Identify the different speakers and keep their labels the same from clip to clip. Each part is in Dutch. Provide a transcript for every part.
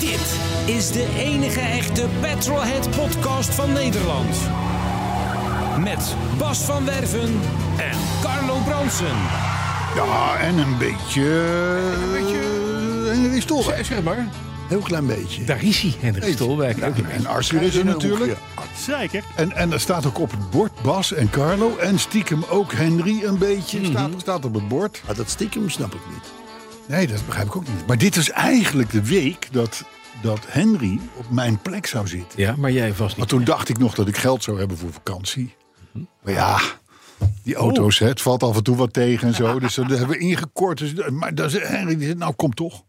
Speaker 1: Dit is de enige echte Petrolhead podcast van Nederland. Met Bas van Werven en Carlo Bronsen.
Speaker 2: Ja, en een beetje. Een beetje. Henry Stolwijk.
Speaker 3: Zeg maar.
Speaker 2: Heel klein beetje.
Speaker 3: Daar is hij, Hendrik Stolwijk. Ook
Speaker 2: En Arthur is er natuurlijk.
Speaker 4: Zeker.
Speaker 2: En, en er staat ook op het bord Bas en Carlo. En stiekem ook Henry een beetje.
Speaker 3: Mhm.
Speaker 2: staat, staat op het bord.
Speaker 5: Maar dat stiekem snap ik niet.
Speaker 2: Nee, dat begrijp ik ook niet. Maar dit is eigenlijk de week dat, dat Henry op mijn plek zou zitten.
Speaker 3: Ja, maar jij vast
Speaker 2: Maar
Speaker 3: niet.
Speaker 2: toen dacht ik nog dat ik geld zou hebben voor vakantie. Maar ja, die auto's, hè, het valt af en toe wat tegen en zo. Dus dat hebben we ingekort. Dus, maar dan zei Henry, die zei, nou kom toch.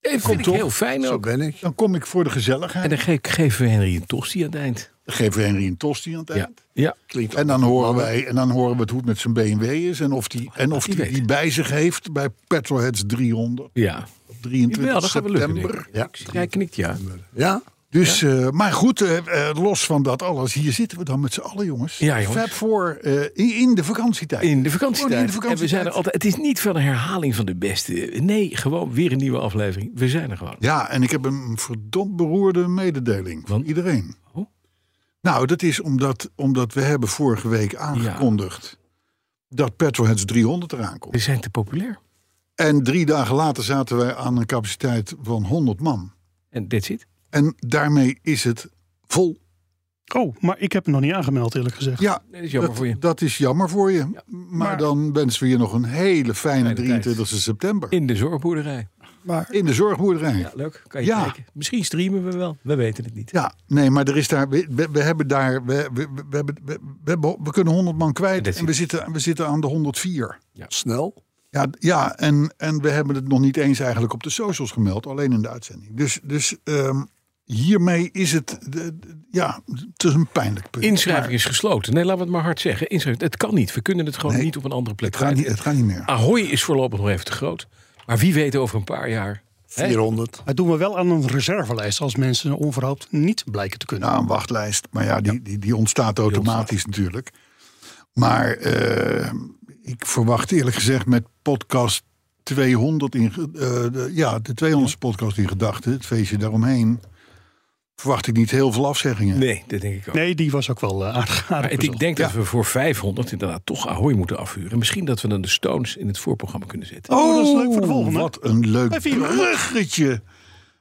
Speaker 3: Even vind ik heel fijn
Speaker 5: Zo
Speaker 3: ook.
Speaker 5: Nou, ben ik.
Speaker 2: Dan kom ik voor de
Speaker 3: En
Speaker 2: gezelligheid.
Speaker 3: dan ge- geven we Henry een tosti aan het eind.
Speaker 2: Dan geven we Henry een tosti aan het
Speaker 3: Ja.
Speaker 2: eind.
Speaker 3: ja.
Speaker 5: Klinkt
Speaker 2: En dan horen wij en dan horen we het hoe het met zijn BMW is en of die, en of
Speaker 3: Oh, die
Speaker 2: die,
Speaker 3: weet.
Speaker 2: die bij zich heeft bij Petrolheads 300
Speaker 3: ja.
Speaker 2: 23
Speaker 3: Jawel, dat gaat wel lukken,
Speaker 2: september.
Speaker 3: denk
Speaker 2: ja.
Speaker 3: Jij knikt ja.
Speaker 5: Ja?
Speaker 2: Dus, eh, maar goed, eh, eh, los van dat alles, hier zitten we dan met z'n allen, jongens.
Speaker 3: Ja, jongens.
Speaker 2: Fab voor eh, in, in de vakantietijd.
Speaker 3: In de
Speaker 2: Gewoon Oh, in
Speaker 3: vakantietijd.
Speaker 2: de
Speaker 3: En we
Speaker 2: vakantietijd.
Speaker 3: zijn er altijd. Het is niet van een herhaling van de beste. Nee, gewoon weer een nieuwe aflevering. We zijn er gewoon.
Speaker 2: Ja, en ik heb een verdomd beroerde mededeling van
Speaker 3: Want?
Speaker 2: iedereen.
Speaker 3: Oh.
Speaker 2: Nou, dat is omdat, omdat we hebben vorige week aangekondigd dat Petrolheads 300 eraan komt.
Speaker 3: We zijn te populair.
Speaker 2: En drie dagen later zaten wij aan een capaciteit van 100 man.
Speaker 3: En that's it.
Speaker 2: En daarmee is het vol.
Speaker 4: Oh, maar ik heb hem nog niet aangemeld, eerlijk gezegd.
Speaker 2: Ja,
Speaker 3: Nee, dat is jammer voor je.
Speaker 2: dat is jammer voor je. maar,
Speaker 4: Maar-
Speaker 2: dan wensen we je nog een hele fijne
Speaker 3: Fijne tijd.
Speaker 2: 23 september.
Speaker 3: In de zorgboerderij.
Speaker 2: In, de zorgboerderij.
Speaker 3: Ja,
Speaker 2: Ja.
Speaker 3: leuk. Kan je
Speaker 2: Ja.
Speaker 3: kijken. Misschien streamen we wel. We weten het niet.
Speaker 2: nee, maar er is daar. We, we- we hebben daar. We, we, we, we hebben- we, we hebben- we kunnen 100 man kwijt.
Speaker 3: Dat is-
Speaker 2: En we zitten, we zitten aan de 104.
Speaker 5: Snel.
Speaker 2: Ja, d- ja en, en we hebben het nog niet eens eigenlijk op de socials gemeld, alleen in de uitzending. Dus, dus ehm, hiermee is het, de- de- ja, het is een pijnlijk punt.
Speaker 3: Inschrijving is gesloten. Nee, laten we het maar hard zeggen. Inschrijving, het kan niet. We kunnen het gewoon
Speaker 2: Nee.
Speaker 3: niet op een andere plek
Speaker 2: Het gaat, niet, het gaat niet meer.
Speaker 3: Ahoy is voorlopig nog even te groot. Maar wie weet over een paar jaar. hè?
Speaker 5: 400.
Speaker 4: Dat doen we wel aan een reservelijst als mensen onverhoopt niet blijken te kunnen.
Speaker 2: Nou, een wachtlijst. Maar ja, die, die, die ontstaat automatisch natuurlijk. Maar eh, ik verwacht eerlijk gezegd met podcast 200 in, ge- eh, de, ja, de 200ste podcast in gedachten, het feestje daaromheen, verwacht ik niet heel veel afzeggingen.
Speaker 3: Nee, dat denk ik ook.
Speaker 4: Nee, die was ook wel eh, aardig. aardig
Speaker 3: Maar het- ik
Speaker 4: bezocht.
Speaker 3: denk Ah, dat we voor 500 inderdaad toch Ahoy moeten afhuren. Misschien dat we dan de Stones in het voorprogramma kunnen zetten.
Speaker 4: Oh, dat is leuk voor de volgende.
Speaker 2: Wat een leuk
Speaker 4: Bij 400.
Speaker 2: bruggetje.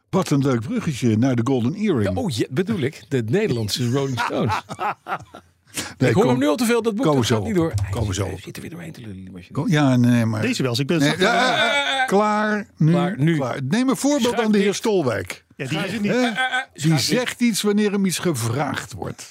Speaker 2: Wat een leuk bruggetje naar de Golden Earring.
Speaker 3: Oh, ja, bedoel ik. De Nederlandse Rolling Stones.
Speaker 2: Nee,
Speaker 3: ik hoor
Speaker 2: kom-
Speaker 3: hem nu al te veel. Dat boek
Speaker 2: komen
Speaker 3: dat
Speaker 2: zo
Speaker 3: gaat niet door.
Speaker 2: op. Komen
Speaker 3: Hij
Speaker 2: zo
Speaker 3: zit-
Speaker 2: op.
Speaker 3: zit er weer doorheen te lullen, die machine.
Speaker 2: Kom- Ja, nee, maar...
Speaker 4: Deze wel, ik ben
Speaker 2: Nee,
Speaker 4: zacht-
Speaker 2: ja, eh, eh, klaar, nu,
Speaker 3: Klaar, nu.
Speaker 2: Neem een voorbeeld
Speaker 3: Schuif
Speaker 2: aan de heer
Speaker 3: dicht.
Speaker 2: Stolwijk.
Speaker 4: Ja, die is het
Speaker 2: Hè?
Speaker 4: niet.
Speaker 2: Die zegt iets wanneer hem iets gevraagd wordt.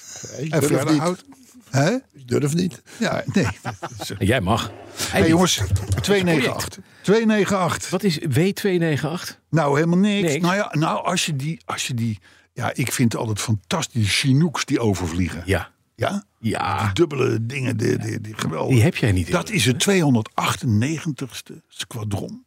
Speaker 5: Ik
Speaker 2: En
Speaker 5: durf
Speaker 2: verder
Speaker 5: niet.
Speaker 2: houdt... Hè?
Speaker 5: Ik durf niet.
Speaker 2: Ja, nee. dat is-
Speaker 3: En Jij mag. Hij
Speaker 2: Hey,
Speaker 3: niet.
Speaker 2: jongens, 298. 298.
Speaker 3: Wat is W298?
Speaker 2: Nou, helemaal niks.
Speaker 3: Niks.
Speaker 2: Nou ja, nou, als je die... Als je die ja, ik vind het altijd fantastisch. Chinooks die overvliegen.
Speaker 3: Ja.
Speaker 2: Ja?
Speaker 3: Ja.
Speaker 2: Die dubbele dingen, die, die, die geweldig.
Speaker 3: Die heb jij niet.
Speaker 2: Dat is het 298ste squadron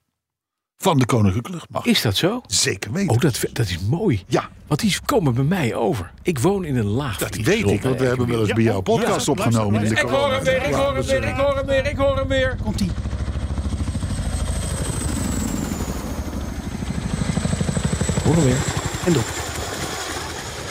Speaker 2: van de Koninklijke Luchtmacht.
Speaker 3: Is dat zo?
Speaker 2: Zeker weten.
Speaker 3: Oh, dat, dat is mooi.
Speaker 2: Ja.
Speaker 3: Want die komen bij mij over. Ik woon in een laag
Speaker 2: Dat weet ik, want we hebben wel eens bij jouw podcast
Speaker 4: luister,
Speaker 2: opgenomen. in de
Speaker 4: luister.
Speaker 2: corona.
Speaker 3: ik hoor hem weer, ik hoor hem weer, ik hoor hem weer.
Speaker 4: Komt die.
Speaker 3: Hoor hem weer.
Speaker 4: En door.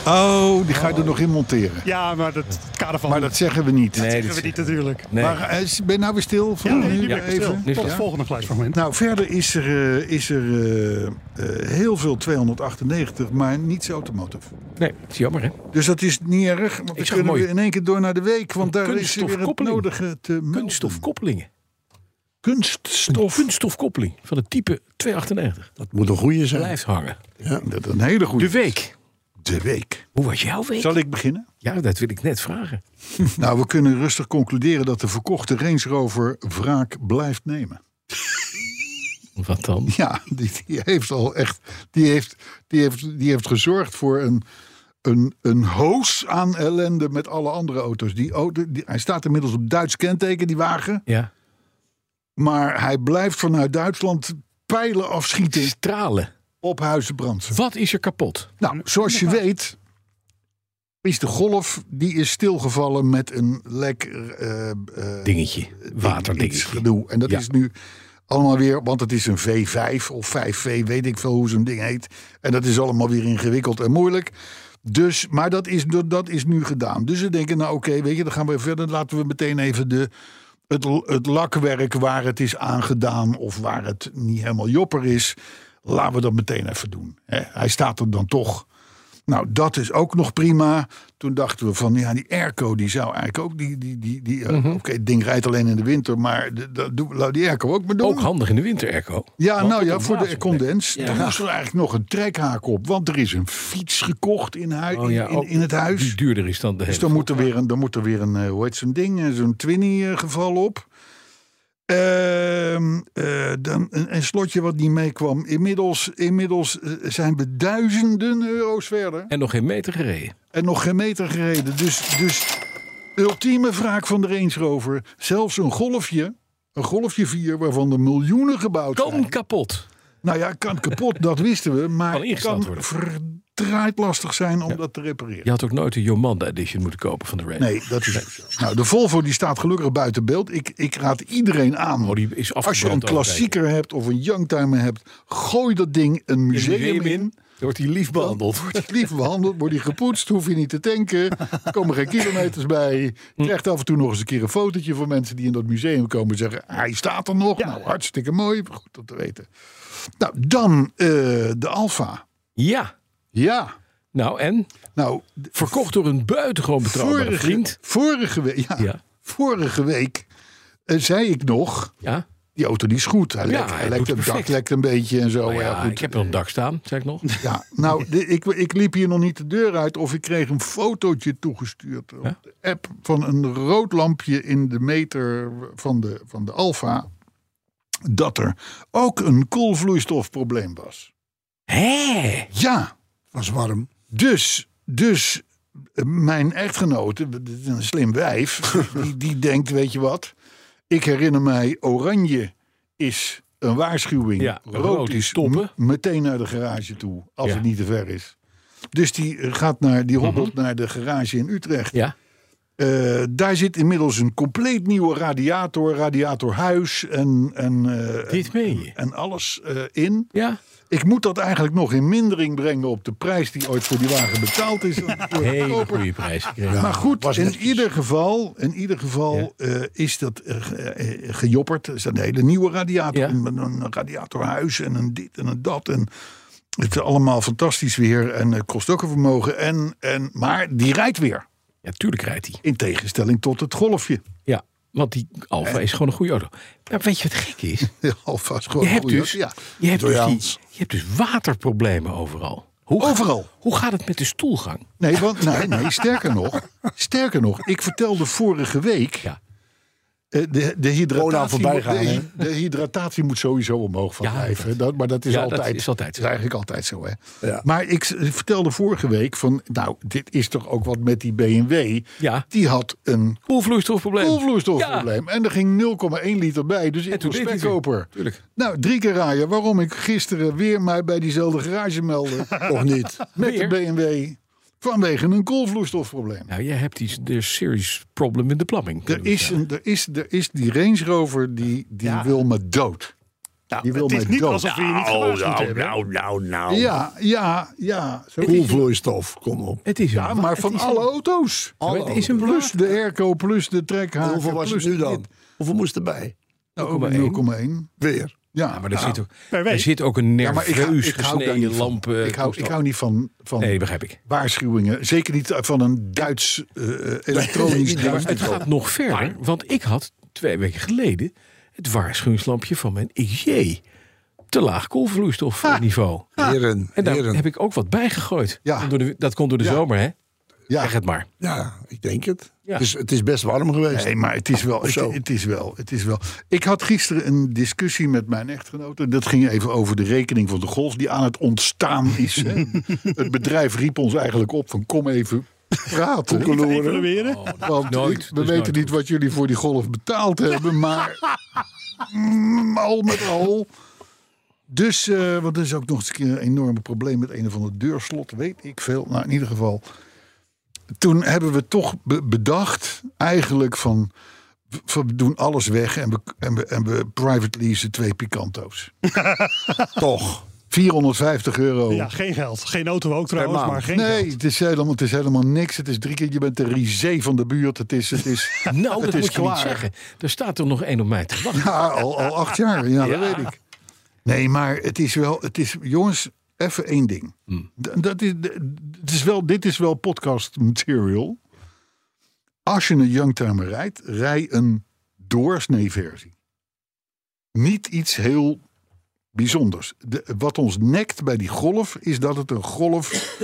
Speaker 2: Oh, die ga je er nog in monteren.
Speaker 4: Ja, maar dat het kader van.
Speaker 2: Maar dat zeggen we niet.
Speaker 3: Nee,
Speaker 4: hebben we niet natuurlijk.
Speaker 3: nee.
Speaker 2: Maar eh, ben je nou weer stil? Voor
Speaker 4: Ja, nee, nu
Speaker 2: nu
Speaker 4: ben ik
Speaker 2: even?
Speaker 4: stil.
Speaker 3: Nu
Speaker 4: Tot het
Speaker 3: ja.
Speaker 4: volgende geluidsfragment.
Speaker 2: Nou, verder is er, eh, is er eh, eh, heel veel 298, maar niets automotive.
Speaker 3: nee, het is jammer hè.
Speaker 2: Dus dat is niet erg, want dan
Speaker 3: zag
Speaker 2: kunnen
Speaker 3: mooi.
Speaker 2: we in één keer door naar de week. Want daar is er weer het
Speaker 3: kunststofkoppeling.
Speaker 2: nodige te melden.
Speaker 3: Kunststofkoppelingen. Een
Speaker 2: Kunststof.
Speaker 3: kunststofkoppeling van het type 298.
Speaker 5: Dat moet een goede zijn.
Speaker 3: Blijft hangen.
Speaker 2: Dat is een hele goede.
Speaker 3: De week.
Speaker 2: De week.
Speaker 3: Hoe was jouw week?
Speaker 2: Zal ik beginnen?
Speaker 3: Ja, dat wil ik net vragen.
Speaker 2: Nou, we kunnen rustig concluderen dat de verkochte Range Rover wraak blijft nemen.
Speaker 3: Wat dan?
Speaker 2: Ja, die, die heeft al echt. Die heeft, die heeft, die heeft gezorgd voor een, een, een hoos aan ellende met alle andere auto's. Die, auto- die, hij staat inmiddels op Duits kenteken, die wagen.
Speaker 3: Ja.
Speaker 2: Maar hij blijft vanuit Duitsland pijlen afschieten
Speaker 3: Stralen.
Speaker 2: op Huizenbrand.
Speaker 3: Wat is er kapot?
Speaker 2: Nou, zoals je weet. Is de golf die is stilgevallen met een lek eh, eh,
Speaker 3: Dingetje.
Speaker 2: iets
Speaker 3: Waterdingetje.
Speaker 2: gedoe. En dat
Speaker 3: Ja.
Speaker 2: is nu allemaal weer, want het is een V5 of 5V, weet ik veel hoe zo'n ding heet. En dat is allemaal weer ingewikkeld en moeilijk. Dus, maar dat is, dat is nu gedaan. Dus ze denken, nou oké, weet je, dan gaan we verder. Laten we meteen even de, het, l- het lakwerk waar het is aangedaan of waar het niet helemaal jopper is. Laten we dat meteen even doen. Hè? Hij staat er dan toch. Nou, dat is ook nog prima. Toen dachten we van, ja, die airco, die zou eigenlijk ook... Die, die, die, die,
Speaker 3: Mhm.
Speaker 2: eh, Oké, het ding rijdt alleen in de winter, maar d- dat doen we- laat die airco ook maar doen.
Speaker 3: Ook handig in de winter, Erco.
Speaker 2: ja,
Speaker 3: Want
Speaker 2: nou ja,
Speaker 3: dat
Speaker 2: voor de
Speaker 3: blazen-
Speaker 2: condens. Daar moesten we eigenlijk nog een trekhaak op. Want er is een fiets gekocht in, hui-
Speaker 3: Oh ja,
Speaker 2: in, in,
Speaker 3: ook-
Speaker 2: in het huis.
Speaker 3: Die duurder is dan de hele.
Speaker 2: Dus dan moet er weer een, dan moet er weer een eh, hoe heet zo'n ding, eh, zo'n Twinny-geval op. Ehm, eh, dan een, een slotje wat niet meekwam. Inmiddels, inmiddels eh, zijn we duizenden euro's verder
Speaker 3: En nog geen meter gereden.
Speaker 2: en nog geen meter gereden. Dus, dus ultieme wraak van de Range Rover. Zelfs een golfje, een golfje 4, waarvan er miljoenen gebouwd zijn.
Speaker 3: Kan kapot.
Speaker 2: Nou ja, kan kapot, dat wisten we.
Speaker 3: Kan
Speaker 2: Maar
Speaker 3: ingesteld
Speaker 2: kan
Speaker 3: worden.
Speaker 2: verdraaid lastig zijn om dat te repareren.
Speaker 3: Je had ook nooit de Jomanda Edition moeten kopen van de Range.
Speaker 2: Nee, dat is ook zo. Nou, de Volvo die staat gelukkig buiten beeld. Ik, ik raad iedereen aan.
Speaker 3: Oh, die is
Speaker 2: als je een
Speaker 3: afgebrand
Speaker 2: klassieker hebt of een youngtimer hebt, gooi dat ding een museum,
Speaker 3: museum in.
Speaker 2: in.
Speaker 3: Dan wordt hij lief behandeld.
Speaker 2: Wordt het lief behandeld, wordt die gepoetst, hoef je niet te tanken. Er komen geen kilometers bij. Je krijgt af en toe nog eens een keer een fotootje van mensen die in dat museum komen en zeggen: "Ah, Hij staat er nog. Nou, hartstikke mooi. Goed dat te weten. Nou, dan eh, de Alfa.
Speaker 3: Ja.
Speaker 2: Ja.
Speaker 3: Nou, en?
Speaker 2: Nou,
Speaker 3: Verkocht door een buitengewoon betrouwbare vriend.
Speaker 2: Vorige, we- ja,
Speaker 3: Ja.
Speaker 2: vorige week eh, zei ik nog,
Speaker 3: Ja.
Speaker 2: die auto die is goed. Hij
Speaker 3: Ja,
Speaker 2: lekt,
Speaker 3: hij
Speaker 2: hij
Speaker 3: doet
Speaker 2: lekt,
Speaker 3: het
Speaker 2: het dak
Speaker 3: perfect.
Speaker 2: lekt een beetje en zo.
Speaker 3: Nou
Speaker 2: Oh ja,
Speaker 3: ja,
Speaker 2: goed.
Speaker 3: ik heb er een dak staan, zeg ik nog.
Speaker 2: Ja, nou, de- ik, ik liep hier nog niet de deur uit of ik kreeg een fotootje toegestuurd op
Speaker 3: Ja?
Speaker 2: de app van een rood lampje in de meter van de, van de Alfa. Dat er ook een koolvloeistofprobleem was.
Speaker 3: Hé!
Speaker 2: Ja,
Speaker 5: was warm.
Speaker 2: Dus, dus eh, mijn echtgenote, dit is een slim wijf, die, die denkt, weet je wat? Ik herinner mij, oranje is een waarschuwing.
Speaker 3: Ja, rood is stoppen.
Speaker 2: m- meteen naar de garage toe, als
Speaker 3: Ja. Mhm.
Speaker 2: het niet te ver is. Dus die eh, gaat naar, die hobbelt naar de garage in Utrecht.
Speaker 3: Ja.
Speaker 2: Eh, daar zit inmiddels een compleet nieuwe radiator, radiatorhuis en, en, eh,
Speaker 3: Dit meen je?
Speaker 2: en alles eh, in.
Speaker 3: Ja.
Speaker 2: Ik moet dat eigenlijk nog in mindering brengen op de prijs die ooit voor die wagen betaald is. door de
Speaker 3: Hele
Speaker 2: koper.
Speaker 3: goede prijs gekregen.
Speaker 2: Maar goed,
Speaker 5: was
Speaker 2: in
Speaker 5: netjes.
Speaker 2: ieder geval, in ieder geval eh, is dat eh, ge- eh, gejopperd. Er staat een hele nieuwe radiator.
Speaker 3: Ja.
Speaker 2: in, Met een radiatorhuis en een dit en een dat. En het is allemaal fantastisch weer. En het kost ook een vermogen. En, en, maar die rijdt weer.
Speaker 3: Ja, tuurlijk rijdt hij.
Speaker 2: In tegenstelling tot het golfje.
Speaker 3: Ja. Want die Alfa is gewoon een goede auto. Maar weet je wat gek is?
Speaker 2: Alvast gewoon
Speaker 3: Je
Speaker 2: een
Speaker 3: hebt
Speaker 2: goede-
Speaker 3: dus,
Speaker 2: ja.
Speaker 3: je hebt dus,
Speaker 5: Doorgaans.
Speaker 3: die- je hebt dus waterproblemen overal. Hoe gaat-
Speaker 2: Overal.
Speaker 3: hoe gaat het met de stoelgang?
Speaker 2: Nee, want, nee, nee, sterker nog. Sterker nog, ik vertelde vorige week.
Speaker 3: Ja.
Speaker 2: Eh, De, de,
Speaker 5: Gewoon
Speaker 2: hydratatie,
Speaker 5: aan voorbij gaan,
Speaker 2: de,
Speaker 5: hè?
Speaker 2: de hydratatie moet sowieso omhoog van
Speaker 3: Ja,
Speaker 2: blijven.
Speaker 3: dat-
Speaker 2: Dat, maar dat is,
Speaker 3: ja, dat
Speaker 2: altijd,
Speaker 3: is altijd zo.
Speaker 2: is eigenlijk altijd zo. Hè?
Speaker 5: Ja.
Speaker 2: Maar ik s- vertelde vorige week van... Nou, dit is toch ook wat met die BMW.
Speaker 3: Ja.
Speaker 2: Die had een
Speaker 3: Koelvloeistofprobleem.
Speaker 2: koelvloeistofprobleem. En er ging 0,1 liter bij. Dus
Speaker 3: En
Speaker 2: ik
Speaker 3: toen
Speaker 2: was
Speaker 3: deed hij het
Speaker 2: spekkoper.
Speaker 3: weer. Tuurlijk.
Speaker 2: Nou, drie keer raaien waarom ik gisteren weer mij bij diezelfde garage meldde.
Speaker 5: Of niet?
Speaker 2: met de
Speaker 3: Weer?
Speaker 2: BMW. Vanwege een koolvloeistofprobleem.
Speaker 3: Nou, jij hebt die de serious problem in de plumbing.
Speaker 2: Er is, een, er, is, er is die Range Rover die, die
Speaker 4: Ja.
Speaker 2: wil me dood. die wil
Speaker 4: het is
Speaker 2: mij
Speaker 4: niet
Speaker 2: dood.
Speaker 4: alsof je je niet gewaarschuwd hebt. hè?
Speaker 5: nou, nou.
Speaker 2: Ja, ja, ja. Zo.
Speaker 5: Koelvloeistof, kom op.
Speaker 3: Het is een,
Speaker 2: Ja, maar
Speaker 3: het
Speaker 2: van
Speaker 3: is
Speaker 2: alle
Speaker 3: een-
Speaker 2: auto's.
Speaker 3: het is een
Speaker 2: Plus
Speaker 3: plus.
Speaker 2: de airco, plus de trekhaak.
Speaker 5: Hoeveel was het nu dan? Hoeveel moest erbij?
Speaker 2: Nou, 0,1.
Speaker 5: Weer.
Speaker 2: Ja,
Speaker 3: Ah, Maar er, zit ook,
Speaker 4: per week.
Speaker 3: er zit ook een
Speaker 2: Ja, maar ik,
Speaker 3: nerveus
Speaker 2: hou- ik hou daar
Speaker 3: gesneden
Speaker 2: niet van.
Speaker 3: lamp. eh,
Speaker 2: ik, hou, ik
Speaker 3: toestand.
Speaker 2: hou niet van, van
Speaker 3: Nee, begrijp ik.
Speaker 2: waarschuwingen. Zeker niet van een Duits eh,
Speaker 5: Nee,
Speaker 2: elektronisch
Speaker 5: niet waar.
Speaker 2: ding.
Speaker 3: Het gaat nog verder, want ik had twee weken geleden het waarschuwingslampje van mijn XJ. Te laag koolvloeistofniveau.
Speaker 5: Heren,
Speaker 3: En daar
Speaker 5: heren.
Speaker 3: heb ik ook wat bij gegooid.
Speaker 2: Ah, Ja.
Speaker 3: Komt door de- dat komt door de zomer, hè?
Speaker 2: Ja.
Speaker 3: Zeg het maar.
Speaker 5: Ja, ik denk het.
Speaker 3: Ja.
Speaker 5: Dus het is best warm geweest.
Speaker 2: Nee, maar het is, wel, het,
Speaker 5: zo.
Speaker 2: het is wel. Het is wel. Ik had gisteren een discussie met mijn echtgenote. Dat ging even over de rekening van de golf die aan het ontstaan is. hè. het bedrijf riep ons eigenlijk op van kom even praten.
Speaker 3: nou,
Speaker 4: Evalueren.
Speaker 2: Want
Speaker 3: nooit.
Speaker 2: ik- we
Speaker 3: Dat is
Speaker 2: weten
Speaker 3: nooit
Speaker 2: niet wat jullie voor die golf betaald hebben, maar Mm, al met al. Dus, eh, want er is ook nog eens een keer een enorme probleem met een of ander deurslot, weet ik veel. Nou, in ieder geval. Toen hebben we toch be- bedacht, eigenlijk van, we doen alles weg en we, en we, en we private leasen twee Picanto's. toch. 450 euro.
Speaker 4: Ja, geen geld. Geen auto ook trouwens, maar geen
Speaker 2: nee,
Speaker 4: geld.
Speaker 2: het is, helemaal, het is helemaal niks. Het is drie keer, je bent de risé van de buurt. Het is, het is,
Speaker 3: Nou,
Speaker 2: het
Speaker 3: dat
Speaker 2: is
Speaker 3: moet je
Speaker 2: klaar.
Speaker 3: niet zeggen. Er staat er nog één op mij te wachten.
Speaker 2: Ja, al, al acht jaar. Ja, dat weet ik. Nee, maar het is wel, het is, jongens, even één ding.
Speaker 3: Hmm.
Speaker 2: D- Dat is, d- het is wel, dit is wel podcast material. Als je een Youngtimer rijdt, rij een doorsnee versie. Niet iets heel bijzonders. De, wat ons nekt bij die golf, is dat het een golf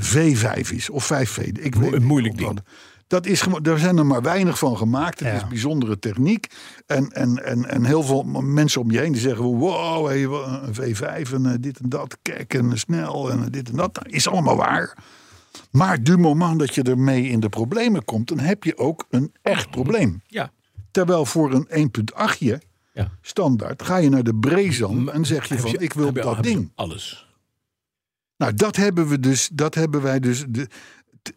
Speaker 2: V5 is. Of 5V. Ik weet
Speaker 3: een moeilijk
Speaker 2: niet wat.
Speaker 3: ding.
Speaker 2: Dat is gewoon, daar zijn er maar weinig van gemaakt. Het
Speaker 4: Ja.
Speaker 2: is bijzondere techniek. En, en, en, en heel veel m- mensen om je heen die zeggen: wow, hey, wa- een V5 en eh, dit en dat. Kijk, en eh, snel en eh, dit en dat. Nou, Is allemaal waar. Maar du moment dat je ermee in de problemen komt, dan heb je ook een echt probleem.
Speaker 3: Ja.
Speaker 2: Terwijl voor een 1.8
Speaker 3: Ja.
Speaker 2: standaard ga je naar de Brezan en zeg je
Speaker 3: Heb
Speaker 2: van
Speaker 3: Dus je-
Speaker 2: ik wil
Speaker 3: heb je-
Speaker 2: dat
Speaker 3: heb je
Speaker 2: ding.
Speaker 3: Alles.
Speaker 2: Nou, dat hebben we dus, dat hebben wij dus. De, t-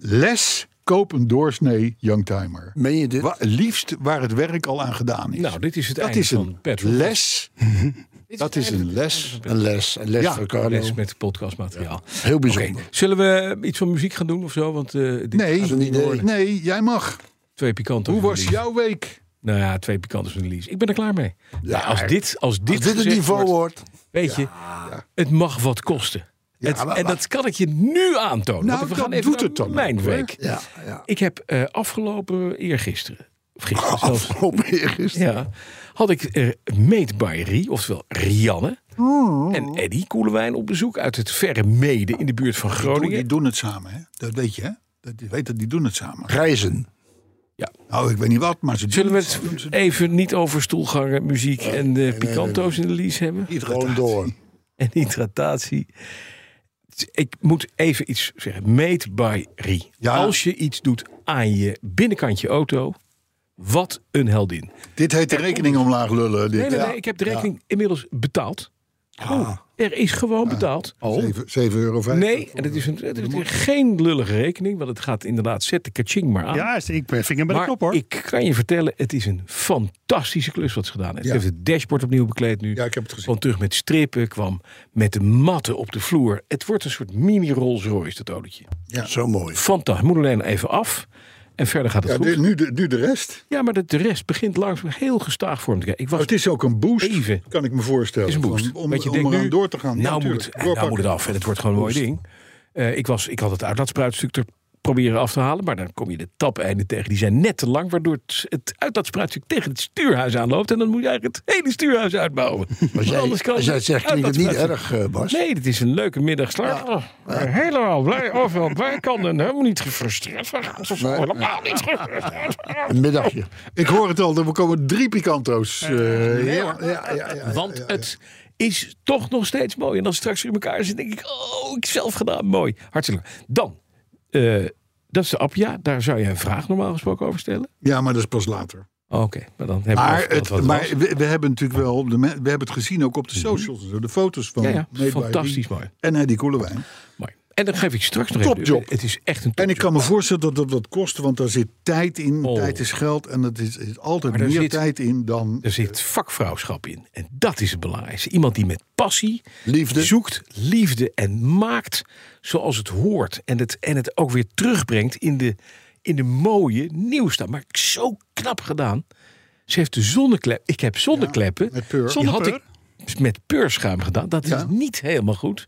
Speaker 2: les koop een doorsnee youngtimer.
Speaker 5: Meen je dit?
Speaker 2: Wa- liefst waar het werk al aan gedaan is.
Speaker 3: Nou, dit is het
Speaker 2: dat
Speaker 3: einde
Speaker 2: is
Speaker 3: van
Speaker 2: een
Speaker 3: Petrol.
Speaker 2: les.
Speaker 3: Dit
Speaker 2: Dat
Speaker 3: het
Speaker 2: is
Speaker 3: einde
Speaker 2: een les.
Speaker 5: Een les. Een les
Speaker 2: Ja,
Speaker 5: voor Carlo.
Speaker 3: Les met podcastmateriaal.
Speaker 5: Heel
Speaker 3: Oké,
Speaker 5: bijzonder.
Speaker 3: zullen we iets van muziek gaan doen of zo? Want eh, dit
Speaker 2: Nee,
Speaker 3: gaat het niet
Speaker 2: nee,
Speaker 3: worden.
Speaker 2: nee, jij mag.
Speaker 3: twee pikanten.
Speaker 2: Hoe
Speaker 3: van
Speaker 2: was
Speaker 3: Lies.
Speaker 2: jouw week?
Speaker 3: Nou ja, twee pikanten van Lies. Ik ben er klaar mee. Nou,
Speaker 5: Ja,
Speaker 3: als dit, als dit,
Speaker 5: Als dit het
Speaker 3: gezegd
Speaker 5: niveau
Speaker 3: wordt,
Speaker 5: wordt.
Speaker 3: weet je, het mag wat kosten. Het-
Speaker 5: maar-
Speaker 3: en dat kan ik je nu aantonen.
Speaker 2: Nou,
Speaker 3: want we
Speaker 2: dat
Speaker 3: gaan even
Speaker 2: doet
Speaker 3: naar
Speaker 2: het dan
Speaker 3: Mijn
Speaker 2: ook, hoor.
Speaker 3: week.
Speaker 5: Ja, ja.
Speaker 3: Ik heb eh, afgelopen eergisteren, of gisteren zelfs,
Speaker 5: Afgelopen eergisteren.
Speaker 3: ja, had ik eh Made by Rie, oftewel Rianne
Speaker 2: Oh.
Speaker 3: en Eddy Koelewijn op bezoek uit het verre mede in de buurt van
Speaker 2: Die
Speaker 3: Groningen.
Speaker 2: doen het samen, hè? Dat weet je, hè? Dat, je weet dat die doen het samen.
Speaker 5: Reizen.
Speaker 2: Nou, ik weet niet wat, maar ze
Speaker 3: Zullen
Speaker 2: doen
Speaker 3: we het
Speaker 2: samen. Doen ze-
Speaker 3: even niet over stoelgangen, muziek en eh picanto's in de lease hebben?
Speaker 5: Gewoon door.
Speaker 3: En hydratatie. Ik moet even iets zeggen. Made by Rie.
Speaker 2: Ja.
Speaker 3: Als je iets doet aan je binnenkant je auto, wat een heldin.
Speaker 2: Dit heet de rekening omlaag lullen. Dit.
Speaker 3: Nee, nee,
Speaker 2: Ja. Ah.
Speaker 3: nee, ik heb de rekening inmiddels betaald. Er is gewoon betaald.
Speaker 2: Zeven- 7,50 euro.
Speaker 3: Nee, en het is, een, het is geen lullige rekening, want het gaat inderdaad, zet de kaching maar aan.
Speaker 4: Ja, ik ben vinger bij de
Speaker 3: maar
Speaker 4: knop hoor.
Speaker 3: ik kan je vertellen, het is een fantastische klus wat ze gedaan heeft. Ze heeft het dashboard opnieuw bekleed nu.
Speaker 2: Ja, ik heb het gezien.
Speaker 3: Kwam terug met strippen, kwam met de matten op de vloer. Het wordt een soort mini Rolls Royce, dat autootje.
Speaker 5: Zo mooi.
Speaker 3: Fantastisch. Moet alleen even af. En verder gaat het
Speaker 2: Ja,
Speaker 3: goed.
Speaker 2: de- nu, de, nu de rest.
Speaker 3: Ja, maar de, de rest begint langzaam heel gestaag vorm te krijgen. Ik was
Speaker 2: Oh, het is ook een boost,
Speaker 3: Even.
Speaker 2: kan ik me voorstellen.
Speaker 3: Het is een boost.
Speaker 2: Om, om,
Speaker 3: Want je
Speaker 2: om
Speaker 3: denkt
Speaker 2: eraan
Speaker 3: nu,
Speaker 2: door te gaan. Ja,
Speaker 3: Nou, moet,
Speaker 2: natuurlijk.
Speaker 3: het, nou moet
Speaker 2: Doorpakken.
Speaker 3: het af. En het wordt gewoon een mooi ding. Eh, ik, was, ik had het uitlaatspruitstuk er proberen af te halen. Maar dan kom je de tapeinden tegen. Die zijn net te lang. Waardoor het, het uitlaatspruitstuk tegen het stuurhuis aanloopt. En dan moet je eigenlijk het hele stuurhuis uitbouwen.
Speaker 5: Als jij,
Speaker 3: Anders kan
Speaker 5: als jij het zegt, klinkt het niet
Speaker 3: uitlaatspruitstuk-
Speaker 5: erg, eh, Bas.
Speaker 3: Nee, dit is een leuke middagslag. Oh, helemaal blij. Overal blij kan en helemaal niet gefrustreerd. Helemaal niet gefrustreerd.
Speaker 5: Een middagje.
Speaker 2: Ik hoor het al, er komen drie Picanto's. eh, ja, ja, ja, ja, ja.
Speaker 3: Want het is toch nog steeds mooi. En als het straks weer in elkaar zit, denk ik, oh, ik zelf gedaan. Mooi. Hartstikke leuk. Dan, eh, dat is de Appia. Daar zou je een vraag normaal gesproken over stellen.
Speaker 2: Ja, maar dat is pas later.
Speaker 3: Oké, maar dan hebben
Speaker 2: Maar,
Speaker 3: we afgehad
Speaker 2: het,
Speaker 3: wat het
Speaker 2: maar
Speaker 3: was.
Speaker 2: we, we hebben natuurlijk wel, de, me- we hebben het gezien ook op de socials en zo, de foto's van.
Speaker 3: Ja, ja,
Speaker 2: Made by
Speaker 3: fantastisch
Speaker 2: Rie
Speaker 3: mooi.
Speaker 2: En Eddie Koelewijn.
Speaker 3: mooi. En dan geef ik straks nog
Speaker 2: Topjob.
Speaker 3: even. Het is echt een
Speaker 2: En ik
Speaker 3: topjob.
Speaker 2: kan me voorstellen dat dat wat kost, want daar zit tijd in.
Speaker 3: Oh.
Speaker 2: Tijd is geld en het is, is altijd
Speaker 3: Maar daar
Speaker 2: meer
Speaker 3: zit-
Speaker 2: tijd in dan.
Speaker 3: Er zit vakvrouwschap in. En dat is het belangrijkste. Iemand die met passie
Speaker 5: Liefde.
Speaker 3: zoekt, liefde en maakt zoals het hoort. En het, en het ook weer terugbrengt in de, in de mooie nieuwstaat. Maar zo knap gedaan. Ze heeft de zonneklep. Ik heb zonnekleppen.
Speaker 2: met peur.
Speaker 3: Die had ik dus met peurschuim gedaan. Dat is niet helemaal goed.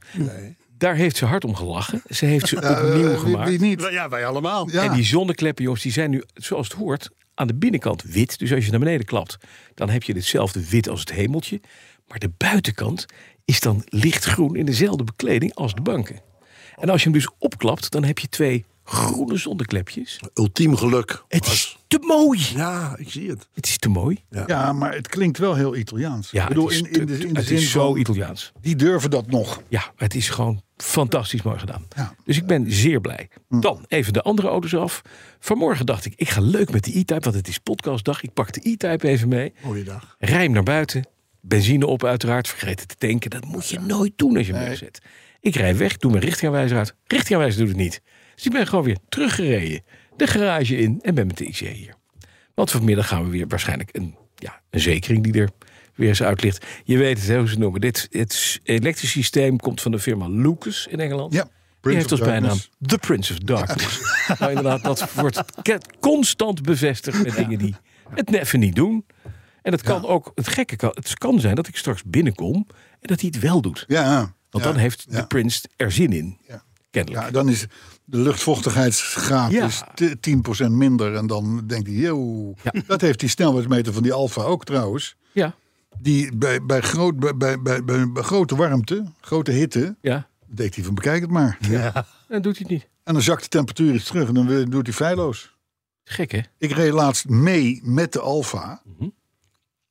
Speaker 3: Daar heeft ze hard om gelachen. Ze heeft ze opnieuw
Speaker 2: Eh, wie,
Speaker 3: gemaakt.
Speaker 2: wie niet?
Speaker 4: Ja, wij allemaal.
Speaker 2: Ja.
Speaker 3: En die zonnekleppen, jongens, die zijn nu, zoals het hoort, aan de binnenkant wit. Dus als je naar beneden klapt, dan heb je hetzelfde wit als het hemeltje. Maar de buitenkant is dan lichtgroen in dezelfde bekleding als de banken. En als je hem dus opklapt, dan heb je twee groene zonneklepjes.
Speaker 5: Ultiem geluk.
Speaker 3: Het is te mooi.
Speaker 5: Ja, ik zie het.
Speaker 3: Het is te mooi.
Speaker 2: Ja, maar het klinkt wel heel Italiaans.
Speaker 3: Ja,
Speaker 2: ik bedoel,
Speaker 3: het is,
Speaker 2: in, in de, in de
Speaker 3: het
Speaker 2: zin
Speaker 3: is zo
Speaker 2: van,
Speaker 3: Italiaans.
Speaker 2: die durven dat nog.
Speaker 3: Ja, het is gewoon fantastisch mooi gedaan.
Speaker 2: Ja.
Speaker 3: Dus ik ben zeer blij.
Speaker 5: Hm.
Speaker 3: Dan even de andere auto's af. Vanmorgen dacht ik, ik ga leuk met de e-type, want het is podcastdag. Ik pak de e-type even mee.
Speaker 5: Mooie dag.
Speaker 3: Rijm naar buiten. Benzine op uiteraard. Vergeten te tanken. Dat moet je nooit doen als je hem wegzet. Ik rij weg. Doe mijn richtingaanwijzer uit. Richtingaanwijzer doet het niet. Dus ik ben gewoon weer teruggereden. De garage in. En ben met de IC hier. Want vanmiddag gaan we weer waarschijnlijk een, ja, een zekering die er weer eens uit ligt. Je weet het, hè, hoe ze het noemen. Dit, het elektrisch systeem komt van de firma Lucas in Engeland.
Speaker 2: Ja,
Speaker 3: Die
Speaker 2: Prince
Speaker 3: heeft
Speaker 2: of
Speaker 3: als bijnaam
Speaker 2: Darkness.
Speaker 3: The Prince of Darkness. Nou, inderdaad, dat wordt ke- constant bevestigd met dingen die het net even niet doen. En het kan ook, het gekke kan, het kan zijn dat ik straks binnenkom en dat hij het wel doet.
Speaker 2: Ja,
Speaker 3: Want
Speaker 2: ja,
Speaker 3: dan heeft
Speaker 2: ja.
Speaker 3: de prins er zin in.
Speaker 2: Ja.
Speaker 3: Kennelijk.
Speaker 2: Ja, dan is de luchtvochtigheidsgraad
Speaker 3: Ja.
Speaker 2: is te- 10% minder. En dan denkt hij, yo,
Speaker 3: Ja.
Speaker 2: dat heeft die snelheidsmeter van die Alfa ook trouwens.
Speaker 3: Ja,
Speaker 2: Die bij, bij, groot, bij, bij, bij, bij- bij grote warmte, grote hitte,
Speaker 3: ja.
Speaker 2: deed hij van bekijk het maar.
Speaker 3: Dan doet hij het niet.
Speaker 2: En dan zakt de temperatuur iets terug en dan weer- doet hij feilloos.
Speaker 3: Gek, hè?
Speaker 2: Ik reed laatst mee met de Alfa.
Speaker 3: Mhm.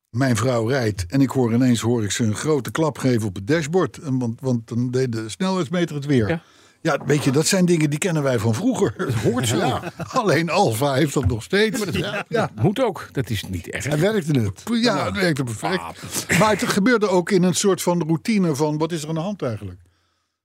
Speaker 2: Mijn vrouw rijdt en ik hoor ineens hoor ik ze een grote klap geven op het dashboard. En want, want dan deed de snelheidsmeter het weer.
Speaker 3: Ja.
Speaker 2: Ja. weet je, dat zijn dingen die kennen wij van vroeger. Het hoort zo. Alleen Alfa heeft dat nog steeds. Ja, ja.
Speaker 3: Moet ook. Dat is niet erg.
Speaker 5: En werkte het?
Speaker 2: het werkte perfect. Maar het gebeurde ook in een soort van routine van wat is er aan de hand eigenlijk?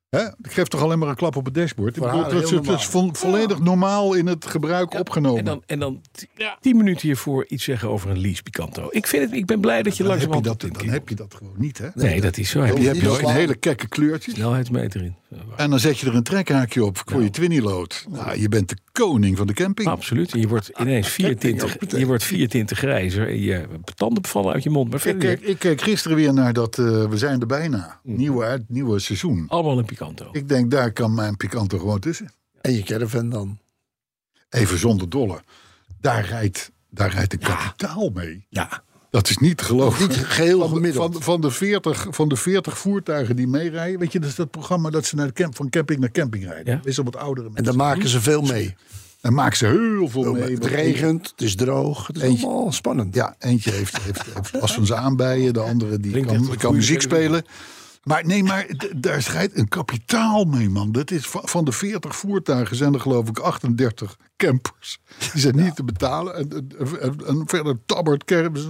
Speaker 2: Hè? Ik geef toch alleen maar een klap op het dashboard. Ik
Speaker 5: Voor
Speaker 2: bedoel,
Speaker 5: haar
Speaker 2: dat is-
Speaker 5: heel
Speaker 2: dat is vo- volledig normaal in het gebruik opgenomen.
Speaker 3: En dan, en dan t- tien minuten hiervoor iets zeggen over een lease Picanto. Ik, vind het, ik ben blij dat je
Speaker 2: dan, heb je
Speaker 3: langzamerhand...
Speaker 2: dat,
Speaker 3: op dit
Speaker 2: dan
Speaker 3: keer-
Speaker 2: heb je dat gewoon niet, hè?
Speaker 3: Nee, dat is zo. Heb
Speaker 2: Die
Speaker 3: je
Speaker 2: heb je ook in
Speaker 5: slaan.
Speaker 2: hele kekke kleurtjes.
Speaker 3: snelheidsmeter in. Ja, waar.
Speaker 2: En dan zet je er een trekhaakje op voor je twinnylood. Nou, je bent de koning van de camping.
Speaker 3: Absoluut. En je wordt
Speaker 2: Ah,
Speaker 3: ineens vier tinten, je wordt vier tinten grijzer. En je tanden vallen uit je mond. Maar
Speaker 2: Ik
Speaker 3: verder
Speaker 2: keek,
Speaker 3: niet.
Speaker 2: ik keek gisteren weer naar dat eh, We zijn er bijna. Nieuwe, uit- nieuwe seizoen.
Speaker 3: allemaal een Picanto.
Speaker 2: Ik denk, daar kan mijn Picanto gewoon tussen.
Speaker 5: En je caravan dan?
Speaker 2: Even zonder dolle. Daar rijdt, daar rijdt een kapitaal mee.
Speaker 3: Ja.
Speaker 2: Dat is niet te geloven.
Speaker 5: Niet geheel
Speaker 2: Van de,
Speaker 5: gemiddeld.
Speaker 2: van, van, de 40, van de 40 voertuigen die meerijden. Weet je, dat is dat programma dat ze naar de camp, van camping naar camping rijden.
Speaker 3: Ja.
Speaker 2: Meestal wat oudere mensen.
Speaker 5: En daar maken ze veel mee.
Speaker 2: Dan maken ze heel veel mee.
Speaker 5: Het
Speaker 2: Want-
Speaker 5: regent, het is droog. Het is
Speaker 2: Eentje.
Speaker 5: allemaal spannend.
Speaker 2: Ja, eentje heeft, heeft, heeft last van zijn aanbijen. De andere die
Speaker 3: Klinkt
Speaker 2: kan,
Speaker 3: echt een
Speaker 2: kan
Speaker 3: goede
Speaker 2: muziek
Speaker 3: televisie.
Speaker 2: spelen. Maar nee, maar d- daar schijnt een kapitaal mee, man. Dat is van, van de 40 voertuigen zijn er geloof ik 38 campers. Die zijn niet te betalen. En, en- en- en verder tabbert, kermis.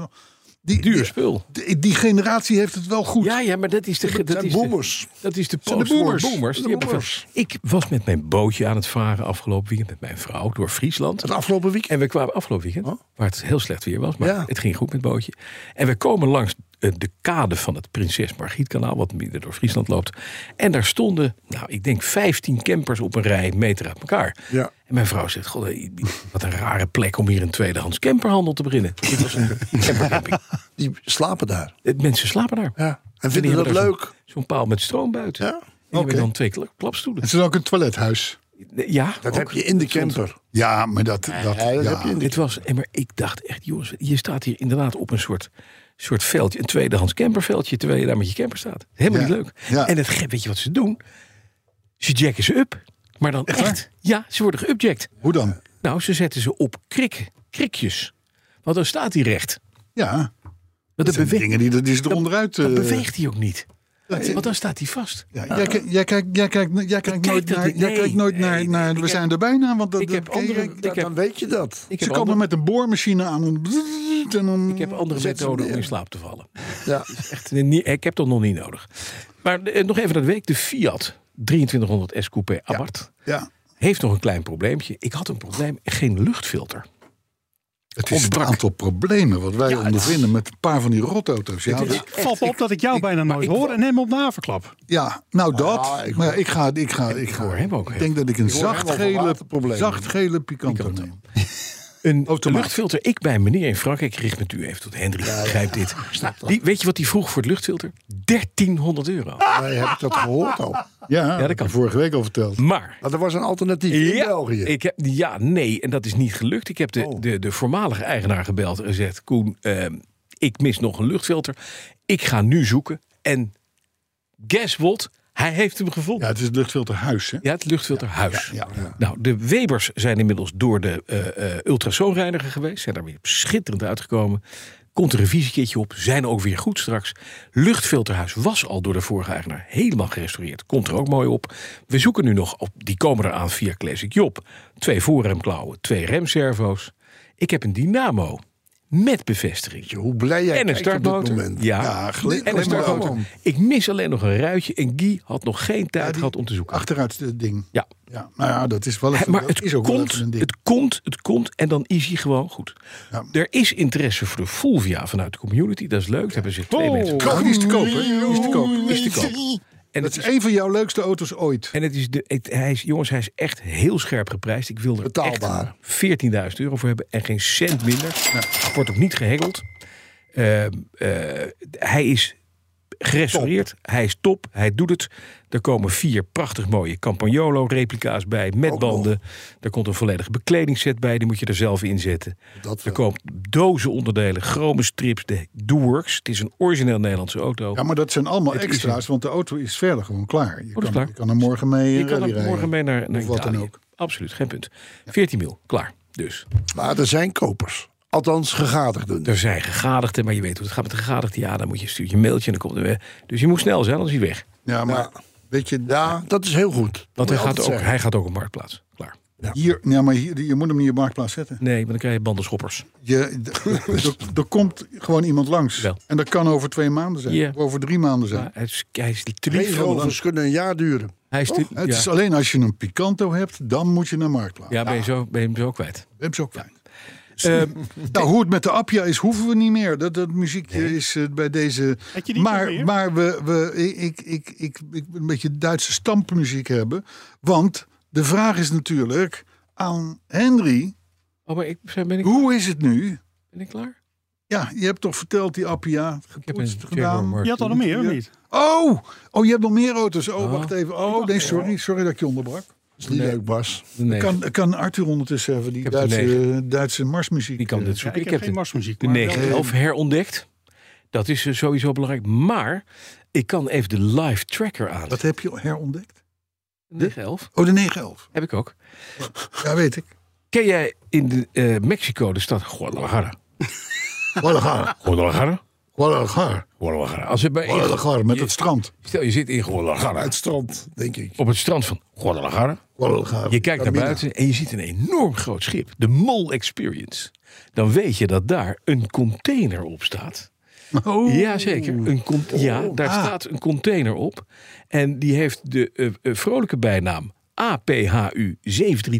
Speaker 2: Die,
Speaker 3: Duur
Speaker 2: die,
Speaker 3: spul.
Speaker 2: die- die generatie heeft het wel goed.
Speaker 3: Ja, ja, maar dat is de... ge- Dat
Speaker 5: zijn
Speaker 3: is de
Speaker 5: boomers.
Speaker 3: dat is de
Speaker 2: zijn de
Speaker 3: post voor
Speaker 2: boomers.
Speaker 3: boomers.
Speaker 2: De
Speaker 3: Die hebben
Speaker 2: boomers.
Speaker 3: veel- Ik was met mijn bootje aan het varen afgelopen weekend met mijn vrouw door Friesland.
Speaker 5: Het afgelopen weekend.
Speaker 3: En we kwamen afgelopen weekend, waar het heel slecht weer was, maar
Speaker 5: Ja.
Speaker 3: het ging goed met het bootje. En we komen langs eh, de kade van het Prinses Margrietkanaal, wat midden door Friesland loopt. En daar stonden, nou, ik denk 15 campers op een rij, meter uit elkaar.
Speaker 5: Ja.
Speaker 3: En mijn vrouw zegt, god, eh, wat een rare plek om hier een tweedehands camperhandel te beginnen. Dit was een campercamping.
Speaker 5: Die slapen daar.
Speaker 3: Eh, Mensen slapen daar.
Speaker 5: Ja. En
Speaker 3: En die
Speaker 5: vinden dat
Speaker 3: hebben daar zo'n-
Speaker 5: leuk?
Speaker 3: Zo'n paal met stroom buiten.
Speaker 5: Ja,
Speaker 3: En die hebben dan twee kla- klapstoelen.
Speaker 2: Het is ook een toilethuis.
Speaker 3: Ja,
Speaker 5: Dat
Speaker 3: ook.
Speaker 5: heb je in de camper.
Speaker 2: Ja, maar dat... dat,
Speaker 5: Ja, dat
Speaker 2: ja.
Speaker 5: heb je in de
Speaker 3: Dit was, en maar ik dacht echt, jongens, je staat hier inderdaad op een soort, soort veldje, een tweedehands camperveldje, terwijl je daar met je camper staat. Helemaal
Speaker 2: Ja,
Speaker 3: niet leuk.
Speaker 2: ja.
Speaker 3: En het, ge- weet je wat ze doen? Ze jacken ze up, maar dan echt. Ja, ze worden geupjacked.
Speaker 2: Hoe dan?
Speaker 3: Nou, ze zetten ze op krikken, krikjes. Want dan staat hij recht.
Speaker 2: Ja,
Speaker 3: Want
Speaker 2: dat
Speaker 3: dan,
Speaker 2: zijn
Speaker 3: bewe-
Speaker 2: dingen die, die ze eronder uit...
Speaker 3: dan
Speaker 2: eh,
Speaker 3: beweegt hij ook niet. Want dan staat hij vast.
Speaker 2: Ja, jij, ki- jij kijkt, jij kijkt, jij kijkt nooit
Speaker 3: dat
Speaker 2: naar,
Speaker 3: niet.
Speaker 2: jij
Speaker 3: Nee,
Speaker 2: kijkt nooit
Speaker 3: nee,
Speaker 2: naar,
Speaker 3: nee,
Speaker 2: naar
Speaker 3: ik
Speaker 2: we
Speaker 3: heb-
Speaker 2: zijn er bijna, want dat,
Speaker 3: Ik heb
Speaker 2: dat-
Speaker 3: andere,
Speaker 2: kijk,
Speaker 3: ik heb,
Speaker 5: Dan weet je dat.
Speaker 3: ik
Speaker 2: ze
Speaker 3: heb
Speaker 2: komen
Speaker 3: andere,
Speaker 2: met een boormachine aan en, en dan,
Speaker 3: ik heb andere
Speaker 5: Mm, Zet ze
Speaker 3: methoden om
Speaker 5: neer.
Speaker 3: in slaap te vallen.
Speaker 5: Ja.
Speaker 3: Echt, nee, niet- ik heb dat nog niet nodig. Maar eh, nog even dat week, de Fiat 2300 S Coupé Abarth.
Speaker 2: ja,
Speaker 3: heeft nog een klein probleempje. Ik had een probleem, geen luchtfilter.
Speaker 2: het is
Speaker 3: Ontbrak.
Speaker 2: een aantal problemen wat wij
Speaker 3: Ja, het-
Speaker 2: ondervinden met een paar van die rotauto's. Ja,
Speaker 3: is-
Speaker 2: dat-
Speaker 4: Valt op dat ik jou bijna nooit
Speaker 3: ik-
Speaker 4: hoor en hem op de haverklap.
Speaker 2: ja nou dat,
Speaker 5: ja, ik
Speaker 2: maar ja, ik ga, ik ga, ik ga.
Speaker 3: hoor hem ook
Speaker 2: Ik
Speaker 3: even.
Speaker 2: denk dat ik een
Speaker 5: hoor hem over
Speaker 2: zachtgele,
Speaker 5: waterproblemen.
Speaker 2: zachtgele picanto neem.
Speaker 3: Een
Speaker 2: Automaat.
Speaker 3: luchtfilter. Ik bij een meneer in Frankrijk, ik richt me u even tot Hendrik, begrijp dit. Die, weet je wat die vroeg voor het luchtfilter? 1300 euro.
Speaker 5: Wij hebben dat gehoord al.
Speaker 2: Ja,
Speaker 3: dat
Speaker 2: dat
Speaker 3: kan. Nou,
Speaker 2: kan. Vorige week al verteld.
Speaker 3: Maar
Speaker 5: Maar er was een alternatief in België.
Speaker 3: Ik heb, ja, nee, en dat is niet gelukt. Ik heb de,
Speaker 5: Oh.
Speaker 3: de, de voormalige eigenaar gebeld en gezegd... Koen, ehm, ik mis nog een luchtfilter. Ik ga nu zoeken. En guess what? Hij heeft hem gevonden.
Speaker 2: Ja, het is het luchtfilterhuis, hè?
Speaker 3: Ja, het luchtfilterhuis.
Speaker 2: Ja, ja.
Speaker 3: Nou, de Webers zijn inmiddels door de eh, eh, ultrasoonreiniger geweest. Zijn daar weer schitterend uitgekomen. Komt er een visiekeertje op. Zijn ook weer goed straks. Luchtfilterhuis was al door de vorige eigenaar helemaal gerestaureerd. Komt er ook mooi op. We zoeken nu nog op. Die komen eraan via Classic Job. Twee voorremklauwen, twee remservo's. Ik heb een dynamo. Met bevestiging.
Speaker 5: Hoe blij jij
Speaker 3: En een
Speaker 5: kijkt op dit
Speaker 3: startmotor.
Speaker 5: moment.
Speaker 3: Ja.
Speaker 2: Ja, glim-
Speaker 3: en een
Speaker 2: glimlach
Speaker 3: startmotor.
Speaker 2: om.
Speaker 3: Ik mis alleen nog een ruitje. En Guy had nog geen tijd
Speaker 2: die-
Speaker 3: gehad om te zoeken.
Speaker 2: Achteruit ding.
Speaker 3: Ja.
Speaker 2: ja. Nou ja, dat is wel even,
Speaker 3: Hè, maar
Speaker 2: dat
Speaker 3: het
Speaker 2: is ook wel
Speaker 3: komt,
Speaker 2: even een ding.
Speaker 3: het komt, het komt en dan is hij gewoon goed.
Speaker 2: Ja.
Speaker 3: Er is interesse voor de Fulvia vanuit de community, dat is leuk. Daar hebben ze twee mensen. voor.
Speaker 2: Oh, die is te koop, hè? Die is te koop.
Speaker 3: Is te koop. En
Speaker 2: Dat
Speaker 3: het
Speaker 2: is
Speaker 3: is,
Speaker 2: een van jouw leukste auto's ooit.
Speaker 3: en het is de, het- hij is, jongens, hij is echt heel scherp geprijsd. Ik wil er
Speaker 5: Betaalbaar.
Speaker 3: echt 14.000 euro voor hebben en geen cent minder. Wordt ook niet gehengeld. Ehm, eh, hij is gerestaureerd. Hij is top. Hij doet het. Er komen vier prachtig mooie Campagnolo-replica's bij met
Speaker 5: Ook nog.
Speaker 3: banden. Er komt een volledige bekledingset bij. Die moet je er zelf in zetten.
Speaker 5: Dat
Speaker 3: er
Speaker 5: wel.
Speaker 3: komen dozen onderdelen, chrome strips, de Doeworks. Het is een origineel Nederlandse auto.
Speaker 2: Ja, maar dat zijn allemaal
Speaker 3: Het is Oh,
Speaker 2: extra's, want de auto is verder gewoon klaar. Je,
Speaker 3: is
Speaker 2: kan,
Speaker 3: klaar.
Speaker 2: je kan er morgen mee
Speaker 3: je
Speaker 2: eh,
Speaker 3: kan
Speaker 2: rally
Speaker 3: er
Speaker 2: rijden.
Speaker 3: morgen mee naar, naar
Speaker 2: Of wat
Speaker 3: Italië.
Speaker 2: dan ook.
Speaker 3: Absoluut, geen punt. 14 mil, klaar. Dus
Speaker 5: Maar er zijn kopers. Althans, gegadigden.
Speaker 2: Dus-
Speaker 3: er zijn gegadigden, maar je weet hoe het gaat met de gegadigden. Ja, dan moet je stuurt je een mailtje en dan komt er weer. Dus je moet snel zijn, anders is hij weg.
Speaker 2: Ja, maar
Speaker 5: Ja.
Speaker 2: weet je,
Speaker 5: Ja, dat is heel goed.
Speaker 3: Want
Speaker 5: Moet
Speaker 3: hij
Speaker 5: je
Speaker 3: gaat,
Speaker 5: altijd
Speaker 3: ook,
Speaker 5: zeggen.
Speaker 3: hij gaat ook op marktplaats. Klaar.
Speaker 2: hier, ja, maar hier, je moet hem niet op marktplaats zetten.
Speaker 3: Nee, maar dan krijg je bandenschoppers.
Speaker 2: Je, d- d- er komt gewoon iemand langs.
Speaker 3: Wel.
Speaker 2: En dat kan over twee maanden zijn.
Speaker 3: Ja.
Speaker 2: Of over drie maanden zijn.
Speaker 3: Ja, hij is, hij is die
Speaker 5: Leefrovers kunnen een jaar duren.
Speaker 3: Hij is te-
Speaker 2: Oh, Het
Speaker 3: ja.
Speaker 2: is alleen als je een Picanto hebt, dan moet je naar marktplaats.
Speaker 3: ja, ben je zo, ben je hem zo kwijt.
Speaker 2: Dat is ook fijn.
Speaker 3: Ehm,
Speaker 2: Nou, hoe het met de Appia is, hoeven we niet meer. Dat, dat muziekje is eh, bij deze.
Speaker 4: Had je die nog
Speaker 2: Maar,
Speaker 4: meer?
Speaker 2: maar we, we, ik, ik, ik, ik wil een beetje Duitse stampmuziek hebben. Want de vraag is natuurlijk aan Henry:
Speaker 3: oh, maar ik, ben, ik,
Speaker 2: hoe is het nu?
Speaker 3: ben ik klaar?
Speaker 2: Ja, je hebt toch verteld die Appia.
Speaker 3: Ik heb
Speaker 2: Gepoetst,
Speaker 3: een
Speaker 2: gedaan.
Speaker 3: Jaguar Mark
Speaker 4: Je had al nog
Speaker 3: II.
Speaker 4: meer, of niet?
Speaker 2: Oh, oh, je hebt nog meer auto's. Oh,
Speaker 3: Oh.
Speaker 2: wacht even. Oh, nee, sorry. Sorry dat ik je onderbrak.
Speaker 5: Is niet
Speaker 3: Nee.
Speaker 5: leuk, Bas.
Speaker 3: De negen.
Speaker 2: Kan, kan Arthur ondertussen even die
Speaker 3: heb de negen.
Speaker 2: Duitse, Duitse marsmuziek?
Speaker 3: Die kan
Speaker 2: eh,
Speaker 3: dit
Speaker 4: Ja,
Speaker 3: zoeken.
Speaker 4: ik,
Speaker 3: ik,
Speaker 4: heb
Speaker 3: heb
Speaker 4: geen
Speaker 3: de,
Speaker 4: marsmuziek.
Speaker 3: de
Speaker 4: maar wel-
Speaker 3: 911 herontdekt. Dat is eh, sowieso belangrijk. Maar ik kan even de live tracker aan.
Speaker 2: Wat heb je herontdekt?
Speaker 3: De 911
Speaker 2: Oh, de 911.
Speaker 3: heb ik ook.
Speaker 2: Ja, weet ik.
Speaker 3: Ken jij in de, eh, Mexico de stad Guadalajara?
Speaker 2: Guadalajara.
Speaker 3: Guadalajara?
Speaker 2: Guadalajara.
Speaker 3: Guadalajara. Als we bij,
Speaker 2: Guadalajara met het strand.
Speaker 3: stel je zit in Guadalajara.
Speaker 5: Het strand, denk ik.
Speaker 3: Op het strand van Guadalajara.
Speaker 2: Guadalajara.
Speaker 3: Je kijkt naar buiten en je ziet een enorm groot schip. De Mol Experience. Dan weet je dat daar een container op staat.
Speaker 2: Oh.
Speaker 3: Jazeker. Een con- ja, daar
Speaker 2: Ah.
Speaker 3: staat een container op. En die heeft de eh, eh, vrolijke bijnaam APHU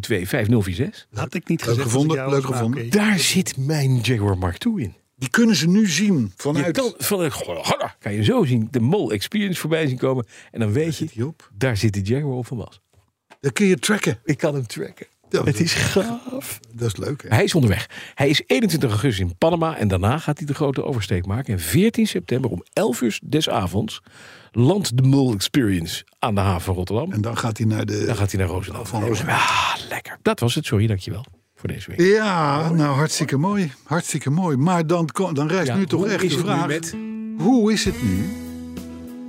Speaker 3: 7325046.
Speaker 4: Had ik niet
Speaker 2: Leuk
Speaker 4: gezegd.
Speaker 2: gevonden,
Speaker 4: dat ik jou
Speaker 2: leuk
Speaker 4: was, maar
Speaker 2: gevonden.
Speaker 4: oké.
Speaker 3: Daar zit mijn Jaguar Mark II in.
Speaker 2: Die kunnen ze nu zien
Speaker 3: Je
Speaker 2: vanuit.
Speaker 3: kan, van, een- Guadalajara kan je zo zien de Mol Experience voorbij zien komen. En dan weet
Speaker 2: zit
Speaker 3: je,
Speaker 2: hij op.
Speaker 3: daar zit de Jaguar op van was.
Speaker 2: Dan kun je tracken.
Speaker 3: Ik kan hem tracken.
Speaker 2: Ja,
Speaker 3: Het is gaaf.
Speaker 2: Dat is leuk, hè?
Speaker 3: Hij is onderweg. Hij is 21 augustus in Panama en daarna gaat hij de grote oversteek maken. En 14 september om 11 uur des avonds landt de Mul Experience aan de haven van Rotterdam.
Speaker 2: En dan gaat hij naar de...
Speaker 3: Dan gaat hij naar Roosendaal.
Speaker 2: Van Roosendaal.
Speaker 3: Ah, lekker. Dat was het. Sorry, dankjewel voor deze week.
Speaker 2: Ja, nou, hartstikke mooi. Hartstikke mooi. Maar dan, ko- dan rijst
Speaker 3: Ja,
Speaker 2: nu toch
Speaker 3: hoe
Speaker 2: echt
Speaker 3: is
Speaker 2: de
Speaker 3: het nu
Speaker 2: vraag...
Speaker 3: met-
Speaker 2: Hoe is het nu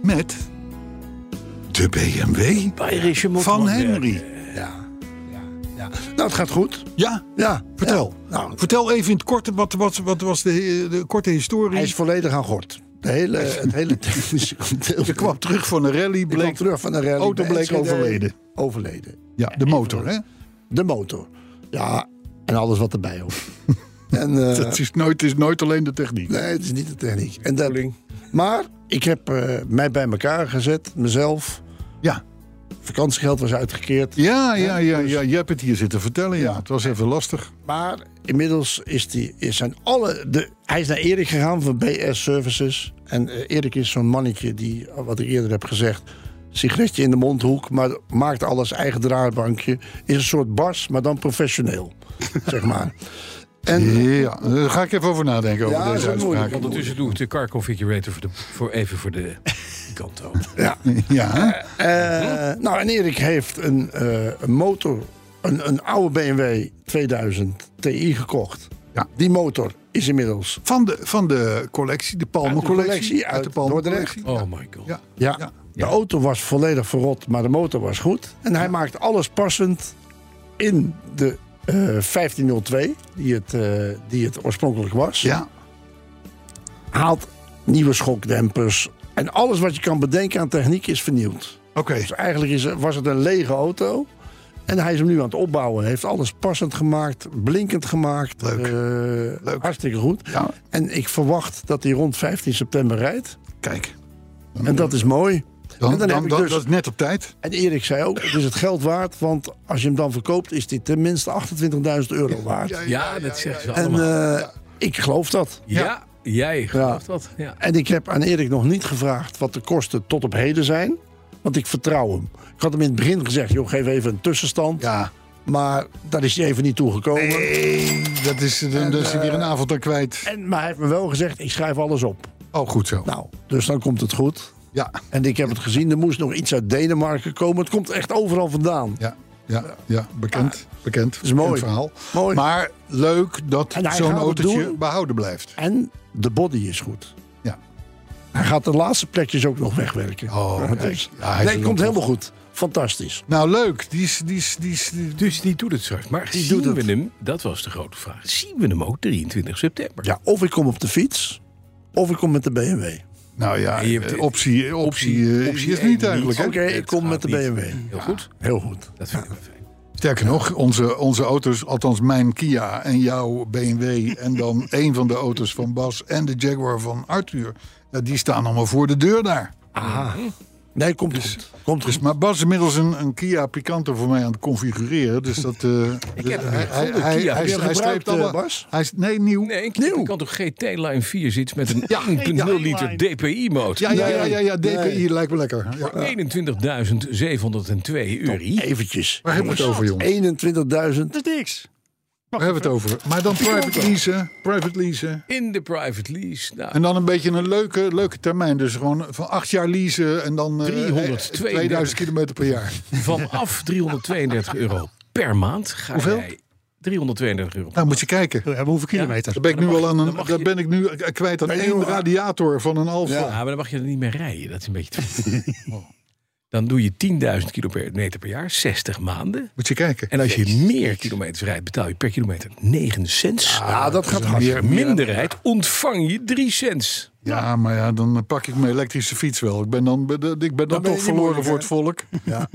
Speaker 2: met de BMW
Speaker 3: Bayerische
Speaker 2: van
Speaker 3: Motormanwerk.
Speaker 2: Henry?
Speaker 5: Nou, het gaat goed.
Speaker 2: Ja,
Speaker 5: Ja,
Speaker 2: vertel.
Speaker 5: Ja. Nou,
Speaker 2: Vertel even in het kort, wat, wat, wat was de, de korte historie?
Speaker 5: hij is volledig aan gort. De hele, het hele technische
Speaker 2: Je
Speaker 5: gedeelte.
Speaker 2: kwam terug van een rally,
Speaker 5: Ik kwam
Speaker 2: bleek
Speaker 5: terug van de rally.
Speaker 2: auto
Speaker 5: bij
Speaker 2: bleek
Speaker 5: Enschede.
Speaker 2: overleden.
Speaker 5: Overleden.
Speaker 2: Ja, de motor, hè?
Speaker 5: De motor. Ja, en alles wat erbij hoort. en, eh,
Speaker 2: Het is nooit, het is nooit alleen de techniek.
Speaker 5: Nee, het is niet de techniek. En dat,
Speaker 3: Koeling.
Speaker 5: maar ik heb eh, mij bij elkaar gezet, mezelf.
Speaker 2: Ja.
Speaker 5: Vakantiegeld was uitgekeerd.
Speaker 2: Ja, ja, ja, ja, je hebt het hier zitten vertellen, ja. Het was even lastig.
Speaker 5: Maar inmiddels is die, is zijn alle. De, hij is naar Erik gegaan van BS Services. En eh, Erik is zo'n mannetje die, wat ik eerder heb gezegd. Sigaretje in de mondhoek, maar maakt alles eigen draaibankje. Is een soort bars, maar dan professioneel. zeg maar. En
Speaker 2: Ja, daar ga ik even over nadenken over
Speaker 5: Ja,
Speaker 2: deze
Speaker 5: dat is wel
Speaker 2: uitspraak.
Speaker 3: Ondertussen doe ik de car configurator voor de, voor even voor de kanto.
Speaker 5: ja,
Speaker 2: Ja, hè?
Speaker 5: Eh, nou, en Erik heeft een, eh, een motor, een, een oude BMW 2000 Ti gekocht.
Speaker 2: Ja.
Speaker 5: Die motor is inmiddels.
Speaker 2: van de, van de collectie, de
Speaker 5: Uit de
Speaker 2: Palmen-collectie.
Speaker 5: collectie, uit
Speaker 2: Palmen-collectie.
Speaker 3: Oh my god.
Speaker 2: Ja.
Speaker 5: Ja.
Speaker 2: Ja.
Speaker 3: Ja.
Speaker 5: De auto was volledig verrot, maar de motor was goed. En hij maakt alles passend in de eh, 1502, die het, eh, die het oorspronkelijk was.
Speaker 2: Ja,
Speaker 5: Haalt nieuwe schokdempers. En alles wat je kan bedenken aan techniek is vernieuwd.
Speaker 2: oké.
Speaker 5: Dus eigenlijk is, was het een lege auto. En hij is hem nu aan het opbouwen. Hij heeft alles passend gemaakt, blinkend gemaakt.
Speaker 2: Leuk.
Speaker 5: Eh,
Speaker 2: Leuk.
Speaker 5: Hartstikke goed.
Speaker 2: Ja,
Speaker 5: En ik verwacht dat hij rond 15 september rijdt.
Speaker 2: kijk.
Speaker 5: En dat is mooi.
Speaker 2: Dan,
Speaker 5: En
Speaker 2: dan,
Speaker 5: dan heb
Speaker 2: dan,
Speaker 5: ik dus-
Speaker 2: dat is net op tijd.
Speaker 5: En Erik zei ook, het is het geld waard. Want als je hem dan verkoopt, is dit tenminste 28.000 euro waard.
Speaker 3: Ja, dat zeggen ze
Speaker 5: en
Speaker 3: allemaal.
Speaker 5: eh, ik geloof dat.
Speaker 3: ja, jij gelooft dat. Ja.
Speaker 5: En ik heb aan Erik nog niet gevraagd wat de kosten tot op heden zijn. Want ik vertrouw hem. Ik had hem in het begin gezegd, joh, geef even een tussenstand.
Speaker 2: Ja.
Speaker 5: Maar daar is hij even niet toegekomen.
Speaker 2: Nee, dat is, dan dan is hij weer een avond aan kwijt.
Speaker 5: En, maar hij heeft me wel gezegd, ik schrijf alles op.
Speaker 2: Oh, goed zo.
Speaker 5: Nou, dus dan komt het goed.
Speaker 2: Ja,
Speaker 5: En ik heb het gezien, er moest nog iets uit Denemarken komen. Het komt echt overal vandaan.
Speaker 2: ja, ja, ja. Bekend, bekend.
Speaker 5: is mooi.
Speaker 2: Bekend verhaal.
Speaker 5: Mooi.
Speaker 2: Maar leuk dat
Speaker 5: En hij
Speaker 2: zo'n
Speaker 5: gaat het
Speaker 2: autootje
Speaker 5: doen.
Speaker 2: behouden blijft.
Speaker 5: En de body is goed.
Speaker 2: Ja.
Speaker 5: Hij gaat de laatste plekjes ook nog wegwerken.
Speaker 2: Oh,
Speaker 5: Dus-
Speaker 2: kijk. Ja, hij is
Speaker 5: nee,
Speaker 2: een
Speaker 5: het komt
Speaker 2: ontwerp.
Speaker 5: helemaal goed. Fantastisch.
Speaker 2: Nou, leuk. Die is, die is, die is, die-
Speaker 3: Dus die doet het straks. Maar
Speaker 5: Die
Speaker 3: zien
Speaker 5: doet het.
Speaker 3: we hem, dat was de grote vraag, zien we hem ook 23 september?
Speaker 5: Ja, of ik kom op de fiets, of ik kom met de BMW.
Speaker 2: Nou ja,
Speaker 3: Je hebt-
Speaker 2: eh, optie, optie, eh, is
Speaker 3: één
Speaker 2: niet eigenlijk.
Speaker 5: Oké,
Speaker 2: hè?
Speaker 5: ik
Speaker 3: Het
Speaker 5: kom
Speaker 3: gaat
Speaker 5: met de
Speaker 3: niet.
Speaker 5: BMW.
Speaker 3: Heel goed,
Speaker 5: Heel goed.
Speaker 3: dat vinden we fijn.
Speaker 2: Sterker nog, onze, onze auto's, althans mijn Kia en jouw BMW... en dan één van de auto's van Bas en de Jaguar van Arthur... ja, die staan allemaal voor de deur daar.
Speaker 5: Nee, komt goed. Komt
Speaker 2: Dus,
Speaker 5: goed.
Speaker 2: maar Bas is inmiddels een, een Kia Picanto voor mij aan het configureren. Dus dat... eh, dus
Speaker 3: heb een
Speaker 2: hij- hij-
Speaker 3: gevonden
Speaker 2: hij-
Speaker 3: Kia.
Speaker 2: hij-
Speaker 3: Heb je
Speaker 5: hem
Speaker 2: Hij
Speaker 5: gebruikt,
Speaker 2: streept allemaal...
Speaker 5: eh, Bas?
Speaker 2: Hij is, nee, nieuw.
Speaker 3: Nee, ik, ik kan toch GT Line 4 zit met een 1.0 liter
Speaker 4: Line.
Speaker 3: DPI-motor.
Speaker 2: Ja, ja, ja, ja, ja, DPI
Speaker 5: Nee.
Speaker 2: lijkt me lekker. Ja.
Speaker 3: 21.702 euro.
Speaker 5: Eventjes.
Speaker 2: Waar hebben we het over, jongen?
Speaker 5: 21.000.
Speaker 4: Dat is niks.
Speaker 2: Waar hebben we het over? Maar dan private leasen, private leasen.
Speaker 3: In de private lease. Nou,
Speaker 2: En dan een beetje een leuke, leuke termijn. Dus gewoon van acht jaar leasen en dan eh,
Speaker 3: 332.
Speaker 2: 2000 kilometer per jaar.
Speaker 3: vanaf 332 euro per maand ga
Speaker 2: Hoeveel?
Speaker 3: jij 332 euro.
Speaker 2: Nou, moet je kijken.
Speaker 4: We hebben hoeveel kilometer?
Speaker 2: Daar ben ik nu al aan een, daar ben ik nu kwijt aan één radiator van een Alfa.
Speaker 3: Ja, maar dan mag je er niet meer rijden. Dat is een beetje. te- Dan doe je 10.000 kilometer per jaar, 60 maanden.
Speaker 2: Moet je kijken.
Speaker 3: En als je meer kilometers rijdt, betaal je per kilometer 9 cents.
Speaker 2: Ah,
Speaker 5: Ja, dat gaat
Speaker 3: Als je
Speaker 5: hard.
Speaker 3: minder rijdt, ontvang je 3 cents.
Speaker 2: Ja, maar ja, dan pak ik mijn elektrische fiets wel. Ik ben dan, ben- ik ben dan
Speaker 5: ben je
Speaker 2: toch
Speaker 5: niet
Speaker 2: verloren
Speaker 5: moeilijk,
Speaker 2: voor het volk. Ja,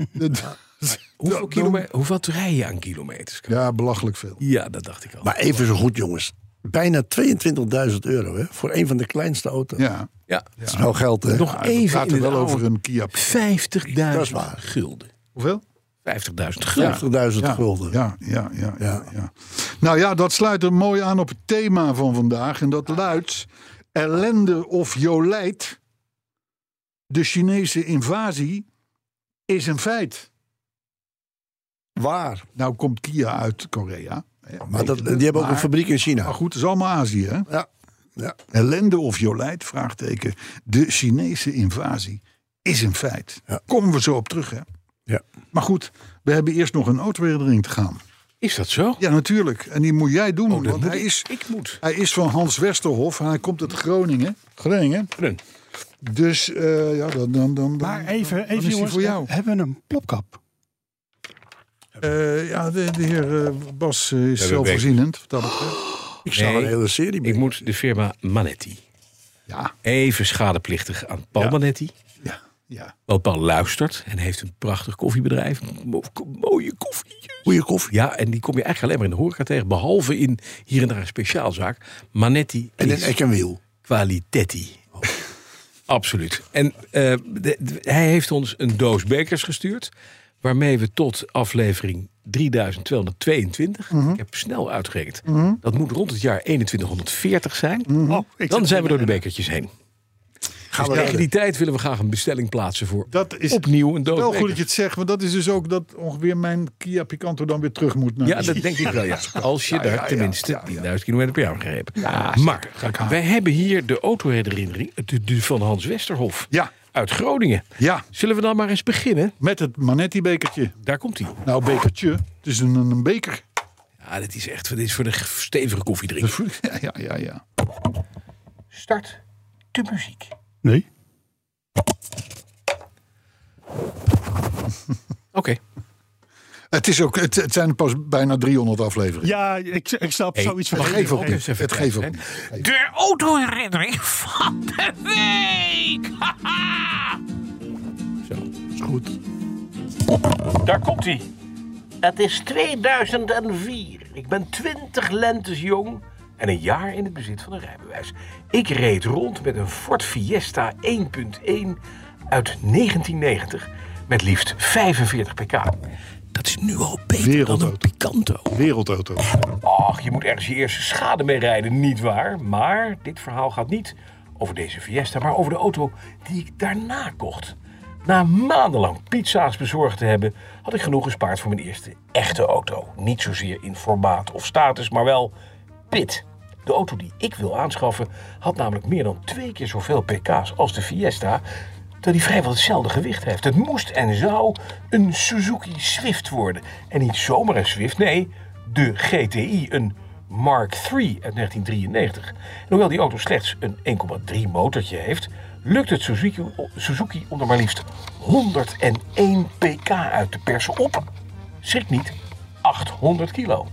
Speaker 3: Hoeveel,
Speaker 2: dan-
Speaker 3: kilometer, hoeveel rij je aan kilometers?
Speaker 2: ja belachelijk veel.
Speaker 3: Ja, dat dacht ik al.
Speaker 5: Maar even zo goed, jongens. Bijna 22.000 euro hè, voor een van de kleinste auto's.
Speaker 2: Ja,
Speaker 3: ja.
Speaker 5: Dat is wel geld, hè?
Speaker 3: Nog
Speaker 2: het
Speaker 3: even
Speaker 2: gaat er
Speaker 3: in het
Speaker 2: wel
Speaker 3: oude-
Speaker 2: over een Kia.
Speaker 3: 50.000
Speaker 5: Dat is waar.
Speaker 3: gulden. 50.000
Speaker 2: Hoeveel?
Speaker 3: gulden.
Speaker 5: 50.000 gulden.
Speaker 2: Ja, ja, ja, ja, ja. Nou ja, dat sluit er mooi aan op het thema van vandaag. En dat luidt: ellende of jolijt. De Chinese invasie is een feit.
Speaker 5: Waar?
Speaker 2: Nou komt Kia uit Korea.
Speaker 5: Maar dat, die hebben ook een
Speaker 2: Maar-
Speaker 5: fabriek in China.
Speaker 2: Maar Nou goed, het is allemaal Azië, hè?
Speaker 5: Ja. Ja.
Speaker 2: Ellende of jolijt? Vraagteken. De Chinese invasie is een feit.
Speaker 5: Ja.
Speaker 2: Komen we zo op terug, hè?
Speaker 5: Ja.
Speaker 2: Maar goed, we hebben eerst nog een autoherinnering te gaan.
Speaker 3: Is dat zo?
Speaker 2: Ja, natuurlijk. En die moet jij doen,
Speaker 3: Oh, dat
Speaker 2: want
Speaker 3: moet
Speaker 2: hij
Speaker 3: ik.
Speaker 2: is,
Speaker 3: Ik moet.
Speaker 2: hij is van Hans Westerhof. Hij komt uit Groningen. Groningen.
Speaker 3: Run.
Speaker 2: Dus eh, ja, dan, dan, dan,
Speaker 4: Maar
Speaker 2: dan-
Speaker 4: even,
Speaker 2: dan
Speaker 4: even
Speaker 2: is hij
Speaker 4: jongens, eh,
Speaker 2: voor jou.
Speaker 4: hebben we een plopkap?
Speaker 2: Eh, ja, de, de heer eh, Bas eh, is
Speaker 3: we
Speaker 2: zelfvoorzienend. wat dat betreft.
Speaker 5: Ik zou
Speaker 3: Nee,
Speaker 5: een hele serie
Speaker 3: Ik
Speaker 5: mee.
Speaker 3: moet de firma Manetti.
Speaker 2: Ja,
Speaker 3: Even schadeplichtig aan Paul
Speaker 2: Ja.
Speaker 3: Manetti.
Speaker 2: ja, ja.
Speaker 3: Want Paul luistert en heeft een prachtig koffiebedrijf. Mo- ko- Mooie koffietjes.
Speaker 5: Goeie koffie.
Speaker 3: Ja, en die kom je eigenlijk alleen maar in de horeca tegen. Behalve in hier en daar een speciaalzaak. Manetti
Speaker 5: En een
Speaker 3: is
Speaker 5: ek en wiel.
Speaker 3: kwalitetti. Absoluut. En eh, de- de- hij heeft ons een doos bekers gestuurd. Waarmee we tot aflevering 3222. Ik heb snel uitgerekend. Dat moet rond het jaar 2140 zijn.
Speaker 4: Oh, ik
Speaker 3: Dan
Speaker 4: zit-
Speaker 3: zijn we door de bekertjes heen.
Speaker 5: Gaan we
Speaker 3: Dus tegen
Speaker 5: rijden.
Speaker 3: die tijd willen we graag een bestelling plaatsen voor
Speaker 2: Dat is
Speaker 3: opnieuw een
Speaker 2: wel goed dat
Speaker 3: doosbeker.
Speaker 2: je het zegt, want dat is dus ook dat ongeveer mijn Kia Picanto dan weer terug moet. Naar
Speaker 3: Ja, dat denk ik wel, ja. Als je daar tenminste 10.000 kilometer per jaar aan gereden hebt. maar wij hebben hier de autoherinnering de- de van Hans Westerhof
Speaker 2: Ja.
Speaker 3: uit Groningen.
Speaker 2: Ja,
Speaker 3: Zullen we dan maar eens beginnen?
Speaker 2: met het Manetti-bekertje.
Speaker 3: Daar komt hij.
Speaker 2: Nou, bekertje. Het is een, een beker.
Speaker 3: Ja, dit is echt dit is voor de stevige koffiedrinker.
Speaker 2: Ja, ja, ja. ja.
Speaker 3: Start de muziek.
Speaker 4: Nee.
Speaker 2: Het, is ook, het, het zijn pas bijna 300 afleveringen.
Speaker 4: Ja, ik, ik snap zoiets van.
Speaker 2: het geeft ook niet.
Speaker 6: eens even
Speaker 2: Het geeft ook
Speaker 6: kijken,
Speaker 2: niet.
Speaker 7: De autoherinnering van de week.
Speaker 5: Is goed.
Speaker 3: Daar komt hij. Het is 2004. Ik ben 20 lentes jong en een jaar in het bezit van een rijbewijs. Ik reed rond met een Ford Fiesta 1.1 uit 1990 met liefst 45 pk.
Speaker 6: Dat is nu al beter dan een
Speaker 2: Wereldauto.
Speaker 6: Picanto.
Speaker 2: Wereldauto.
Speaker 3: Och, je moet ergens je eerste schade mee rijden, nietwaar? Maar dit verhaal gaat niet over deze Fiesta, maar over de auto die ik daarna kocht. Na maandenlang pizza's bezorgd te hebben, had ik genoeg gespaard voor mijn eerste echte auto. Niet zozeer in formaat of status, maar wel pit. De auto die ik wil aanschaffen had namelijk meer dan twee keer zoveel pk's als de Fiesta, terwijl die vrijwel hetzelfde gewicht heeft. Het moest en zou een Suzuki Swift worden. En niet zomaar een Swift, nee, de GTI, een Mark III uit 1993. En hoewel die auto slechts een 1,3 motortje heeft, lukt het Suzuki, Suzuki om er maar liefst 101 pk uit te persen op, schrik niet, 800 kilo.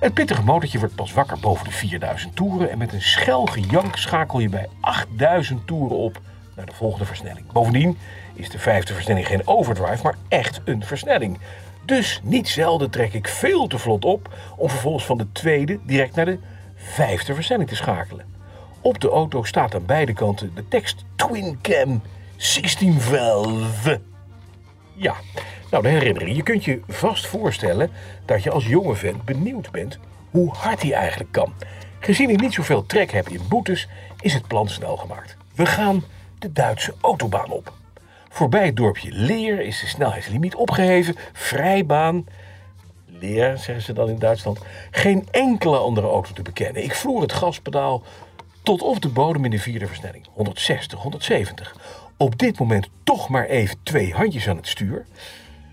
Speaker 3: Het pittige motortje wordt pas wakker boven de 4000 toeren en met een schel gejank schakel je bij 8000 toeren op naar de volgende versnelling. Bovendien is de vijfde versnelling geen overdrive, maar echt een versnelling. Dus niet zelden trek ik veel te vlot op om vervolgens van de tweede direct naar de vijfde versnelling te schakelen. Op de auto staat aan beide kanten de tekst Twin Cam 16 valve. Ja, nou de herinnering. Je kunt je vast voorstellen dat je als jonge vent benieuwd bent hoe hard hij eigenlijk kan. Gezien ik niet zoveel trek heb in boetes, is het plan snel gemaakt. We gaan de Duitse autobaan op. Voorbij het dorpje Leer is de snelheidslimiet opgeheven, vrijbaan. Leer, zeggen ze dan in Duitsland. Geen enkele andere auto te bekennen. Ik vloer het gaspedaal tot op de bodem in de vierde versnelling. 160, 170. Op dit moment toch maar even twee handjes aan het stuur.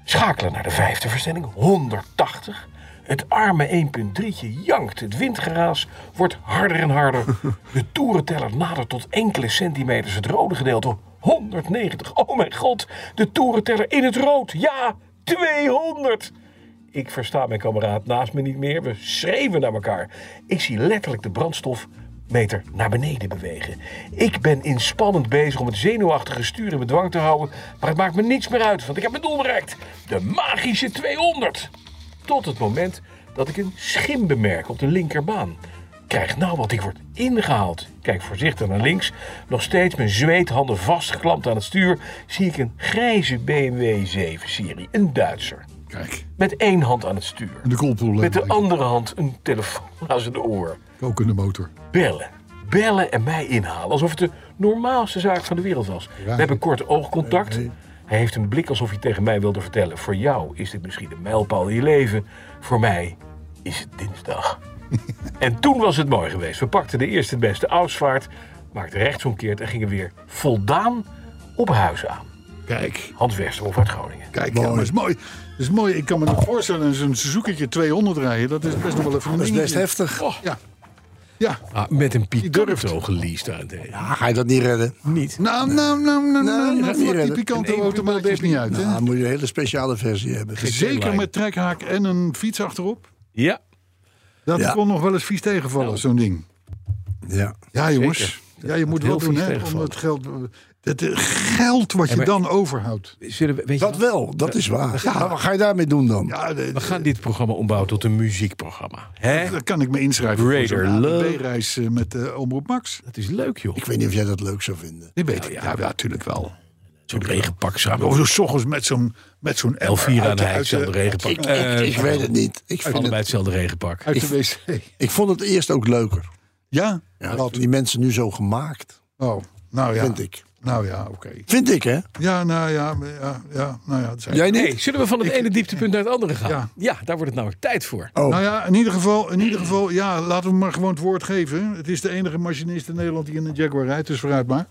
Speaker 3: Schakelen naar de vijfde versnelling, 180. Het arme 1.3'tje jankt. Het windgeraas wordt harder en harder. De toerenteller nadert tot enkele centimeters het rode gedeelte. 190. Oh mijn god, de toerenteller in het rood. Ja, 200. Ik versta mijn kameraad naast me niet meer. We schreeuwen naar elkaar. Ik zie letterlijk de brandstofmeter naar beneden bewegen. Ik ben inspannend bezig om het zenuwachtige stuur in bedwang te houden. Maar het maakt me niets meer uit, want ik heb mijn doel bereikt. De magische 200. Tot het moment dat ik een schim bemerk op de linkerbaan. Krijg nou wat ik word ingehaald. Kijk voorzichtig naar links. Nog steeds mijn zweethanden vastgeklampt aan het stuur. Zie ik een grijze BMW 7-serie. Een Duitser
Speaker 2: Kijk,
Speaker 3: met één hand aan het stuur.
Speaker 2: de koelpoel.
Speaker 3: Met de andere hand een telefoon aan zijn oor.
Speaker 2: Ook in de motor.
Speaker 3: Bellen. Bellen en mij inhalen. Alsof het de normaalste zaak van de wereld was. We hebben kort oogcontact. Hij heeft een blik alsof hij tegen mij wilde vertellen. Voor jou is dit misschien een mijlpaal in je leven. Voor mij is het dinsdag. en toen was het mooi geweest. We pakten de eerste het beste Ausvaart. Maakten rechtsomkeert en gingen weer voldaan op huis aan.
Speaker 2: Kijk,
Speaker 3: Hans Westerhof uit Groningen.
Speaker 2: kijk. Ja, maar is mooi. is mooi. Ik kan me nog voorstellen, zo'n Suzuki'tje 200 rijden, dat is best nog wel even een
Speaker 5: Dat is best
Speaker 2: dingetje.
Speaker 5: heftig.
Speaker 2: Ja. Ja.
Speaker 6: Ah, met een Picanto
Speaker 2: Oh. durft.
Speaker 6: geleased daarentegen.
Speaker 5: Ah, ga je dat niet redden?
Speaker 6: Niet.
Speaker 2: Nou, nou, nou, nou, nou,
Speaker 5: dat
Speaker 2: nou,
Speaker 5: gaat
Speaker 2: nou,
Speaker 5: niet
Speaker 2: die
Speaker 5: redden.
Speaker 2: pikante
Speaker 6: Een
Speaker 2: auto maakt het niet uit.
Speaker 5: Nou,
Speaker 2: Hè?
Speaker 5: dan moet je een hele speciale versie hebben.
Speaker 2: Zeker
Speaker 6: lijn.
Speaker 2: met trekhaak en een fiets achterop.
Speaker 6: Ja.
Speaker 2: Dat
Speaker 5: Ja.
Speaker 2: kon nog wel eens vies tegenvallen,
Speaker 6: Nou,
Speaker 2: zo'n ding.
Speaker 5: Ja.
Speaker 2: Ja, jongens. Ja, je moet
Speaker 6: heel
Speaker 2: wel doen,
Speaker 6: vies
Speaker 2: hè. Om
Speaker 6: tegenvallen.
Speaker 2: het geld, het eh, geld wat je
Speaker 6: maar-
Speaker 2: dan overhoudt.
Speaker 6: Zullen we, weet je
Speaker 5: Dat
Speaker 6: wat?
Speaker 5: wel, dat is waar. Maar wat ga je daarmee doen dan?
Speaker 2: Ja, de-
Speaker 6: we gaan dit programma ombouwen tot een muziekprogramma. Hè?
Speaker 2: daar kan ik me inschrijven voor
Speaker 6: Greater
Speaker 2: zo'n
Speaker 6: love.
Speaker 2: ADB-reis eh, met eh Omroep Max.
Speaker 6: Dat is leuk, joh.
Speaker 5: Ik weet niet of jij dat leuk zou vinden.
Speaker 2: Die weet ik. Ja, ja, natuurlijk wel.
Speaker 6: Zo'n regenpak samen.
Speaker 2: Of zo ochtends met zo'n met zo'n
Speaker 6: Elvira
Speaker 2: emmer
Speaker 6: en
Speaker 2: uit de-
Speaker 6: hij,
Speaker 2: uit de-
Speaker 6: hetzelfde regenpak.
Speaker 5: Ik,
Speaker 6: Eh,
Speaker 5: ik, ik weet het niet. Ik, vind
Speaker 6: Allebei
Speaker 5: het,
Speaker 6: hetzelfde regenpak.
Speaker 2: Uit de wc.
Speaker 5: ik vond het eerst ook leuker.
Speaker 2: Ja?
Speaker 5: Ja, dat die mensen nu zo gemaakt,
Speaker 2: Oh, nou ja.
Speaker 5: vind ik.
Speaker 2: Nou ja, oké.
Speaker 5: Vind ik, hè?
Speaker 2: Ja, nou ja, maar ja, ja, nou ja. Het zijn...
Speaker 5: Jij niet?
Speaker 6: Nee, zullen we van het ene dieptepunt naar het andere gaan?
Speaker 2: Ja.
Speaker 6: daar wordt het namelijk tijd voor.
Speaker 5: Oh,
Speaker 2: Nou ja, in ieder geval, in ieder geval, ja, laten we maar gewoon het woord geven. Het is de enige machinist in Nederland die in een Jaguar rijdt, dus vooruit maar.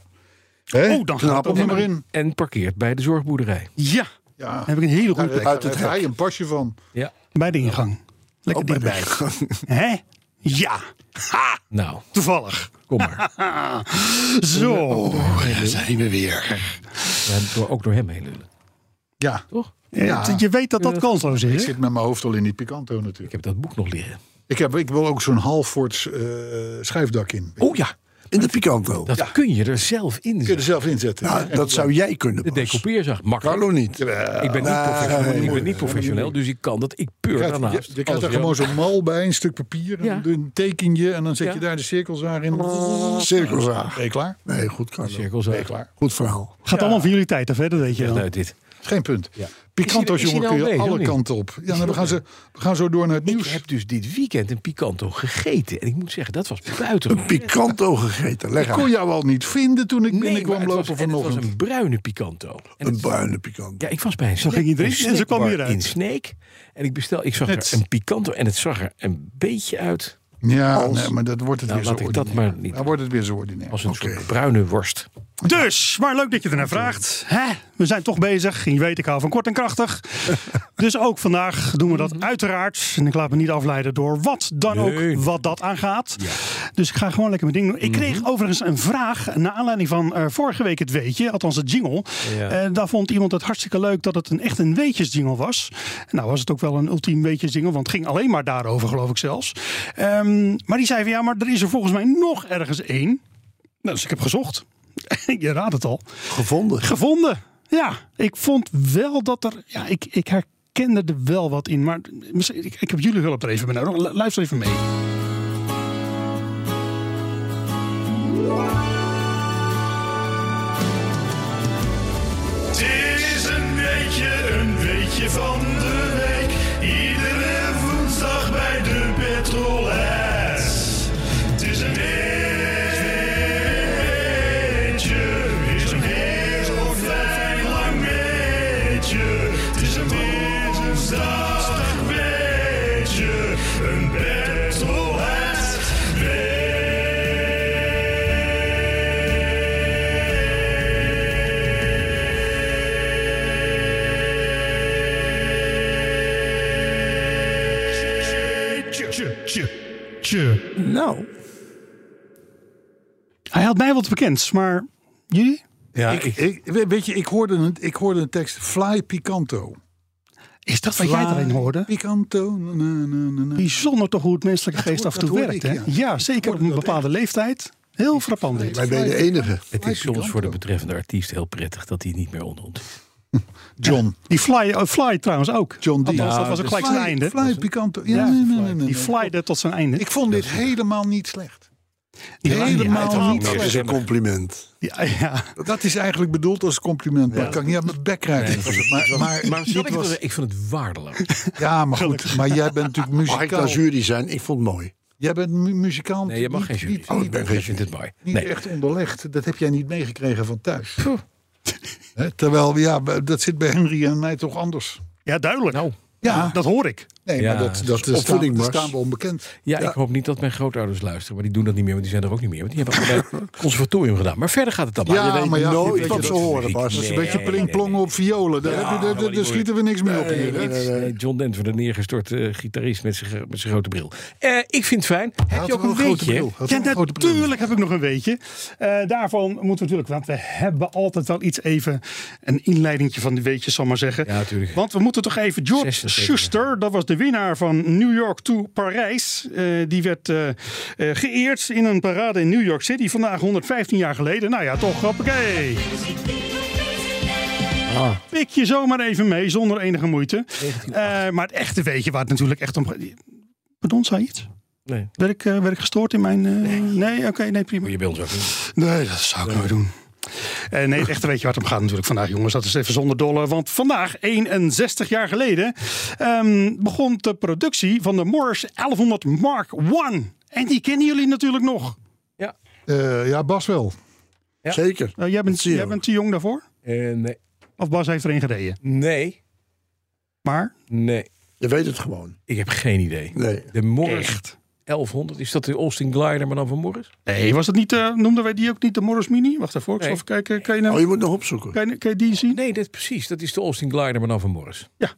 Speaker 2: Hè?
Speaker 4: Oh, dan gaat
Speaker 2: knap
Speaker 4: het
Speaker 2: op
Speaker 4: op.
Speaker 2: maar in.
Speaker 6: En parkeert bij de zorgboerderij.
Speaker 4: Ja,
Speaker 2: Ja, Nou, eh,
Speaker 4: daar heb ik een hele goede plek.
Speaker 2: uit
Speaker 5: uit
Speaker 2: het
Speaker 5: het
Speaker 2: rij een pasje van.
Speaker 6: Ja.
Speaker 4: Bij de ingang. Lekker
Speaker 5: bij
Speaker 4: dichtbij. Hè? Ja. Ha,
Speaker 6: Nou,
Speaker 4: toevallig.
Speaker 6: kom maar.
Speaker 4: Zo, Oh, daar zijn we weer.
Speaker 6: We hebben het ook door hem heen lullen.
Speaker 2: Ja,
Speaker 6: Toch?
Speaker 2: Ja.
Speaker 4: Het- Je weet dat dat kansloos
Speaker 2: Ik
Speaker 4: is. hè?
Speaker 2: zit met mijn hoofd al in die Picanto
Speaker 3: Ik
Speaker 2: natuurlijk.
Speaker 3: heb dat boek nog liggen.
Speaker 2: Ik, heb, ik wil ook zo'n halfvoorts eh schuifdak in.
Speaker 3: Oh ja,
Speaker 5: In de Picanto.
Speaker 3: dat kun je er zelf in.
Speaker 2: Kun je
Speaker 3: zetten.
Speaker 2: er zelf inzetten.
Speaker 5: Ja, dat zou jij kunnen,
Speaker 3: De
Speaker 5: Bas.
Speaker 3: decoupeerzak, makkelijk.
Speaker 5: Carlo niet. Ah,
Speaker 3: Ik ben niet,
Speaker 5: Nee,
Speaker 3: professioneel, ik ben
Speaker 5: moeilijk.
Speaker 3: niet professioneel, dus ik kan dat. Ik peur
Speaker 2: Je krijgt-
Speaker 3: daarnaast.
Speaker 2: je- Je
Speaker 3: Alles
Speaker 2: krijgt er
Speaker 3: weer.
Speaker 2: gewoon zo'n mal bij, een stuk papier, en
Speaker 3: Ja.
Speaker 2: dan een tekenje en dan zet
Speaker 3: Ja. Oh.
Speaker 2: je daar de cirkelzaar in.
Speaker 5: Cirkelzaag.
Speaker 2: Ben je klaar?
Speaker 5: Nee, goed, Carlo.
Speaker 2: Ben je
Speaker 3: cirkelzaak.
Speaker 2: klaar?
Speaker 5: Goed verhaal.
Speaker 4: Gaat allemaal van jullie tijd af, hè? dat weet je
Speaker 3: Echt
Speaker 4: wel.
Speaker 3: uit dit.
Speaker 2: Is Geen punt.
Speaker 3: Is
Speaker 2: Picanto's,
Speaker 3: hij- is
Speaker 2: jongen,
Speaker 3: hij
Speaker 2: kun je
Speaker 3: nou mee,
Speaker 2: alle
Speaker 3: of niet?
Speaker 2: kanten op. Ja, nou, we,
Speaker 3: ook
Speaker 2: gaan ze, we gaan zo door naar het
Speaker 3: Ik
Speaker 2: nieuws.
Speaker 3: heb dus dit weekend een picanto gegeten. En ik moet zeggen, dat was
Speaker 5: Een
Speaker 3: buitengewoon.
Speaker 5: Picanto gegeten. Leg
Speaker 2: Ik kon
Speaker 5: uit.
Speaker 2: jou al niet vinden toen ik
Speaker 3: Nee, maar
Speaker 2: binnenkwam
Speaker 3: het was-
Speaker 2: lopen
Speaker 3: en het was
Speaker 2: vanochtend.
Speaker 3: een bruine picanto. En
Speaker 5: Een
Speaker 3: het-
Speaker 5: bruine Picanto.
Speaker 3: ja, ik was bij een snack-
Speaker 4: ging je erin
Speaker 3: een
Speaker 4: en ze kwam
Speaker 3: snackbar
Speaker 4: hieruit.
Speaker 3: in Sneek. En ik bestel, ik zag
Speaker 2: Net.
Speaker 3: er een picanto en het zag er een beetje uit
Speaker 2: Ja,
Speaker 5: Als-
Speaker 2: nee, maar dat wordt het
Speaker 3: Nou,
Speaker 2: weer zo
Speaker 3: laat ik dat
Speaker 2: ordinair.
Speaker 3: maar niet
Speaker 2: Dan wordt het weer zo ordinair.
Speaker 3: als een
Speaker 5: Oké.
Speaker 3: soort bruine worst.
Speaker 4: Dus, maar leuk dat je ernaar vraagt. Hè? We zijn toch bezig. Je weet, ik hou van kort en krachtig. dus ook vandaag doen we dat uiteraard. En ik laat me niet afleiden door wat dan
Speaker 3: Nee. Mhm.
Speaker 4: ook wat dat aangaat. Dus ik ga gewoon lekker mijn ding doen. Ik kreeg overigens een vraag naar aanleiding van eh, vorige week het weetje. Althans het jingle.
Speaker 3: Ja.
Speaker 4: Eh, daar vond iemand het hartstikke leuk dat het een echt een weetjesjingle was. Nou was het ook wel een ultiem weetjesjingle. Want het ging alleen maar daarover geloof ik zelfs. Ehm, maar die zei van ja, maar er is er volgens mij nog ergens één. Nou, dus ik heb gezocht. Je raadt het al.
Speaker 5: Gevonden.
Speaker 4: Gevonden. Ja, ik vond wel dat er. Ja, ik, ik herkende er wel wat in. Maar misschien- ik, ik heb jullie hulp er even bij nodig. Lu- Luister even mee.
Speaker 8: Dit is een beetje, een beetje van de week. Iedere woensdag bij de Petrolheads. Het is een beetje, is een heel fijn lang beetje. Het is een woensdag beetje, een Petrolheads weetje.
Speaker 5: Nou,
Speaker 4: Hij had mij wat bekend, maar jullie?
Speaker 3: Ja,
Speaker 2: Ik, ik- we- weet je, ik hoorde, een, ik hoorde een tekst. Fly Picanto.
Speaker 4: Is dat wat jij erin hoorde?
Speaker 2: Picanto. na, na, na, na.
Speaker 4: Bijzonder toch hoe het menselijke geest
Speaker 2: hoor-
Speaker 4: af en toe
Speaker 2: dat hoorde
Speaker 4: werkt.
Speaker 2: ik,
Speaker 4: hè?
Speaker 2: ja.
Speaker 4: Ja, zeker op een bepaalde leeftijd. Heel frappant. dit.
Speaker 5: wij ben je de enige.
Speaker 3: het
Speaker 2: Fly
Speaker 3: is soms voor de
Speaker 2: Picanto.
Speaker 3: betreffende artiest heel prettig dat hij niet meer onderhoudt.
Speaker 2: John.
Speaker 4: Die fly, eh, fly trouwens ook.
Speaker 2: John Deere.
Speaker 4: Althans, dat was ook gelijk zijn einde.
Speaker 2: Fly Picanto. Ja,
Speaker 4: Ja,
Speaker 2: nee, nee, nee, nee,
Speaker 4: Die
Speaker 2: nee.
Speaker 4: flyde tot zijn einde.
Speaker 2: Ik vond dit helemaal niet slecht.
Speaker 4: Die
Speaker 2: helemaal
Speaker 4: ja,
Speaker 2: niet
Speaker 5: Dat is
Speaker 2: slecht.
Speaker 5: een compliment.
Speaker 4: Ja, ja.
Speaker 2: Dat is eigenlijk bedoeld als compliment. Maar ik kan ik niet aan mijn bek krijgen. maar, maar,
Speaker 3: Zal ik, het wel zeggen? ik vond het waardeloos.
Speaker 2: ja, maar goed. Maar jij bent natuurlijk
Speaker 5: Mag ik
Speaker 2: muzikaal.
Speaker 5: als jury zijn? Ik vond het mooi.
Speaker 2: Jij bent mu- muzikant.
Speaker 3: Nee, je mag
Speaker 2: niet-
Speaker 3: Oh, geen jury
Speaker 2: niet-
Speaker 3: zijn.
Speaker 5: ik ben geen
Speaker 3: Jij vindt het mooi.
Speaker 2: Niet
Speaker 3: Nee.
Speaker 2: echt onderlegd. Dat heb jij niet meegekregen van thuis. Hè, terwijl, ja, dat zit bij Henry en mij toch anders.
Speaker 4: ja, duidelijk.
Speaker 2: Nou. Ja.
Speaker 4: Dat hoor ik.
Speaker 2: Nee,
Speaker 3: Ja,
Speaker 2: maar dat,
Speaker 3: het
Speaker 2: dat,
Speaker 3: is
Speaker 2: dat staan,
Speaker 5: opvoeding,
Speaker 2: dat
Speaker 5: Bas.
Speaker 2: staan we onbekend.
Speaker 3: Ja, ik hoop niet dat mijn grootouders luisteren. Maar die doen dat niet meer, want die zijn er ook niet meer. Want die hebben allebei het conservatorium gedaan. Maar verder gaat het allemaal.
Speaker 2: Ja, maar ja,
Speaker 5: nooit
Speaker 2: weet je,
Speaker 5: wat
Speaker 2: dat
Speaker 5: ze
Speaker 2: is
Speaker 5: horen,
Speaker 2: muziek.
Speaker 5: Bas.
Speaker 2: Dat is een
Speaker 3: Nee,
Speaker 2: beetje
Speaker 3: nee,
Speaker 2: plingplongen
Speaker 3: nee,
Speaker 2: op violen. Daar,
Speaker 3: Ja,
Speaker 2: heb je- daar-
Speaker 3: maar
Speaker 2: daar
Speaker 3: die
Speaker 2: schieten we niks meer op hier.
Speaker 3: Nee,
Speaker 2: hè?
Speaker 3: nee, John Denver, de neergestort eh, gitarist met zijn gro- met zijn grote bril. Eh, ik vind het fijn. Heb
Speaker 2: Had
Speaker 3: je ook
Speaker 2: wel
Speaker 3: een
Speaker 2: grote
Speaker 3: beetje?
Speaker 2: bril. Had
Speaker 4: Ja,
Speaker 2: wel een grote bril.
Speaker 4: natuurlijk heb ik nog een weetje. Eh, daarvan moeten we natuurlijk, want we hebben altijd wel iets even een inleidingtje van die weetjes, zal ik maar zeggen.
Speaker 3: Ja, natuurlijk.
Speaker 4: Want we moeten toch even George
Speaker 3: 60 zeker.
Speaker 4: Schuster, dat was de winnaar van New York to Parijs. eh, die werd eh, eh, geëerd in een parade in New York City vandaag 115 jaar geleden. Nou ja, toch hoppakee. Pik je zomaar even mee, zonder enige moeite. Eh, maar het echte weetje waar het natuurlijk echt om gaat. Pardon, zei je iets?
Speaker 3: Nee,
Speaker 4: Ben ik, eh, ben ik gestoord in mijn... eh, nee, oké, nee, prima.
Speaker 3: moet je bij ons ook niet.
Speaker 4: Nee, dat zou ik nooit doen. Eh, nee, echt een beetje waar het om gaat natuurlijk vandaag, jongens. Dat is even zonder dolle. Want vandaag, 61 jaar geleden, ehm, begon de productie van de Morris 1100 Mark I. En die kennen jullie natuurlijk nog.
Speaker 2: Eh, ja, Bas wel.
Speaker 5: Zeker.
Speaker 4: Eh, jij, bent,
Speaker 5: Zero.
Speaker 4: jij bent te jong daarvoor?
Speaker 3: Eh, nee.
Speaker 4: Of Bas heeft erin gereden?
Speaker 3: nee,
Speaker 4: Maar,
Speaker 3: nee.
Speaker 5: Je weet het gewoon.
Speaker 3: Ik heb geen idee.
Speaker 5: Nee.
Speaker 3: De Morris 1100, is dat de Austin Glider, maar dan van Morris?
Speaker 4: nee, was dat niet, eh, noemden wij die ook niet de Morris Mini? Wacht even, ik zal
Speaker 3: Nee.
Speaker 4: even kijken. Kan je, nou,
Speaker 5: Oh, je moet nog opzoeken.
Speaker 4: kan je, kan je die zien?
Speaker 3: Nee, dat, precies. Dat is de Austin Glider, maar dan van Morris.
Speaker 4: Ja.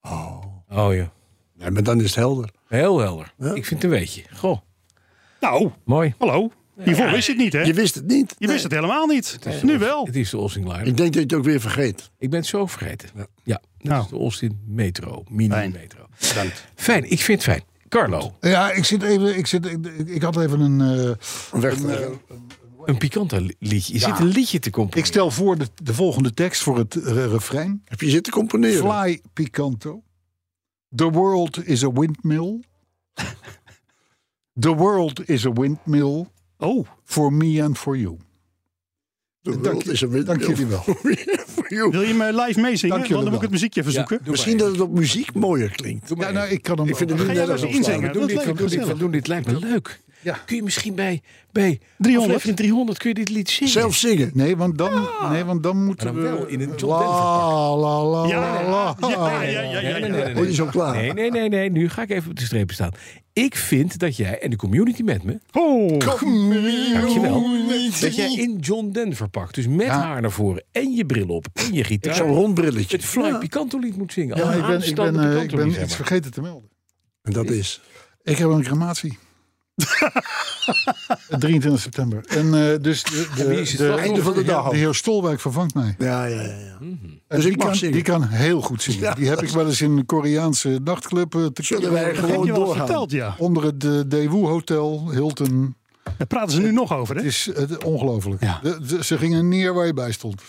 Speaker 3: Oh. Oh ja.
Speaker 5: Nee, maar dan is het helder.
Speaker 3: Heel helder. Ik vind het een beetje. Goh,
Speaker 4: Nou,
Speaker 3: mooi.
Speaker 4: hallo. Hiervoor wist je het niet, hè?
Speaker 5: Je
Speaker 4: Je
Speaker 5: wist het niet. Nee.
Speaker 4: wist het helemaal niet. Nu wel.
Speaker 3: Het is de Olsing Line.
Speaker 5: Ik denk dat je het ook weer vergeet.
Speaker 3: Ik ben het zo vergeten. Ja, dat
Speaker 4: Nou.
Speaker 3: is de Olstin Metro. Mini
Speaker 4: Fijn.
Speaker 3: Metro. Fijn, ik vind het fijn. Carlo,
Speaker 2: Ja, ik zit even. Ik, zit, ik, ik had even een. eh,
Speaker 5: Weg.
Speaker 3: een pikante li- liedje. Je zit een liedje te
Speaker 2: ik
Speaker 3: componeren.
Speaker 2: stel voor de, de volgende tekst voor het eh, refrein:
Speaker 5: heb je zitten componeren?
Speaker 2: Fly Picanto. The world is a windmill. The world is a windmill
Speaker 4: Oh,
Speaker 2: for me and for you.
Speaker 5: De
Speaker 2: Dank
Speaker 5: wereld
Speaker 2: je-
Speaker 5: is een
Speaker 2: Dank jullie wel.
Speaker 4: wil je me live meezingen?
Speaker 2: Dank
Speaker 4: Want
Speaker 2: jullie
Speaker 4: dan moet
Speaker 2: wel.
Speaker 4: ik het muziekje
Speaker 3: Ja,
Speaker 4: verzoeken.
Speaker 3: doe
Speaker 5: Misschien
Speaker 3: maar
Speaker 5: dat het op muziek mooier klinkt.
Speaker 2: Ja, nou, ik kan hem. Ik
Speaker 5: vind het
Speaker 4: Ga
Speaker 5: nu
Speaker 4: jij nou
Speaker 5: net
Speaker 4: wel eens
Speaker 5: als opslaan.
Speaker 4: inzingen?
Speaker 3: We doen, dit, we,
Speaker 4: Dat lijkt me
Speaker 3: doen dit, we
Speaker 4: gezellig.
Speaker 3: doen dit, lijkt me leuk. Kun je misschien bij, bij
Speaker 4: 300?
Speaker 3: 300. 300 kun je dit lied zingen?
Speaker 5: Zelf zingen.
Speaker 2: Nee, want dan, nee, want dan moeten
Speaker 3: Maar dan
Speaker 2: we.
Speaker 3: wel in een John
Speaker 2: la,
Speaker 3: Denver
Speaker 2: la, la, la,
Speaker 4: Ja,
Speaker 2: la.
Speaker 4: Oh. ja, ja, ja, ja, ja.
Speaker 5: Hoor je zo klaar?
Speaker 3: Nee, nee, nee, nee. Nu ga ik even op de strepen staan. Ik vind dat jij en de community met me,
Speaker 4: Oh,
Speaker 3: dankjewel, dat jij in John Denver pakt. Dus met
Speaker 2: Ja.
Speaker 3: haar naar voren en je bril op en je gitaar.
Speaker 5: Zo'n rond brilletje.
Speaker 3: het Fly Picanto lied moet zingen.
Speaker 2: Ja,
Speaker 3: Als
Speaker 2: ik ben, ik ben,
Speaker 3: aanstaande
Speaker 2: eh, ik
Speaker 3: Picanto
Speaker 2: ben
Speaker 3: lied, zeg
Speaker 2: iets
Speaker 3: maar.
Speaker 2: vergeten te melden.
Speaker 5: En dat is.
Speaker 2: Ik heb een crematie. 23 september. En eh, dus de, de,
Speaker 3: wie is het slachtoffer?
Speaker 5: Einde van de dag.
Speaker 2: heer- heer Stolwijk vervangt mij.
Speaker 5: Ja, ja, ja. ja.
Speaker 2: En
Speaker 5: Dus
Speaker 2: die,
Speaker 5: ik mag
Speaker 2: kan,
Speaker 5: zingen.
Speaker 2: die kan heel goed zingen.
Speaker 5: Ja.
Speaker 2: Die heb ik wel eens in een Koreaanse nachtclub eh, te
Speaker 5: Zullen wij
Speaker 4: dat heb
Speaker 5: gewoon
Speaker 4: je wel
Speaker 5: doorgaan?
Speaker 4: verteld, ja.
Speaker 2: Onder het eh, Daewoo Hotel, Hilton.
Speaker 4: Daar praten ze nu nog over, hè?
Speaker 2: Het is eh, ongelooflijk.
Speaker 4: Ja.
Speaker 2: De- de- ze gingen neer waar je bij stond.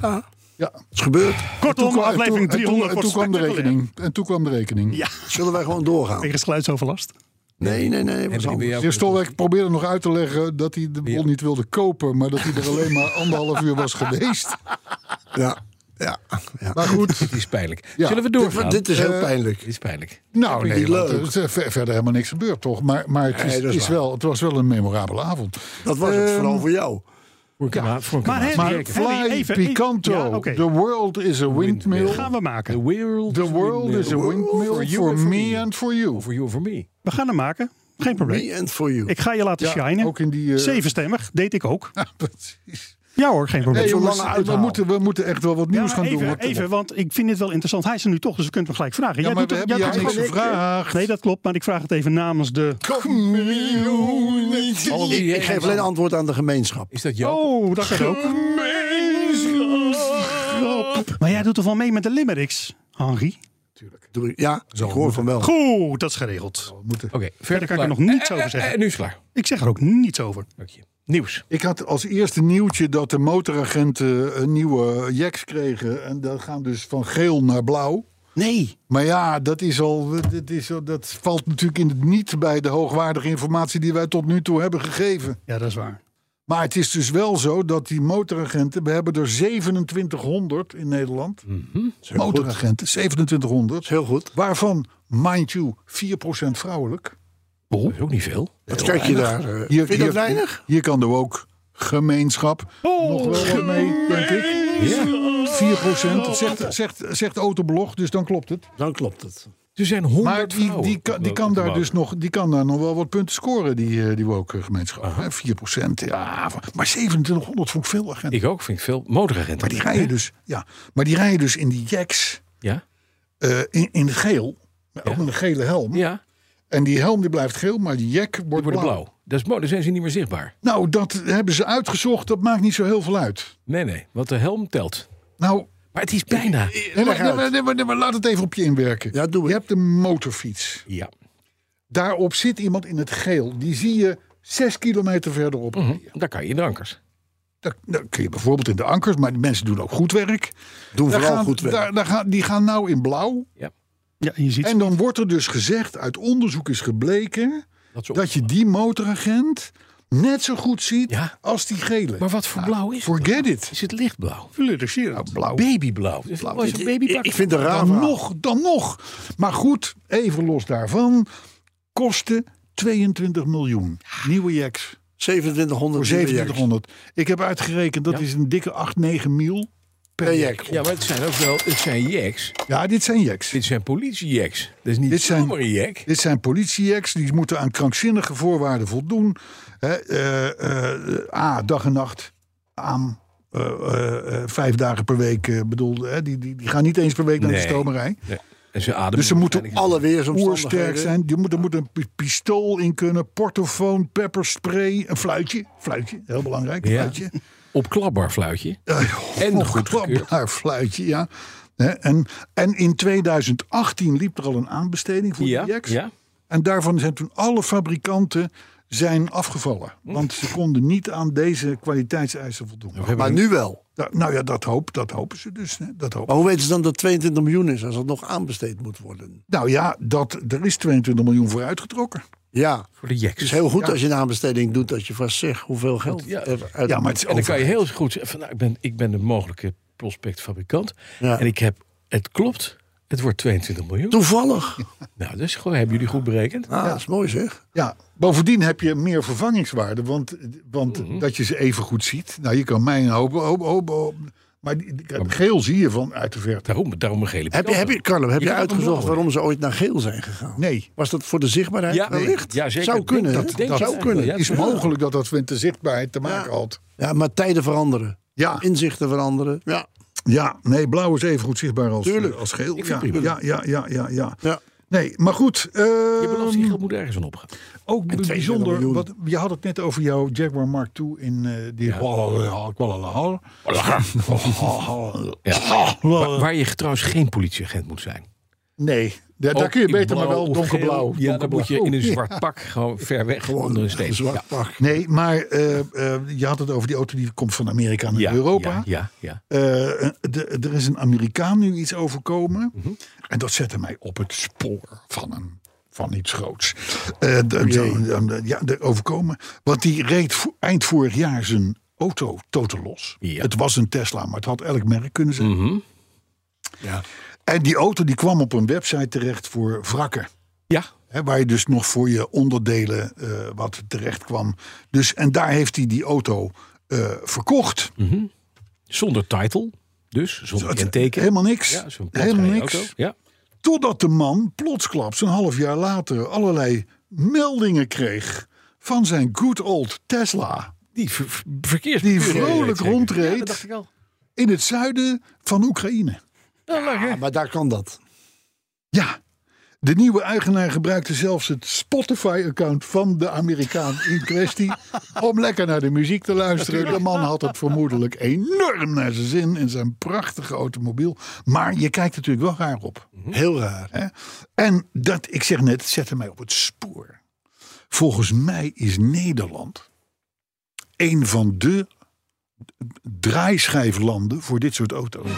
Speaker 5: Ah. Het is gebeurd.
Speaker 4: Kortom,
Speaker 2: En toen-
Speaker 4: aflevering
Speaker 2: en toen-
Speaker 4: 300
Speaker 2: en toen,
Speaker 4: wordt
Speaker 2: kwam de
Speaker 4: spectaculair.
Speaker 2: rekening. En toen kwam de rekening.
Speaker 4: Ja,
Speaker 5: Zullen wij gewoon doorgaan?
Speaker 4: tegen geluidsoverlast.
Speaker 5: Nee, nee, nee.
Speaker 3: En
Speaker 5: wat
Speaker 3: ben je bij
Speaker 5: anders.
Speaker 3: jou-
Speaker 2: De heer Stolwijk probeerde nog uit te leggen dat hij de bol niet wilde kopen, maar dat hij er alleen maar anderhalf uur was geweest.
Speaker 5: Ja, ja. ja.
Speaker 2: Maar goed,
Speaker 3: Dit eh, is pijnlijk.
Speaker 2: Ja.
Speaker 3: Zullen we doorgaan?
Speaker 5: Dit, dit is heel
Speaker 2: Eh,
Speaker 5: pijnlijk.
Speaker 3: Dit is pijnlijk.
Speaker 2: nou nee,
Speaker 5: niet
Speaker 2: want
Speaker 5: leuk.
Speaker 2: er is eh, ver- verder helemaal niks gebeurd, toch? Maar, maar het, is,
Speaker 5: Nee, dat is
Speaker 2: is wel, het was wel een memorabele avond.
Speaker 5: Dat was het
Speaker 2: Ehm,
Speaker 5: vooral voor jou.
Speaker 3: Voor een kama- voor een
Speaker 4: Maar
Speaker 3: kama-
Speaker 4: Henry,
Speaker 2: Maar Fly
Speaker 4: Henry, even-
Speaker 2: Picanto,
Speaker 4: ja, oké.
Speaker 2: The World is a Windmill.
Speaker 4: Gaan we maken.
Speaker 3: The world,
Speaker 2: The world is a windmill for me and for you.
Speaker 3: For you and for me.
Speaker 4: We gaan hem maken. Geen probleem.
Speaker 5: Me and for you.
Speaker 4: Ik ga je laten shinen.
Speaker 2: Ook in die... eh,
Speaker 4: Zevenstemmig, deed ik ook.
Speaker 2: precies.
Speaker 4: Ja hoor, geen probleem.
Speaker 2: Nee,
Speaker 5: Zo'n
Speaker 2: jongens,
Speaker 5: lange
Speaker 2: we,
Speaker 5: uithaal.
Speaker 2: moeten, we moeten echt wel wat
Speaker 4: Ja,
Speaker 2: nieuws
Speaker 4: maar
Speaker 2: gaan
Speaker 4: even,
Speaker 2: doen. want-
Speaker 4: even, want ik vind dit wel interessant. Hij is er nu toch, dus we kunnen hem gelijk vragen.
Speaker 2: Ja,
Speaker 4: Jij
Speaker 2: maar we
Speaker 4: doet
Speaker 2: hebben
Speaker 4: het- jij
Speaker 2: jou
Speaker 4: doet
Speaker 2: niks
Speaker 4: het-
Speaker 2: gevraagd.
Speaker 4: Nee, dat klopt, maar ik vraag het even namens de...
Speaker 5: Ik, ik geef alleen antwoord aan de gemeenschap.
Speaker 3: Is dat jou?
Speaker 4: Oh, dat gaat ook. Maar jij doet toch wel mee met de limericks, Henri?
Speaker 5: Doe ik- Ja, ik hoor van wel.
Speaker 4: Goed, dat is geregeld.
Speaker 3: Oké,
Speaker 4: Verder kan ik er nog
Speaker 3: klaar.
Speaker 4: niets
Speaker 3: Eh,
Speaker 4: over
Speaker 3: eh,
Speaker 4: zeggen.
Speaker 3: eh, nu is het klaar.
Speaker 4: Ik zeg er ook niets over.
Speaker 3: Dank je. Nieuws.
Speaker 2: Ik had als eerste nieuwtje dat de motoragenten eh, een nieuwe jacks kregen. En dat gaan dus van geel naar blauw.
Speaker 4: Nee.
Speaker 2: Maar ja, dat, is al, dat, is al, dat valt natuurlijk in het niet bij de hoogwaardige informatie die wij tot nu toe hebben gegeven.
Speaker 4: Ja, dat is waar.
Speaker 2: Maar het is dus wel zo dat die motoragenten, we hebben er 2700 in Nederland. Motoragenten, 2700.
Speaker 5: Mm. Heel goed.
Speaker 2: Waarvan, mind you, 4% vrouwelijk.
Speaker 3: Dat is ook niet veel.
Speaker 5: Wat kijk je daar? eh,
Speaker 2: Hier,
Speaker 5: Vind je dat weinig?
Speaker 2: hier kan er ook gemeenschap nog wel wat mee, denk ik.
Speaker 3: Ja.
Speaker 2: 4%, dat zegt, zegt, zegt Autoblog, dus dan klopt het.
Speaker 5: Dan klopt het.
Speaker 3: Er zijn honderd
Speaker 2: Maar die, die, kan, die, kan daar dus nog, die kan daar nog wel wat punten scoren, die, eh, die woke gemeenschap. hè. 4%, ja. Maar 2700 vond ik veel agenten.
Speaker 3: Ik ook, vind ik veel. Motoragenten.
Speaker 2: Maar die rijden dus, ja, maar die rijden dus in die jacks
Speaker 3: Ja?
Speaker 2: eh, in, in het geel. Maar Ook met een gele helm.
Speaker 3: Ja,
Speaker 2: En die helm die blijft geel, maar die jack wordt,
Speaker 3: die worden
Speaker 2: blauw.
Speaker 3: blauw. Dat is mooi, dan zijn ze niet meer zichtbaar.
Speaker 2: Nou, dat hebben ze uitgezocht. Dat maakt niet zo heel veel uit.
Speaker 3: Nee, nee, want de helm telt.
Speaker 2: Nou,
Speaker 3: Maar het is bijna.
Speaker 2: nee, maar, nee, maar- nee, maar- nee, maar laat het even op je inwerken.
Speaker 5: Eh, Ja, doe
Speaker 2: je
Speaker 5: ik.
Speaker 2: hebt een motorfiets.
Speaker 3: Ja.
Speaker 2: Daarop zit iemand in het geel. Die zie je zes kilometer verderop.
Speaker 5: Mhm.
Speaker 3: Daar kan je in de ankers.
Speaker 2: Dat, dat kun je bijvoorbeeld in de ankers, maar die mensen doen ook goed werk.
Speaker 5: Doen
Speaker 2: Daar
Speaker 5: vooral
Speaker 2: gaan-
Speaker 5: goed werk.
Speaker 2: Daar, daar gaan, die gaan nou in blauw.
Speaker 4: Ja, je ziet
Speaker 2: En dan wordt er dus gezegd, uit onderzoek is gebleken...
Speaker 3: Dat ze op-
Speaker 2: dat je die motoragent net zo goed ziet
Speaker 3: Ja.
Speaker 2: als die gele.
Speaker 3: Maar wat
Speaker 5: Ah,
Speaker 3: voor blauw is het?
Speaker 2: Forget it.
Speaker 3: Is het lichtblauw?
Speaker 2: Nou, blauw.
Speaker 3: Babyblauw. Dus blauw is een babybak.
Speaker 5: Ik, ik vind het een raar.
Speaker 2: Dan
Speaker 5: verhaal.
Speaker 2: nog, dan nog. Maar goed, even los daarvan. Kosten 22 miljoen. Nieuwe jacks
Speaker 5: 2700
Speaker 2: voor
Speaker 5: per
Speaker 2: 2700. Ik heb uitgerekend, dat is een dikke 8, 9 mil per jack.
Speaker 5: jack.
Speaker 3: Ja, maar het zijn ook wel, het zijn jacks.
Speaker 2: Ja, dit zijn jacks.
Speaker 3: Dit zijn politiejacks. Dat is niet
Speaker 2: Dit zijn-
Speaker 3: zomaar een jack.
Speaker 2: Dit zijn politiejacks, die moeten aan krankzinnige voorwaarden voldoen. Hè, eh, eh, A, dag en nacht aan. eh, eh, eh, vijf dagen per week eh, bedoel, hè, die, die, die gaan niet eens per week naar
Speaker 3: Nee.
Speaker 2: de stomerij.
Speaker 3: Nee. En ze ademen.
Speaker 2: Dus ze moeten
Speaker 3: waarschijnlijk-
Speaker 5: Alle weersomstandigheden.
Speaker 2: oersterk zijn. Je moet, er moet een pi- pistool in kunnen, portofoon, pepperspray, een fluitje. Fluitje, heel belangrijk.
Speaker 3: Ja.
Speaker 2: Fluitje.
Speaker 3: Opklapbaar fluitje. En
Speaker 2: Nog
Speaker 3: goed
Speaker 2: een
Speaker 3: gekeurd.
Speaker 2: klapbaar fluitje, ja. Hè, En, en in 2018 liep er al een aanbesteding voor
Speaker 3: Ja,
Speaker 2: die Jax.
Speaker 3: ja.
Speaker 2: En daarvan zijn toen alle fabrikanten zijn afgevallen.
Speaker 3: Hm.
Speaker 2: Want ze konden niet aan deze kwaliteitseisen voldoen.
Speaker 5: Maar nu wel.
Speaker 2: Da- Nou ja, dat, hoop, dat hopen ze dus. Hè. Dat hopen.
Speaker 3: Oh.
Speaker 5: Maar hoe weten ze dan dat 22 miljoen is als dat nog aanbesteed moet worden?
Speaker 2: Nou ja, dat, er is 22 miljoen voor uitgetrokken.
Speaker 5: Ja,
Speaker 3: Voor de
Speaker 5: het is
Speaker 3: jeks.
Speaker 5: heel goed als je een aanbesteding doet dat je vast zegt hoeveel geld
Speaker 3: Ja.
Speaker 5: er uit
Speaker 2: Ja, maar het is
Speaker 3: En dan
Speaker 2: over.
Speaker 3: kan je heel goed zeggen, van, nou, ik, ben, ik ben de mogelijke prospectfabrikant.
Speaker 5: Ja.
Speaker 3: En ik heb, het klopt, het wordt 22 miljoen.
Speaker 5: Toevallig.
Speaker 3: Nou, dat is gewoon, hebben jullie goed berekend?
Speaker 5: Ah, dat is mooi zeg.
Speaker 2: Ja, bovendien heb je meer vervangingswaarde, want, want
Speaker 3: Mhm.
Speaker 2: dat je ze even goed ziet. Nou, je kan mij een hoop, hoop, hoop, hoop- maar die- die-
Speaker 3: Oh.
Speaker 2: geel zie je van uit de verte.
Speaker 3: Daarom, daarom een gele
Speaker 5: Heb je, heb je, Carlo, heb
Speaker 3: Je
Speaker 5: je,
Speaker 3: kan het
Speaker 5: uitgezocht
Speaker 3: omhoog.
Speaker 5: waarom ze ooit naar geel zijn gegaan?
Speaker 2: Nee,
Speaker 5: Was dat voor de zichtbaarheid
Speaker 3: Ja, nee.
Speaker 5: wellicht?
Speaker 3: Ja, zeker.
Speaker 5: Zou
Speaker 3: Denk
Speaker 5: kunnen.
Speaker 3: dat-
Speaker 5: hè?
Speaker 3: denk
Speaker 5: zou
Speaker 3: dat-
Speaker 5: kunnen.
Speaker 3: ja.
Speaker 2: is mogelijk dat dat met de zichtbaarheid te maken
Speaker 5: Ja.
Speaker 2: had.
Speaker 5: Ja, maar tijden veranderen.
Speaker 2: Ja,
Speaker 5: Inzichten veranderen. Ja.
Speaker 2: ja, nee, blauw is even goed zichtbaar als,
Speaker 5: Tuurlijk.
Speaker 2: als geel.
Speaker 3: Ik
Speaker 2: ja,
Speaker 3: vind het
Speaker 2: ja, ja, ja, ja, ja.
Speaker 5: Ja.
Speaker 2: Nee, maar goed. eh,
Speaker 3: Je belastinggeld moet ergens aan opgaan.
Speaker 2: ook bijzonder,
Speaker 5: miljoen.
Speaker 2: wat, je had het net over jouw Jaguar Mark II in eh die Kuala- Kuala Lumpur.
Speaker 3: Ja. Waar,
Speaker 2: eh,
Speaker 3: waar je trouwens geen politieagent moet zijn.
Speaker 2: Nee, daar, daar
Speaker 3: Ook
Speaker 2: kun je
Speaker 3: in
Speaker 2: beter maar
Speaker 3: blauw
Speaker 2: wel
Speaker 3: of
Speaker 2: donkerblauw.
Speaker 3: geel. Ja, dan
Speaker 2: donkerblauw.
Speaker 3: moet je in een
Speaker 2: Oh, ja.
Speaker 3: zwart pak gewoon ver weg onder een steen.
Speaker 5: Zwart
Speaker 3: Ja.
Speaker 5: pak.
Speaker 2: Nee, maar eh, eh, je had het over die auto die komt van Amerika naar
Speaker 3: Ja,
Speaker 2: Europa.
Speaker 3: Ja, ja, ja.
Speaker 2: Eh, de- er is een Amerikaan nu iets overkomen.
Speaker 3: Mhm.
Speaker 2: En dat zette mij op het spoor van, een, van iets groots. Eh,
Speaker 3: Oh
Speaker 2: de- de- de- ja, de overkomen. Want die reed vo- eind vorig jaar zijn auto totaal los.
Speaker 3: Ja.
Speaker 2: Het was een Tesla, maar het had elk merk kunnen zijn.
Speaker 3: Mhm.
Speaker 2: En die auto die kwam op een website terecht voor wrakken.
Speaker 3: ja.
Speaker 2: Hè, waar je dus nog voor je onderdelen eh, wat terecht kwam. Dus, en daar heeft hij die auto eh, verkocht.
Speaker 3: Zonder title, dus zonder
Speaker 2: Het-
Speaker 3: kenteken.
Speaker 2: Helemaal niks.
Speaker 3: ja, zo'n
Speaker 2: helemaal
Speaker 3: platgereden
Speaker 2: niks.
Speaker 3: auto. Ja.
Speaker 2: Totdat de man plotsklaps een half jaar later allerlei meldingen kreeg van zijn good old Tesla.
Speaker 3: Die ver, ver- verkeers
Speaker 2: Die vrolijk
Speaker 3: zeker.
Speaker 2: rondreed.
Speaker 3: Ja, dat dacht ik al.
Speaker 2: In het zuiden van Oekraïne.
Speaker 3: Ja, leuk, hè?
Speaker 5: Ja, Ah, maar daar kan dat.
Speaker 2: Ja. De nieuwe eigenaar gebruikte zelfs het Spotify-account van de Amerikaan in kwestie. om lekker naar de muziek te luisteren. De man had het vermoedelijk enorm naar zijn zin in zijn prachtige automobiel. Maar je kijkt natuurlijk wel raar op.
Speaker 5: Mhm. Heel raar.
Speaker 2: Hè? En dat, ik zeg net, het zette mij op het spoor. Volgens mij is Nederland een van de draaischijflanden voor dit soort auto's.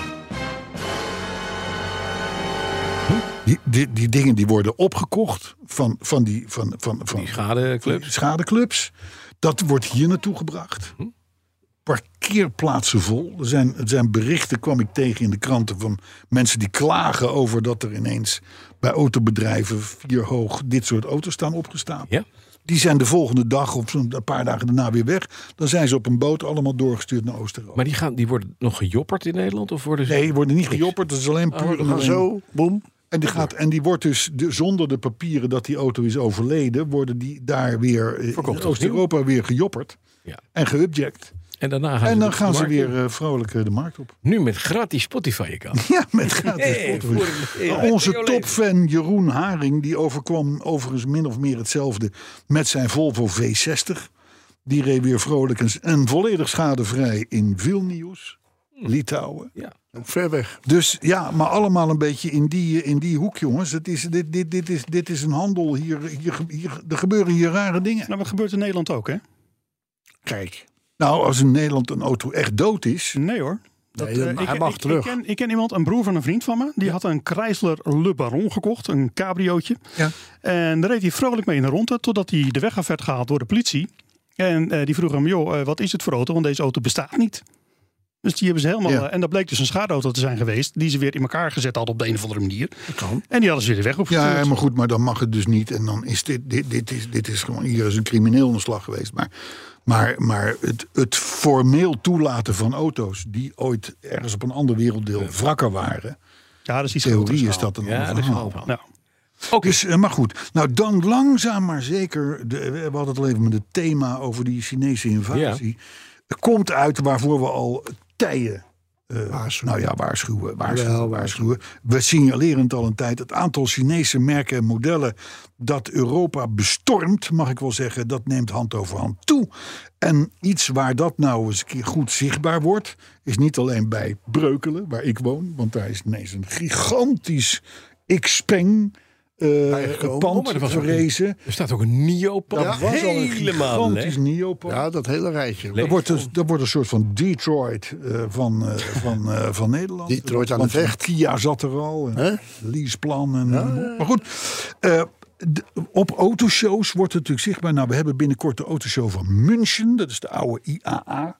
Speaker 2: Die, die, die dingen die worden opgekocht van, van die, van, van, van,
Speaker 3: Die schadeclub.
Speaker 2: die schadeclubs. Dat wordt hier naartoe gebracht. Parkeerplaatsen vol. Er zijn, er zijn berichten, kwam ik tegen in de kranten, van mensen die klagen over dat er ineens bij autobedrijven vier hoog dit soort auto's staan opgestaan.
Speaker 3: Ja.
Speaker 2: Die zijn de volgende dag of zo'n een paar dagen daarna weer weg. Dan zijn ze op een boot allemaal doorgestuurd naar Oostenrijk.
Speaker 3: Maar die, gaan, die worden nog gejopperd in Nederland? Of worden ze...
Speaker 2: Nee, die worden niet gejopperd. Dat is alleen puur en
Speaker 5: Maar
Speaker 2: alleen-
Speaker 5: zo, boem.
Speaker 2: en die, gaat, en die wordt dus de, zonder de papieren dat die auto is overleden, worden die daar weer eh,
Speaker 3: Verkocht
Speaker 2: in Oost-Europa weer gejopperd
Speaker 3: Ja.
Speaker 2: en geubject.
Speaker 3: En daarna gaan
Speaker 2: En
Speaker 3: ze,
Speaker 2: dan
Speaker 3: de
Speaker 2: gaan ze
Speaker 3: markt in.
Speaker 2: weer eh, vrolijk eh, de markt op.
Speaker 3: Nu met gratis Spotify-account.
Speaker 2: Ja, met gratis
Speaker 3: Hey,
Speaker 2: Spotify.
Speaker 3: voor een- ja,
Speaker 2: Nou, Onze
Speaker 3: heel leven.
Speaker 2: topfan Jeroen Haring, die overkwam overigens min of meer hetzelfde met zijn Volvo V60. Die reed weer vrolijk en, en volledig schadevrij in Vilnius, Litouwen.
Speaker 3: Hm. Ja.
Speaker 5: Ook ver weg.
Speaker 2: Dus ja, maar allemaal een beetje in die, in die hoek, jongens. Het is, dit, dit, dit, is, dit is een handel. Hier, hier, hier, er gebeuren hier rare dingen.
Speaker 4: Nou, wat gebeurt in Nederland ook, hè?
Speaker 5: Kijk.
Speaker 2: Nou, als in Nederland een auto echt dood is.
Speaker 4: Nee hoor.
Speaker 5: Nee, dat-
Speaker 4: eh,
Speaker 5: hij mag
Speaker 4: ik,
Speaker 5: terug.
Speaker 4: Ik ken, ik ken iemand, een broer van een vriend van me. Die had een Chrysler Le Baron gekocht. Een cabriootje.
Speaker 2: Ja.
Speaker 4: En daar reed hij vrolijk mee in de ronde. Totdat hij de weg af werd gehaald door de politie. En eh, die vroeg hem, joh, eh, wat is het voor auto? Want deze auto bestaat niet. Dus die hebben ze helemaal...
Speaker 2: Ja.
Speaker 4: eh, en dat bleek dus een schadeauto te zijn geweest. Die ze weer in elkaar gezet hadden op de een of andere manier.
Speaker 5: kan.
Speaker 4: En die hadden ze weer de weg opgestuurd.
Speaker 2: Ja, maar goed, maar dan mag het dus niet. En dan is dit, dit, dit, is, dit is gewoon, hier is een crimineel aan de slag geweest. Maar, maar, maar het, het formeel toelaten van auto's die ooit ergens op een ander werelddeel wrakker waren.
Speaker 4: Ja, dat is iets
Speaker 2: Theorie
Speaker 4: groter Nou,
Speaker 2: is dat een
Speaker 3: Ja,
Speaker 2: ander
Speaker 3: dat is een
Speaker 2: verhaal.
Speaker 3: ander verhaal.
Speaker 4: schaal. Ja.
Speaker 2: Dus, eh, maar goed, nou dan langzaam maar zeker, de, we hadden het al even met het thema over die Chinese invasie, komt uit waarvoor we al tijden eh,
Speaker 5: Waarschuwen.
Speaker 2: nou ja, waarschuwen, waarschuwen,
Speaker 5: Jawel,
Speaker 2: waarschuwen. We signaleren het al een tijd. Het aantal Chinese merken en modellen dat Europa bestormt, mag ik wel zeggen, dat neemt hand over hand toe. En iets waar dat nou eens een keer goed zichtbaar wordt, is niet alleen bij Breukelen, waar ik woon, want daar is ineens een gigantisch Xpeng eh
Speaker 5: Bijgekomen.
Speaker 2: pand
Speaker 3: Oh, maar dat was ook
Speaker 2: verrezen.
Speaker 3: Er staat ook een Nio-pand.
Speaker 2: Dat was al een
Speaker 3: helemaal
Speaker 2: gigantisch neopand.
Speaker 5: Ja, dat hele rijtje.
Speaker 2: Dat wordt, een, dat wordt een soort van Detroit eh, van, eh, van, eh, van Nederland.
Speaker 5: Detroit aan
Speaker 2: Want
Speaker 5: de vecht.
Speaker 2: Kia zat er al. En
Speaker 5: Hè?
Speaker 2: Leaseplan. En, Maar goed, eh, d- op autoshows wordt het natuurlijk zichtbaar. Nou, we hebben binnenkort de autoshow van München. Dat is de oude IAA.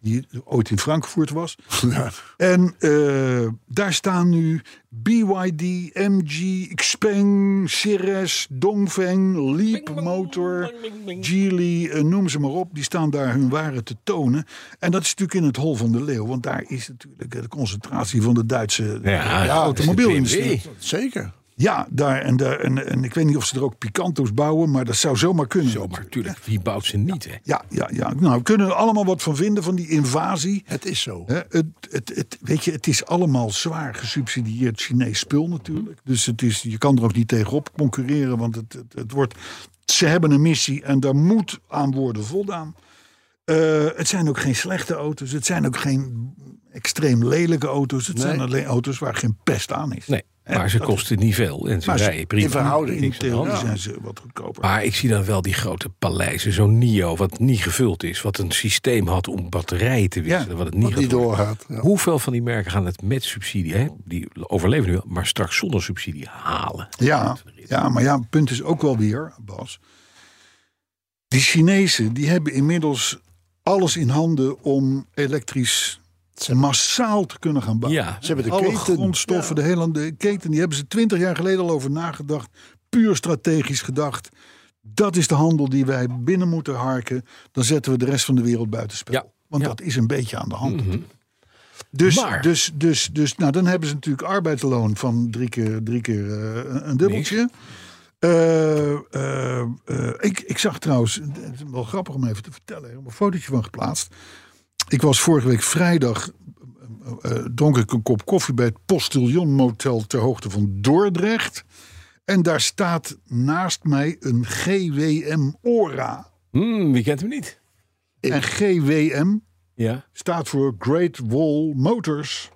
Speaker 2: Die ooit in Frankfurt was. En eh, daar staan nu BYD, MG, Xpeng, Ceres, Dongfeng, Leap Motor, Geely, eh, noem ze maar op. Die staan daar hun ware te tonen. En dat is natuurlijk in het hol van de leeuw. Want daar is natuurlijk de concentratie van de Duitse
Speaker 3: Ja,
Speaker 2: ja, automobielindustrie.
Speaker 3: BMW.
Speaker 5: Zeker.
Speaker 2: Ja, daar en, daar en, en ik weet niet of ze er ook Picanto's bouwen, maar dat zou zomaar kunnen.
Speaker 3: Maar natuurlijk, wie bouwt ze niet, hè?
Speaker 2: Ja, ja, ja. Nou, we kunnen er allemaal wat van vinden van die invasie.
Speaker 5: Het is zo.
Speaker 2: Hè, het, het, het, weet je, het is allemaal zwaar gesubsidieerd Chinees spul natuurlijk. Dus het is, je kan er ook niet tegenop concurreren, want het, het, het wordt, ze hebben een missie en daar moet aan worden voldaan. Eh, het zijn ook geen slechte auto's, het zijn ook geen extreem lelijke auto's. Het zijn alleen auto's waar geen pest aan is.
Speaker 3: Nee,
Speaker 2: Hè,
Speaker 3: maar ze
Speaker 2: dat-
Speaker 3: kosten niet veel en ze
Speaker 2: Maar ze-
Speaker 3: rijden prima.
Speaker 5: in verhouding.
Speaker 2: In
Speaker 3: Niks aan de hand.
Speaker 2: theorie zijn ze wat goedkoper.
Speaker 3: Maar ik zie dan wel die grote paleizen, zo'n NIO, wat niet gevuld is. Wat een systeem had om batterijen te wisselen, wat het niet
Speaker 5: Wat
Speaker 3: gaat
Speaker 5: niet
Speaker 3: worden.
Speaker 5: doorgaat. Ja.
Speaker 3: Hoeveel van die merken gaan het met subsidie, hè? die overleven nu wel, maar straks zonder subsidie halen?
Speaker 2: Ja, ja, maar ja, het punt is ook wel weer, Bas. Die Chinezen die hebben inmiddels alles in handen om elektrisch massaal te kunnen gaan bouwen.
Speaker 3: Ja,
Speaker 5: Ze hebben de
Speaker 2: Alle
Speaker 5: keten.
Speaker 2: grondstoffen, de hele de keten, die hebben ze twintig jaar geleden al over nagedacht. Puur strategisch gedacht. Dat is de handel die wij binnen moeten harken. Dan zetten we de rest van de wereld buitenspel.
Speaker 3: Ja,
Speaker 2: Want
Speaker 3: ja.
Speaker 2: dat is een beetje aan de hand. natuurlijk. Dus,
Speaker 3: Maar-
Speaker 2: dus, dus, dus nou, dan hebben ze natuurlijk arbeidsloon van drie keer, drie keer eh, een- een dubbeltje. Eh, eh, eh, ik, ik zag trouwens, het is wel grappig om even te vertellen, ik heb er een fotootje van geplaatst. Ik was vorige week vrijdag, eh, eh, dronk ik een kop koffie bij het Postillon Motel ter hoogte van Dordrecht. En daar staat naast mij een GWM Ora.
Speaker 3: Hmm, wie kent hem niet?
Speaker 2: En GWM
Speaker 3: Ja.
Speaker 2: staat voor Great Wall Motors.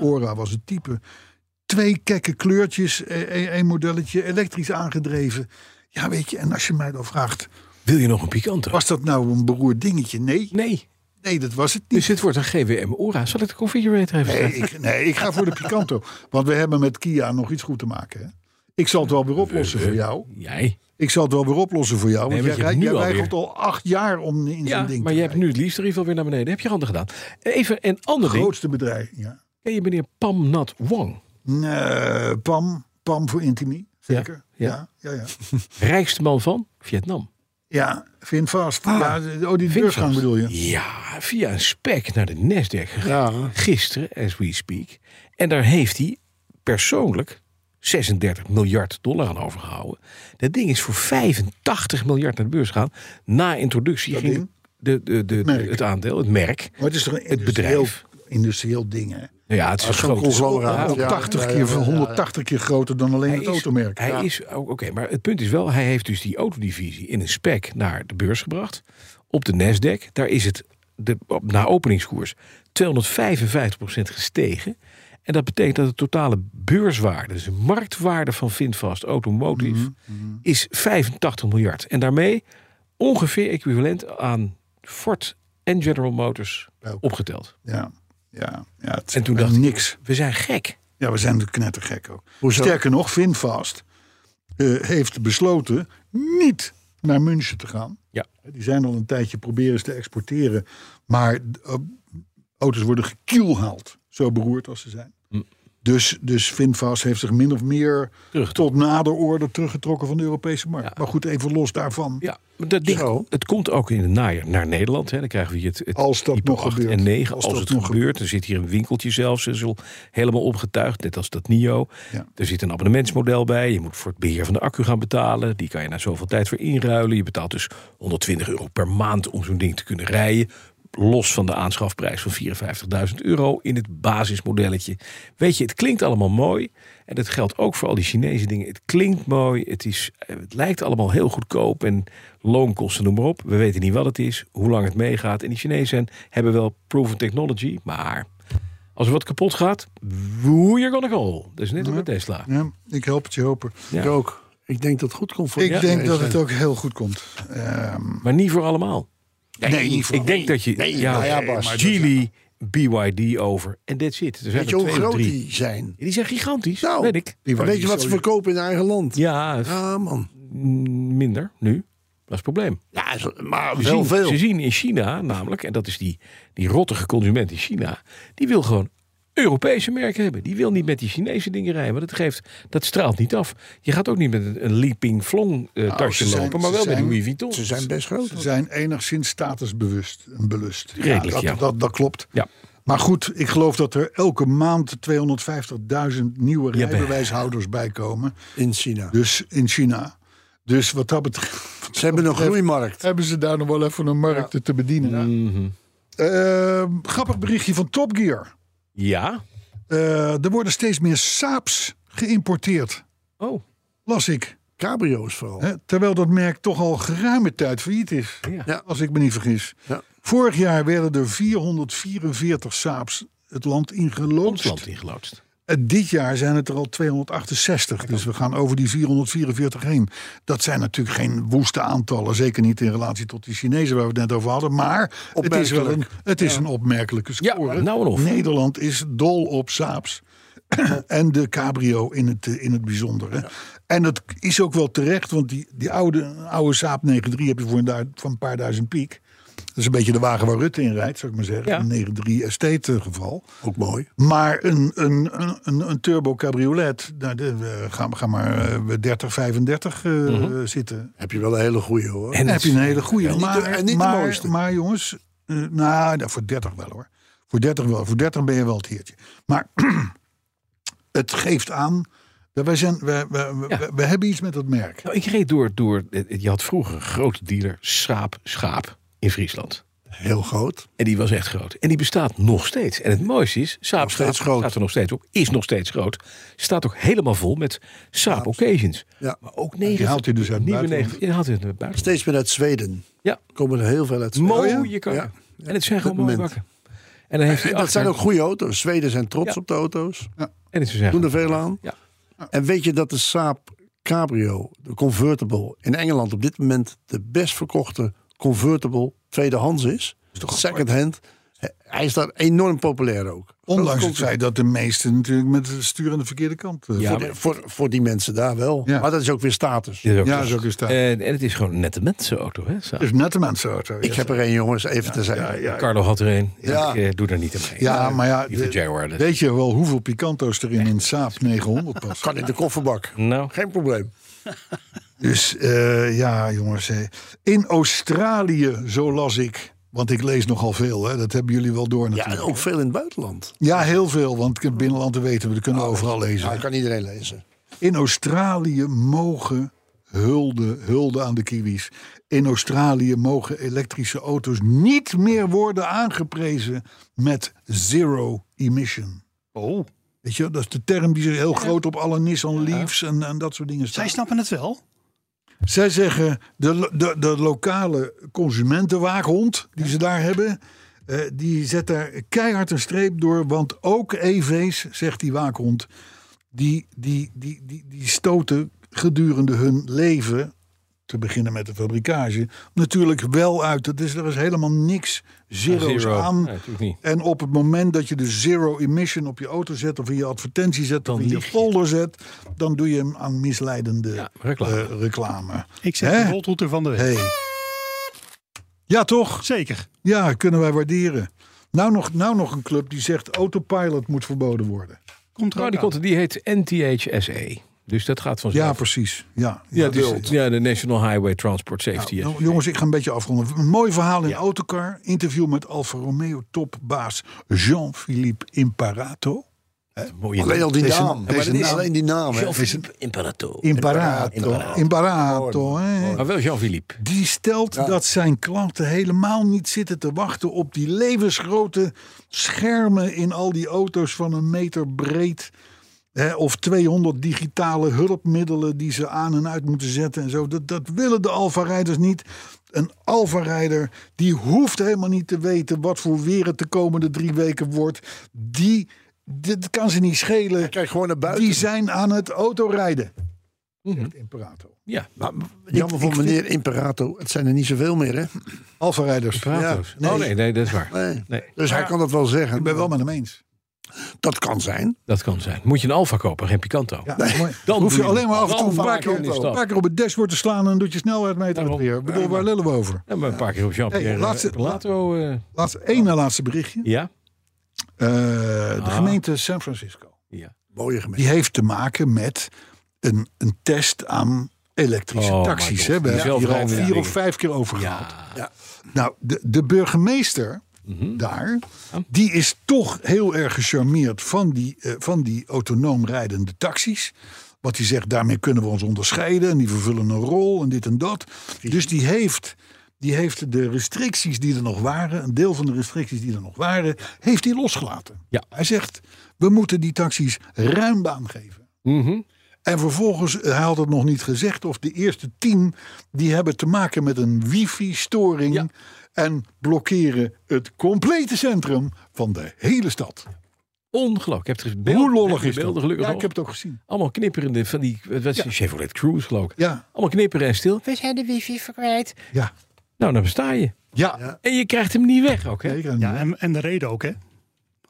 Speaker 2: Ora was het type. Twee kekke kleurtjes, één modelletje, elektrisch aangedreven. Ja, weet je, en als je mij dan vraagt,
Speaker 3: Wil je nog een Picanto?
Speaker 2: was dat nou een beroerd dingetje? Nee,
Speaker 3: Nee,
Speaker 2: nee, dat was het niet.
Speaker 3: dus dit wordt een GWM Ora. Zal ik de configurator even
Speaker 2: Nee
Speaker 3: zetten?
Speaker 2: ik, nee, ik ga voor de Picanto. Want we hebben met Kia nog iets goed te maken. Hè? Ik zal het wel weer oplossen voor jou.
Speaker 3: Jij?
Speaker 2: Ik zal het wel weer oplossen voor jou. Want
Speaker 3: want je
Speaker 2: jij,
Speaker 3: hebt
Speaker 2: jij
Speaker 3: nu alweer-
Speaker 2: weigert al acht jaar om in
Speaker 3: Ja,
Speaker 2: zo'n ding
Speaker 3: maar
Speaker 2: te
Speaker 3: je hebt nu het liefst er weer naar beneden. Heb je handen gedaan. Even een ander
Speaker 2: Het
Speaker 3: ding.
Speaker 2: grootste bedrijf. Ja.
Speaker 3: Ken je meneer Pam Nat Wang?
Speaker 2: Nee, Eh, Pam, Pam voor Intimie, zeker.
Speaker 3: ja.
Speaker 2: Ja, ja, ja.
Speaker 3: Rijkste man van Vietnam.
Speaker 2: Ja, vind vast. ja, oh, die
Speaker 3: Vindvast.
Speaker 2: deursgang bedoel je?
Speaker 3: Ah, Ja, via een spec naar de Nasdaq gegaan. Gisteren, as we speak. En daar heeft hij persoonlijk 36 miljard dollar aan overgehouden. Dat ding is voor 85 miljard naar de beurs gegaan. Na introductie ging
Speaker 2: ding?
Speaker 3: de, de, de,
Speaker 2: merk.
Speaker 3: het aandeel, het merk.
Speaker 2: Maar het is toch een
Speaker 3: Het
Speaker 2: industrieel,
Speaker 3: bedrijf.
Speaker 2: industrieel ding, hè?
Speaker 3: Nou ja, het is een
Speaker 5: zo'n
Speaker 3: grote-
Speaker 5: conglomeraat,
Speaker 3: Ja,
Speaker 5: ja.
Speaker 2: 80 keer,
Speaker 5: ja, ja,
Speaker 2: 180 keer groter dan alleen het
Speaker 3: is-
Speaker 2: automerk.
Speaker 3: Hij is, ook- oké, maar het punt is wel, hij heeft dus die autodivisie in een spec naar de beurs gebracht. Op de Nasdaq, daar is het de, op- na openingskoers 255% gestegen. En dat betekent dat de totale beurswaarde, dus de marktwaarde van Vindvast Automotive,
Speaker 2: Mhm,
Speaker 3: is 85 miljard. En daarmee ongeveer equivalent aan Ford en General Motors opgeteld.
Speaker 2: Ja, ja, ja. Het
Speaker 3: En toen
Speaker 2: is
Speaker 3: dacht ik-
Speaker 2: niks.
Speaker 3: We zijn gek.
Speaker 2: Ja, we zijn natuurlijk knettergek ook.
Speaker 5: Hoezo?
Speaker 2: Sterker nog, Finfast eh, heeft besloten niet naar München te gaan.
Speaker 3: Ja.
Speaker 2: Die zijn al een tijdje proberen ze te exporteren. Maar eh, auto's worden gekielhaald. Zo beroerd als ze zijn.
Speaker 3: Hm.
Speaker 2: Dus, dus Finfast heeft zich min of meer tot nader orde teruggetrokken van de Europese markt. Maar goed, even los daarvan.
Speaker 3: Ja, maar dat ding,
Speaker 5: Zo.
Speaker 3: het komt ook in het najaar naar Nederland. Hè. Dan krijgen we hier het, het
Speaker 2: Als dat
Speaker 3: type
Speaker 2: nog
Speaker 3: 8
Speaker 2: gebeurt.
Speaker 3: en 9.
Speaker 2: Als
Speaker 3: Als,
Speaker 2: dat
Speaker 3: het
Speaker 2: nog
Speaker 3: gebeurt, er zit hier een winkeltje zelfs. en zo helemaal opgetuigd, net als dat NIO.
Speaker 2: Ja.
Speaker 3: Er zit een abonnementsmodel bij. Je moet voor het beheer van de accu gaan betalen. Die kan je na zoveel tijd weer inruilen. Je betaalt dus 120 euro per maand om zo'n ding te kunnen rijden. los van de aanschafprijs van 54.000 euro in het basismodelletje. Weet je, het klinkt allemaal mooi. En dat geldt ook voor al die Chinese dingen. Het klinkt mooi, het, is, eh, het lijkt allemaal heel goedkoop en loonkosten, noem maar op. We weten niet wat het is, hoe lang het meegaat. En die Chinezen hebben wel proven technology, maar als er wat kapot gaat, we're gonna go. Dat is net als met Tesla.
Speaker 2: Ja, ik help het je hopen.
Speaker 3: Ja.
Speaker 5: Ik ook. Ik denk dat het goed komt voor
Speaker 2: Ik
Speaker 5: de
Speaker 2: denk dat
Speaker 5: Chinezen.
Speaker 2: het ook heel goed komt. Ehm,
Speaker 3: Maar niet voor allemaal.
Speaker 2: nee, niet voor
Speaker 3: Ik denk dat je
Speaker 5: Nee,
Speaker 3: ja,
Speaker 5: nou ja, Bas.
Speaker 3: Geely, BYD over en that's it. Er zijn
Speaker 5: Weet je
Speaker 3: er
Speaker 5: hoe
Speaker 3: twee of
Speaker 5: groot
Speaker 3: drie.
Speaker 5: die zijn?
Speaker 3: Die zijn gigantisch,
Speaker 5: Nou, Ah.
Speaker 3: weet ik.
Speaker 2: die waren
Speaker 5: Weet je wat ze
Speaker 2: sowieso-
Speaker 5: verkopen in eigen land?
Speaker 3: Ja, het is
Speaker 5: Ja, man.
Speaker 3: minder nu. Dat is het probleem.
Speaker 5: Ja, zo- maar
Speaker 3: We
Speaker 5: wel
Speaker 3: zien,
Speaker 5: veel.
Speaker 3: ze zien in China namelijk, en dat is die, die rottige consument in China, die wil gewoon Europese merken hebben. Die wil niet met die Chinese dingen rijden, want dat, geeft, dat straalt niet af. Je gaat ook niet met een, een Leaping Flong eh, tasje
Speaker 2: ze zijn-
Speaker 3: lopen, maar
Speaker 2: ze
Speaker 3: wel met
Speaker 2: zijn-
Speaker 3: Louis Vuitton.
Speaker 5: Ze zijn best groot.
Speaker 2: Ze zijn enigszins statusbewust en belust.
Speaker 3: Redelijk,
Speaker 2: dat,
Speaker 3: ja.
Speaker 2: Dat, dat klopt.
Speaker 3: Ja.
Speaker 2: Maar goed, ik geloof dat er elke maand 250.000 nieuwe
Speaker 3: Ja, bij-
Speaker 2: rijbewijshouders bij komen.
Speaker 5: In China.
Speaker 2: Dus in China. Dus wat dat betreft
Speaker 5: Ze hebben een groeimarkt.
Speaker 2: hebben ze daar nog wel even een markt te bedienen.
Speaker 3: Mhm.
Speaker 2: Eh, grappig berichtje van Top Gear.
Speaker 3: Ja.
Speaker 2: Eh, er worden steeds meer Saabs geïmporteerd,
Speaker 3: Oh,
Speaker 2: las ik.
Speaker 5: Cabrio's vooral.
Speaker 2: Hè, terwijl dat merk toch al geruime tijd failliet is.
Speaker 3: Ja.
Speaker 5: Ja.
Speaker 2: Als ik me niet vergis.
Speaker 5: Ja.
Speaker 2: Vorig jaar werden er 444 Saabs het land
Speaker 3: ons land
Speaker 2: ingeloodst.
Speaker 3: ingeloodst.
Speaker 2: En Eh, dit jaar zijn het er al 268. Dus we gaan over die 444 heen. Dat zijn natuurlijk geen woeste aantallen. Zeker niet in relatie tot die Chinezen waar we het net over hadden. Maar het is wel een, het is een opmerkelijke
Speaker 3: Ja,
Speaker 2: score.
Speaker 3: nou en of.
Speaker 2: Nederland is dol op Saabs. en de cabrio in het, eh, in het bijzondere. En dat is ook wel terecht, want die, die oude, oude Saab 93 heb je voor een, duid- van een paar duizend piek. Dat is een beetje de wagen waar Rutte in rijdt, zou ik maar zeggen.
Speaker 3: Ja.
Speaker 2: Een 93 Estate eh, geval.
Speaker 5: Ook mooi.
Speaker 2: Maar een, een, een, een, een turbo cabriolet, nou, de, we gaan, gaan maar eh, 30, 35 eh, zitten.
Speaker 5: Mhm. Heb je wel een hele goede hoor.
Speaker 3: En
Speaker 2: Dan heb
Speaker 3: het-
Speaker 2: je een hele goede.
Speaker 5: niet de-
Speaker 2: maar,
Speaker 5: en niet de
Speaker 2: maar,
Speaker 5: mooiste.
Speaker 2: Maar jongens, eh, nou, nou, voor 30 wel hoor. Voor 30 wel. Voor 30 ben je wel het heertje. Maar het geeft aan. dat Wij zijn, we, we, we,
Speaker 3: Ja.
Speaker 2: we- we hebben iets met dat merk.
Speaker 3: Nou, ik reed door, door. Je had vroeger een grote dealer, Saap Schaap, in Friesland.
Speaker 5: Heel groot.
Speaker 3: En die was echt groot. En die bestaat nog steeds. En het mooiste is, Saap Schaap
Speaker 5: steeds groot.
Speaker 3: staat er nog steeds op. Is nog steeds groot. Staat ook helemaal vol met Saap Occasions.
Speaker 5: Ja.
Speaker 3: Maar ook 90.
Speaker 2: Die haalt hij dus uit het
Speaker 3: nieuwe
Speaker 2: buitenland.
Speaker 3: 90. Ja, haalt hij uit het buitenland.
Speaker 5: Steeds meer uit Zweden.
Speaker 3: Ja.
Speaker 5: Komen er heel veel uit Zweden.
Speaker 3: Mooie
Speaker 5: Oh ja?
Speaker 3: karren.
Speaker 5: Ja.
Speaker 3: En het zijn gewoon
Speaker 5: Op
Speaker 3: mooie
Speaker 5: dit
Speaker 3: bakken. En dan heeft hij
Speaker 5: En dat
Speaker 3: achter-
Speaker 5: zijn ook goede auto's. Zweden zijn trots
Speaker 3: Ja.
Speaker 5: op de auto's.
Speaker 3: En ze zeggen,
Speaker 5: Doen er veel aan.
Speaker 3: Ja.
Speaker 5: En weet je dat de Saab Cabrio, de convertible, in Engeland op dit moment de best verkochte convertible tweedehands is? Second hand. Hij is daar enorm populair ook.
Speaker 2: Ondanks
Speaker 5: Grote
Speaker 2: het feit dat de meesten natuurlijk met het stuur aan de verkeerde kant. eh,
Speaker 3: Ja,
Speaker 5: Voor, de- voor, voor die mensen daar wel.
Speaker 2: Ja.
Speaker 5: Maar dat is ook weer status.
Speaker 3: dit is ook
Speaker 2: ja
Speaker 3: zo.
Speaker 2: zo is dat.
Speaker 3: en, en het is gewoon een nette mensenauto. Hè, Saab.
Speaker 2: dus net een mensenauto.
Speaker 5: Ik heb er een, jongens, even te zeggen.
Speaker 2: ja, ja,
Speaker 3: Carlo had er een.
Speaker 5: Ja.
Speaker 3: Ik eh, doe daar niet aan mee.
Speaker 2: Ja, maar ja,
Speaker 3: Die van
Speaker 2: de-
Speaker 3: Jaguar. dat-
Speaker 2: weet je wel hoeveel Picanto's er in een Saab 900 past?
Speaker 5: Kan in de kofferbak.
Speaker 3: Nou,
Speaker 5: Geen probleem.
Speaker 2: Dus eh, ja, jongens. eh, In Australië, zo las ik. Want ik lees nogal veel, hè, dat hebben jullie wel door
Speaker 5: Ja, en
Speaker 2: natuurlijk. Ja,
Speaker 5: ook veel in het buitenland.
Speaker 2: heel veel, want in binnenlanden weten we, dat kunnen we overal lezen.
Speaker 5: Ja, Nou, dat kan iedereen lezen.
Speaker 2: In Australië mogen hulde, hulde aan de kiwis. In Australië mogen elektrische auto's niet meer worden aangeprezen met zero emission.
Speaker 4: Oh.
Speaker 2: Weet je, dat is de term die ze heel groot op alle Nissan Leafs en, en dat soort dingen staat.
Speaker 4: Zij snappen het wel.
Speaker 2: Zij zeggen, de, lo- de, de lokale consumentenwaakhond die ze daar hebben... eh, die zet daar keihard een streep door. Want ook EV's, zegt die waakhond... die, die, die, die, die stoten gedurende hun leven... te beginnen met de fabrikage... natuurlijk wel uit. Dus er is helemaal niks zero's
Speaker 3: zero.
Speaker 2: aan...
Speaker 3: Nee, natuurlijk niet.
Speaker 2: En op het moment dat je de zero emission op je auto zet, of in je advertentie zet,
Speaker 3: Dan
Speaker 2: of in je
Speaker 3: lieg je.
Speaker 2: folder zet, dan doe je hem aan misleidende
Speaker 3: Ja, reclame.
Speaker 2: eh, reclame.
Speaker 4: Ik zeg
Speaker 2: Hè?
Speaker 4: de roltoeter van de week.
Speaker 2: Hey. Ja, toch?
Speaker 4: Zeker.
Speaker 2: Ja, kunnen wij waarderen. Nou nog, nou nog een club die zegt autopilot moet verboden worden.
Speaker 4: Komt er
Speaker 3: Nou,
Speaker 4: ook
Speaker 3: die,
Speaker 4: aan.
Speaker 3: komt, die heet NTHSE. Dus dat gaat vanzelf.
Speaker 2: Ja, precies. Ja,
Speaker 3: Ja, dus- het is-
Speaker 2: wild.
Speaker 3: ja, de National Highway Transport Safety.
Speaker 2: Nou,
Speaker 3: Act.
Speaker 2: jongens, ik ga een beetje afronden. Een mooi verhaal in
Speaker 3: Ja.
Speaker 2: Autocar. Interview met Alfa Romeo topbaas Jean-Philippe Imparato.
Speaker 3: Mooie
Speaker 5: Alleen al die
Speaker 2: Deze-
Speaker 5: naam.
Speaker 2: deze
Speaker 5: Maar dat is
Speaker 2: naam-
Speaker 5: alleen die naam. hè.
Speaker 3: Jean-Philippe Imperato.
Speaker 2: Imparato. Imparato. hè.
Speaker 3: Maar Ah, wel Jean-Philippe.
Speaker 2: Die stelt dat zijn klanten helemaal niet zitten te wachten op die levensgrote schermen in al die auto's van een meter breed. Hè, of 200 digitale hulpmiddelen die ze aan en uit moeten zetten en zo. Dat, dat willen de Alfa-rijders niet. Een Alfa-rijder die hoeft helemaal niet te weten wat voor weer het de komende drie weken wordt. Die, dit kan ze niet schelen.
Speaker 5: Kijk gewoon naar buiten.
Speaker 2: Die zijn aan het autorijden. Zegt Imperato.
Speaker 3: Ja,
Speaker 5: Maar jammer voor meneer Imperato. Het zijn er niet zoveel meer, hè?
Speaker 2: Alfa-rijders.
Speaker 3: Prato's.
Speaker 2: Ja, nee.
Speaker 3: Oh nee, nee, dat is waar.
Speaker 5: Nee.
Speaker 3: Nee.
Speaker 5: Dus hij kan dat wel zeggen.
Speaker 2: Ik ben wel met hem eens.
Speaker 5: Dat kan zijn.
Speaker 3: Dat kan zijn. Moet je een Alfa kopen, geen Picanto.
Speaker 2: Ja,
Speaker 5: Nee.
Speaker 2: mooi.
Speaker 3: Dan
Speaker 2: Dan hoef je
Speaker 3: doe je
Speaker 2: alleen maar af en
Speaker 3: wel
Speaker 2: toe een
Speaker 3: vaak
Speaker 2: paar keer,
Speaker 3: in de stad.
Speaker 2: een paar keer op het dashboard te slaan en dan doet je snelheid het
Speaker 3: Daarom.
Speaker 2: weer. Ik bedoel, waar lullen we over?
Speaker 3: En maar een paar keer op
Speaker 2: Hey,
Speaker 3: Jean-Pierre
Speaker 2: laatste-
Speaker 3: hey, Lato. eh,
Speaker 2: Laatste, één na laatste berichtje.
Speaker 3: ja? Ah.
Speaker 2: Eh, de gemeente San Francisco.
Speaker 3: Ja.
Speaker 5: Mooie gemeente.
Speaker 2: Die heeft te maken met een, een test aan elektrische
Speaker 3: Oh, my
Speaker 2: taxis.
Speaker 3: God.
Speaker 2: Hè? We
Speaker 3: Die
Speaker 2: hebben hier al
Speaker 3: zelfrijdende
Speaker 2: vier of
Speaker 3: dingen.
Speaker 2: vijf keer over gehad.
Speaker 3: Ja.
Speaker 2: Nou, de, de burgemeester
Speaker 3: Mhm.
Speaker 2: daar, die is toch heel erg gecharmeerd van die, eh, van die autonoom rijdende taxis. Wat hij zegt, daarmee kunnen we ons onderscheiden en die vervullen een rol en dit en dat. Dus die heeft, die heeft de restricties die er nog waren, een deel van de restricties die er nog waren, heeft hij losgelaten.
Speaker 3: Ja.
Speaker 2: Hij zegt, we moeten die taxis ruim baan geven.
Speaker 3: Mhm.
Speaker 2: En vervolgens, eh, hij had het nog niet gezegd, of de eerste tien die hebben te maken met een wifi-storing.
Speaker 3: Ja.
Speaker 2: En blokkeren het complete centrum van de hele stad.
Speaker 3: Ongelooflijk. Ik heb het beeld,
Speaker 2: Hoe lollig
Speaker 3: heb
Speaker 2: is
Speaker 3: de beelden
Speaker 2: dat?
Speaker 3: gelukkig
Speaker 2: ja,
Speaker 3: nog.
Speaker 2: ik heb het ook gezien.
Speaker 3: Allemaal knipperende van die wat was het? Chevrolet Cruze geloof ik.
Speaker 2: Ja,
Speaker 3: Allemaal knipperen en stil. We zijn de wifi verkwijt.
Speaker 2: ja,
Speaker 3: Nou, dan besta je.
Speaker 2: ja.
Speaker 3: En je krijgt hem niet weg ook, hè?
Speaker 2: Zeker.
Speaker 4: Ja,
Speaker 2: Ja,
Speaker 4: en, en de reden ook, hè?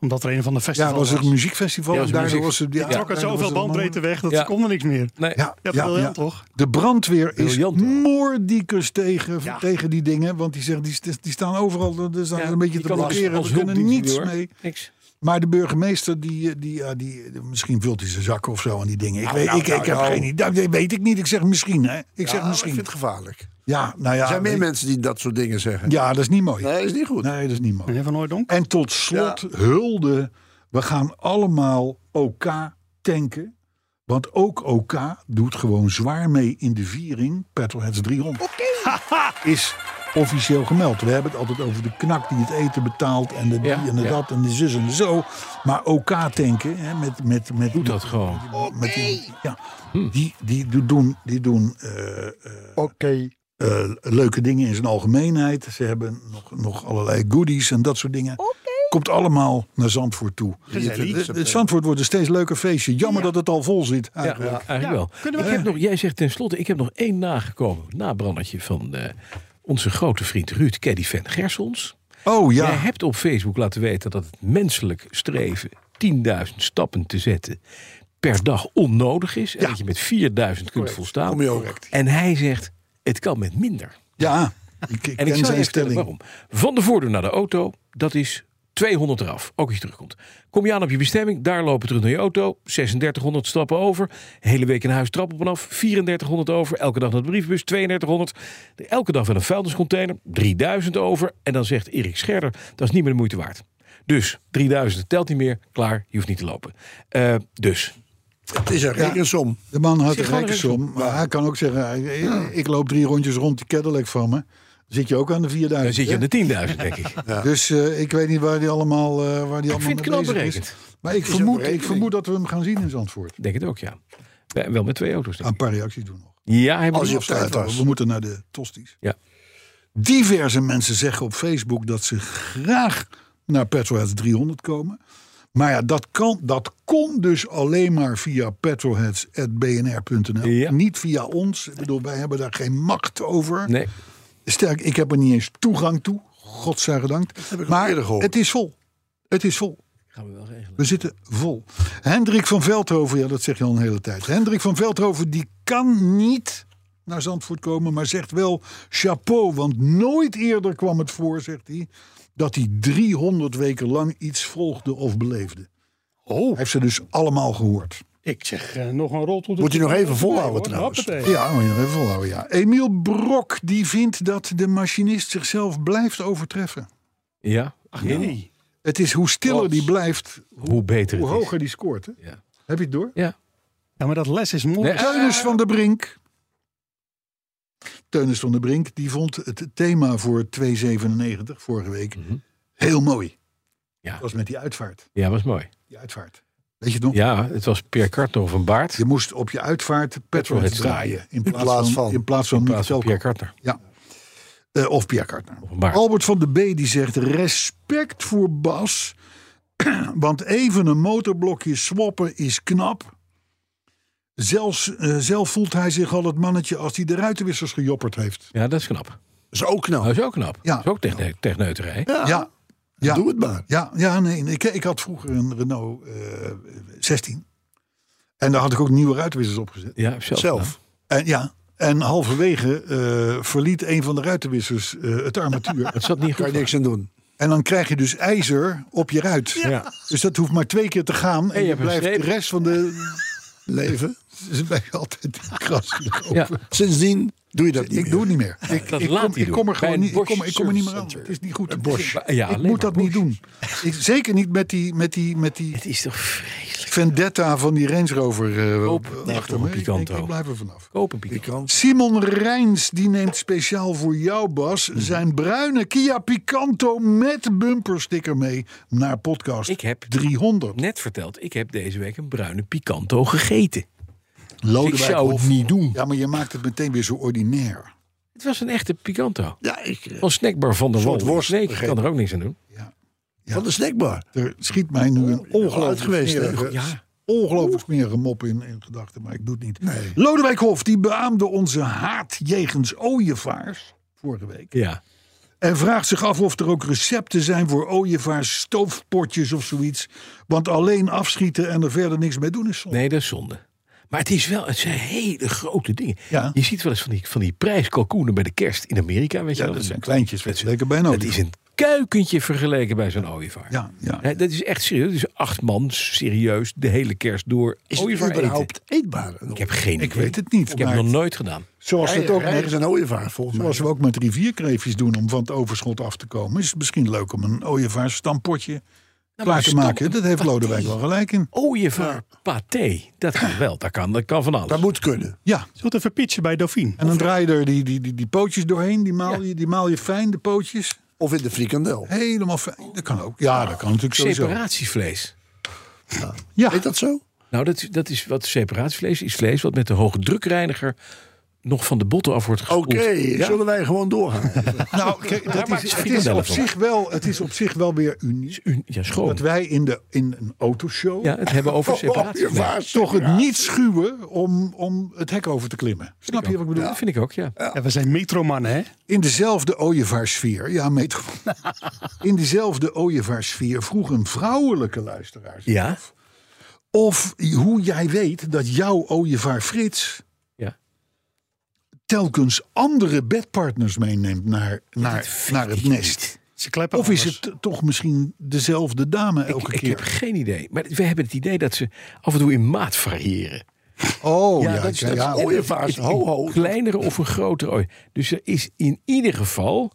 Speaker 4: Omdat er een van de
Speaker 2: ja,
Speaker 4: festivals
Speaker 2: het was het
Speaker 4: was.
Speaker 2: muziekfestival.
Speaker 3: Ja,
Speaker 2: Ja,
Speaker 3: het was
Speaker 2: daar
Speaker 3: muziek-
Speaker 2: was het, ja,
Speaker 3: Ja.
Speaker 2: daar
Speaker 4: Trok uit
Speaker 2: was
Speaker 4: zoveel
Speaker 2: het
Speaker 4: bandbreedte weg, dat
Speaker 3: Ja.
Speaker 4: kon er niks meer.
Speaker 3: Nee.
Speaker 2: Ja,
Speaker 4: Ja,
Speaker 2: ja,
Speaker 4: briljant
Speaker 2: ja.
Speaker 4: toch?
Speaker 2: De brandweer is
Speaker 3: Briljant, hoor.
Speaker 2: moordicus tegen,
Speaker 4: Ja.
Speaker 2: tegen die dingen. Want die, zeggen, die, die staan overal dus die staan
Speaker 3: Ja,
Speaker 2: een beetje
Speaker 3: die
Speaker 2: te
Speaker 3: kan als-
Speaker 2: blokkeren.
Speaker 3: als
Speaker 2: We kunnen
Speaker 3: hulpdienst
Speaker 2: niets
Speaker 3: niet, hoor.
Speaker 2: mee.
Speaker 3: Niks.
Speaker 2: Maar de burgemeester, die, eh, die, ja, die, misschien vult hij zijn zakken of zo aan die dingen.
Speaker 5: Nou,
Speaker 2: Ik, weet, ik, ik heb geen idee. Dat weet ik niet. Ik zeg misschien. Hè. Ik
Speaker 5: Ja,
Speaker 2: zeg
Speaker 5: maar Ik
Speaker 2: misschien.
Speaker 5: vind het gevaarlijk. Er
Speaker 2: Ja, nou ja.
Speaker 5: zijn meer
Speaker 2: weet-
Speaker 5: mensen die dat soort dingen zeggen.
Speaker 2: Ja, dat is niet mooi.
Speaker 5: Nee, is niet goed.
Speaker 2: Nee, dat is niet mooi.
Speaker 4: Meneer Van Hooijdonk?
Speaker 2: En tot slot, hulde. We gaan allemaal OK tanken. Want ook OK doet gewoon zwaar mee in de viering. Petrolheads 300. Haha, is officieel gemeld. We hebben het altijd over de knak die het eten betaalt. En de die
Speaker 3: Ja,
Speaker 2: en de
Speaker 3: ja.
Speaker 2: dat en de zus en de zo. Maar OK tanken hè, met, met, met,
Speaker 3: Doe dat gewoon. Hm.
Speaker 2: met die, ja, die, die do- doen, die doen eh, eh,
Speaker 5: Oké.
Speaker 2: eh, leuke dingen in zijn algemeenheid. Ze hebben nog, nog allerlei goodies en dat soort dingen. Komt allemaal naar Zandvoort toe. Het- het Zandvoort wordt een steeds leuker feestje. Jammer dat het al vol zit.
Speaker 3: Ja,
Speaker 2: eigenlijk.
Speaker 3: eigenlijk wel. Ik heb nog, jij zegt tenslotte, ik heb nog één nagekomen. Nabrandertje van eh, onze grote vriend Ruud Caddy van Gersons.
Speaker 2: Oh ja.
Speaker 3: Jij hebt op Facebook laten weten dat het menselijk streven 10.000 stappen te zetten per dag onnodig is. En dat je met 4.000 kunt volstaan.
Speaker 5: Kom je ook.
Speaker 3: En hij zegt, het kan met minder.
Speaker 2: ja. Ik, ik
Speaker 3: En ik
Speaker 2: ken
Speaker 3: zal
Speaker 2: zijn
Speaker 3: je vertellen
Speaker 2: stelling.
Speaker 3: waarom. Van de voordeur naar de auto, dat is 200 eraf, ook als je terugkomt. Kom je aan op je bestemming, daar lopen terug naar je auto, 3600 stappen over, hele week in huis trap op en af, 3400 over, elke dag naar de brievenbus, 3200, elke dag wel een vuilniscontainer, 3000 over, en dan zegt Erik Scherder, dat is niet meer de moeite waard. Dus 3000 telt niet meer, klaar, je hoeft niet te lopen. Eh, dus,
Speaker 5: Het is een rekensom.
Speaker 2: De man had een
Speaker 3: gewoon
Speaker 2: rijke
Speaker 3: een
Speaker 2: som. Maar hij kan ook zeggen, hij- ik- ik loop drie rondjes rond die Cadillac van me. Zit je ook aan de 4000.
Speaker 3: dan zit je
Speaker 2: hè?
Speaker 3: aan de 10.000, denk ik.
Speaker 2: Dus eh, ik weet niet waar die allemaal, eh, waar die allemaal
Speaker 3: vind het
Speaker 2: mee bezig
Speaker 3: knap
Speaker 2: is.
Speaker 3: berekend.
Speaker 2: Maar ik
Speaker 5: een
Speaker 2: vermoed, ik
Speaker 5: berekening.
Speaker 2: vermoed dat we hem gaan zien in Zandvoort.
Speaker 3: Denk het ook, ja. Bij- Wel met twee auto's, denk
Speaker 2: Een
Speaker 3: ik.
Speaker 2: paar reacties doen nog.
Speaker 3: Ja, hij moet-
Speaker 5: Ah. Als je op tijd
Speaker 2: Sluiten we.
Speaker 5: was.
Speaker 2: We moeten naar de tosties.
Speaker 3: Ja.
Speaker 2: Diverse mensen zeggen op Facebook dat ze graag naar Petrolheads 300 komen. Maar ja, dat, kan, dat kon dus alleen maar via petrolheads.bnr.nl.
Speaker 3: Ja.
Speaker 2: Niet via ons. Ik bedoel, wij hebben daar geen macht over.
Speaker 3: Nee,
Speaker 2: Sterk, ik heb er niet eens toegang toe. Godzijdank.
Speaker 5: heb ik al
Speaker 2: Maar
Speaker 5: eerder gehoord.
Speaker 2: het is vol. Het is vol.
Speaker 3: gaan we wel regelen.
Speaker 2: We zitten vol. Hendrik van Veldhoven, ja, dat zeg je al een hele tijd. Hendrik van Veldhoven, die kan niet naar Zandvoort komen, maar zegt wel chapeau. Want nooit eerder kwam het voor, zegt hij, dat hij 300 weken lang iets volgde of beleefde. Oh. Hij heeft ze dus allemaal gehoord.
Speaker 4: Ik zeg eh, nog een rol tot
Speaker 5: Moet je nog even volhouden trouwens.
Speaker 2: Ja, moet je nog even volhouden, ja. Emiel Brok, die vindt dat de machinist zichzelf blijft overtreffen.
Speaker 3: Ja.
Speaker 4: Nee.
Speaker 2: Het is hoe stiller die blijft,
Speaker 3: Hoe beter
Speaker 2: hoe
Speaker 3: het is.
Speaker 2: hoger die scoort. Hè?
Speaker 3: Ja.
Speaker 2: Heb je het door?
Speaker 3: Ja.
Speaker 4: Ja, maar dat les is mooi.
Speaker 3: Nee, eh,
Speaker 2: Teunus van der Brink. Teunus van der Brink die vond het thema voor 297 vorige week
Speaker 3: Mhm.
Speaker 2: heel mooi.
Speaker 3: Ja.
Speaker 2: Dat was met die uitvaart.
Speaker 3: ja, was mooi.
Speaker 2: Die uitvaart. Weet je het nog?
Speaker 3: Ja, het was Pierre Kartner van Baart.
Speaker 2: Je moest op je uitvaart petrolheads
Speaker 3: Petrolheads
Speaker 2: draaien. In plaats,
Speaker 5: plaats
Speaker 2: van,
Speaker 5: van-
Speaker 2: In plaats van,
Speaker 3: in plaats van
Speaker 2: Nick
Speaker 3: Pierre
Speaker 2: Velkamp.
Speaker 3: Kartner.
Speaker 2: Eh, of Pierre Kartner.
Speaker 3: Of Baart.
Speaker 2: Albert van de B die zegt respect voor Bas. Want even een motorblokje swappen is knap. Zelfs, eh, zelf voelt hij zich al het mannetje als hij de ruitenwissers gejopperd heeft.
Speaker 3: Ja, dat is knap.
Speaker 5: is ook knap.
Speaker 3: Dat is ook knap.
Speaker 2: Ja.
Speaker 3: Dat is ook techne techneuterij.
Speaker 5: Ja,
Speaker 2: Ja, ja.
Speaker 5: Ah, doe het maar.
Speaker 2: ja, ja nee. nee. Ik, ik had vroeger een Renault eh, 16. En daar had ik ook nieuwe ruitenwissers op gezet.
Speaker 3: Ja, zelf.
Speaker 5: Zelf.
Speaker 2: En, ja, en halverwege eh, verliet een van de ruitenwissers eh, het armatuur.
Speaker 3: Dat zat niet
Speaker 5: Kan
Speaker 3: goed.
Speaker 5: je niks aan doen.
Speaker 2: en dan krijg je dus ijzer op je ruit.
Speaker 3: Ja.
Speaker 2: Dus dat hoeft maar twee keer te gaan. En,
Speaker 3: je
Speaker 2: je
Speaker 3: hebt een
Speaker 2: blijft de
Speaker 3: streep.
Speaker 2: rest van de leven. Ze blijven altijd in het gras lopen.
Speaker 3: Ja.
Speaker 5: Sindsdien doe je dat niet
Speaker 2: Ik doe het niet meer. Ik,
Speaker 3: Dat
Speaker 2: ik,
Speaker 3: laat
Speaker 2: kom,
Speaker 3: hij
Speaker 2: ik
Speaker 3: doen.
Speaker 2: kom er
Speaker 3: Bij
Speaker 2: gewoon
Speaker 3: een
Speaker 2: niet, ik
Speaker 3: Bosch
Speaker 2: kom, ik kom er niet meer aan.
Speaker 3: Service
Speaker 2: Het
Speaker 3: Center.
Speaker 2: is niet goed.
Speaker 3: Bosch.
Speaker 2: Ik,
Speaker 3: Ja, alleen
Speaker 2: moet
Speaker 3: maar
Speaker 2: dat niet doen. Ik, zeker niet met die, met die, met die
Speaker 3: Het is toch vreselijk.
Speaker 2: vendetta van die Range Rover eh
Speaker 3: Koop het echt
Speaker 2: achter
Speaker 3: nog
Speaker 2: me.
Speaker 3: een
Speaker 2: Ik, denk,
Speaker 3: Picanto.
Speaker 2: ik blijf er vanaf.
Speaker 3: Kopen, Pieter.
Speaker 2: Simon Rijns die neemt speciaal voor jou Bas
Speaker 3: Mhm.
Speaker 2: zijn bruine Kia Picanto met bumpersticker mee naar podcast
Speaker 3: Ik heb
Speaker 2: 300.
Speaker 3: net verteld, ik heb deze week een bruine Picanto gegeten.
Speaker 2: Lodewijk
Speaker 3: Ik zou het
Speaker 2: Hof.
Speaker 3: niet doen.
Speaker 2: Ja, maar je maakt het meteen weer zo ordinair.
Speaker 3: Het was een echte Picanto.
Speaker 5: Ja, ik, eh,
Speaker 3: Van snackbar van de
Speaker 5: soort
Speaker 3: Wal.
Speaker 5: worst,
Speaker 3: Nee, ik
Speaker 5: begrepen.
Speaker 3: kan er ook niks aan doen.
Speaker 5: van de snackbar.
Speaker 2: Er schiet mij nu een ongelooflijk
Speaker 5: uit geweest, hè?
Speaker 2: smerige,
Speaker 3: Ja.
Speaker 2: ongelooflijk smerige mop in, in gedachten, maar ik doe het niet. Lodewijk Hof die beaamde onze haat jegens ooievaars vorige week.
Speaker 3: Ja.
Speaker 2: En vraagt zich af of er ook recepten zijn voor ooievaars, stoofpotjes of zoiets. Want alleen afschieten en er verder niks mee doen is zonde.
Speaker 3: Nee, dat is zonde. Maar het, is wel, het zijn hele grote dingen.
Speaker 2: Ja.
Speaker 3: Je ziet wel eens van die, van die prijskalkoenen bij de kerst in Amerika. Weet je
Speaker 2: ja,
Speaker 3: wel?
Speaker 2: dat zijn
Speaker 3: Het-
Speaker 2: kleintjes. weet je, Lekker bijna.
Speaker 3: Het is een kuikentje vergeleken bij zo'n ooievaar.
Speaker 2: Ja, ja.
Speaker 3: Hè, dat is echt serieus. Dat is acht man serieus de hele kerst door
Speaker 5: Is het
Speaker 3: ooievaar eten.
Speaker 5: überhaupt eetbaar?
Speaker 3: Ik heb geen
Speaker 2: Ik
Speaker 3: idee.
Speaker 2: weet het niet.
Speaker 3: Ik heb het
Speaker 2: maar
Speaker 3: nog nooit gedaan.
Speaker 2: zoals, het ook met,
Speaker 5: nergens een ooievaar volgens mij.
Speaker 2: zoals we ook met rivierkreefjes doen om van het overschot af te komen. Is het misschien leuk om een ooievaarsstampotje klaar te
Speaker 3: stamp-
Speaker 2: maken. Dat heeft Lodewijk wel gelijk in.
Speaker 3: Ooievaar paté. Dat kan wel. Dat kan, dat kan van alles.
Speaker 5: Dat moet kunnen.
Speaker 2: Ja.
Speaker 4: Zult even pitchen bij Dauphine.
Speaker 2: En dan draai je er die, die, die, die pootjes doorheen. Die maal, je, die maal je fijn, de pootjes.
Speaker 5: Of in de frikandel.
Speaker 2: Helemaal fijn. Dat kan ook. Ja, dat kan natuurlijk sowieso.
Speaker 3: Separatievlees.
Speaker 2: Ja.
Speaker 5: Heet dat zo?
Speaker 3: Nou, dat, dat is wat separatievlees is. Vlees wat met de hoge drukreiniger nog van de botten af wordt gespoeld.
Speaker 5: Oké,
Speaker 3: Ja.
Speaker 5: zullen wij gewoon doorgaan?
Speaker 2: Nou, kijk, dat
Speaker 3: maak
Speaker 2: is,
Speaker 3: je
Speaker 2: het, is
Speaker 3: frikandellen
Speaker 2: op
Speaker 3: van.
Speaker 2: zich wel, het is op zich wel weer uniek.
Speaker 3: U- Ja, schoon.
Speaker 2: Dat wij in, de, in een autoshow
Speaker 3: Ja, het hebben over separatie.
Speaker 2: toch het niet schuwen om, om het hek over te klimmen. Snap je wat ik bedoel?
Speaker 3: Dat vind ik ook, ja.
Speaker 4: Ja, we zijn metromannen, hè?
Speaker 2: In dezelfde ooievaarssfeer, ja, metro. in dezelfde ooievaarssfeer vroeg een vrouwelijke luisteraar. zich
Speaker 3: Ja.
Speaker 2: af Of hoe jij weet dat jouw ooievaar Frits
Speaker 3: Ja.
Speaker 2: telkens andere bedpartners meeneemt naar, naar, naar het nest.
Speaker 4: Ze kleppen
Speaker 2: Of is
Speaker 4: anders.
Speaker 2: het toch misschien dezelfde dame elke
Speaker 3: Ik
Speaker 2: keer?
Speaker 3: heb geen idee. Maar we hebben het idee dat ze af en toe in maat variëren.
Speaker 2: Oh, ja, ja,
Speaker 3: dat is- dat is-
Speaker 2: ja,
Speaker 3: en-
Speaker 5: ooievaars,
Speaker 3: een
Speaker 5: ho, ho.
Speaker 3: Kleinere of een grotere ooi. Dus er is in ieder geval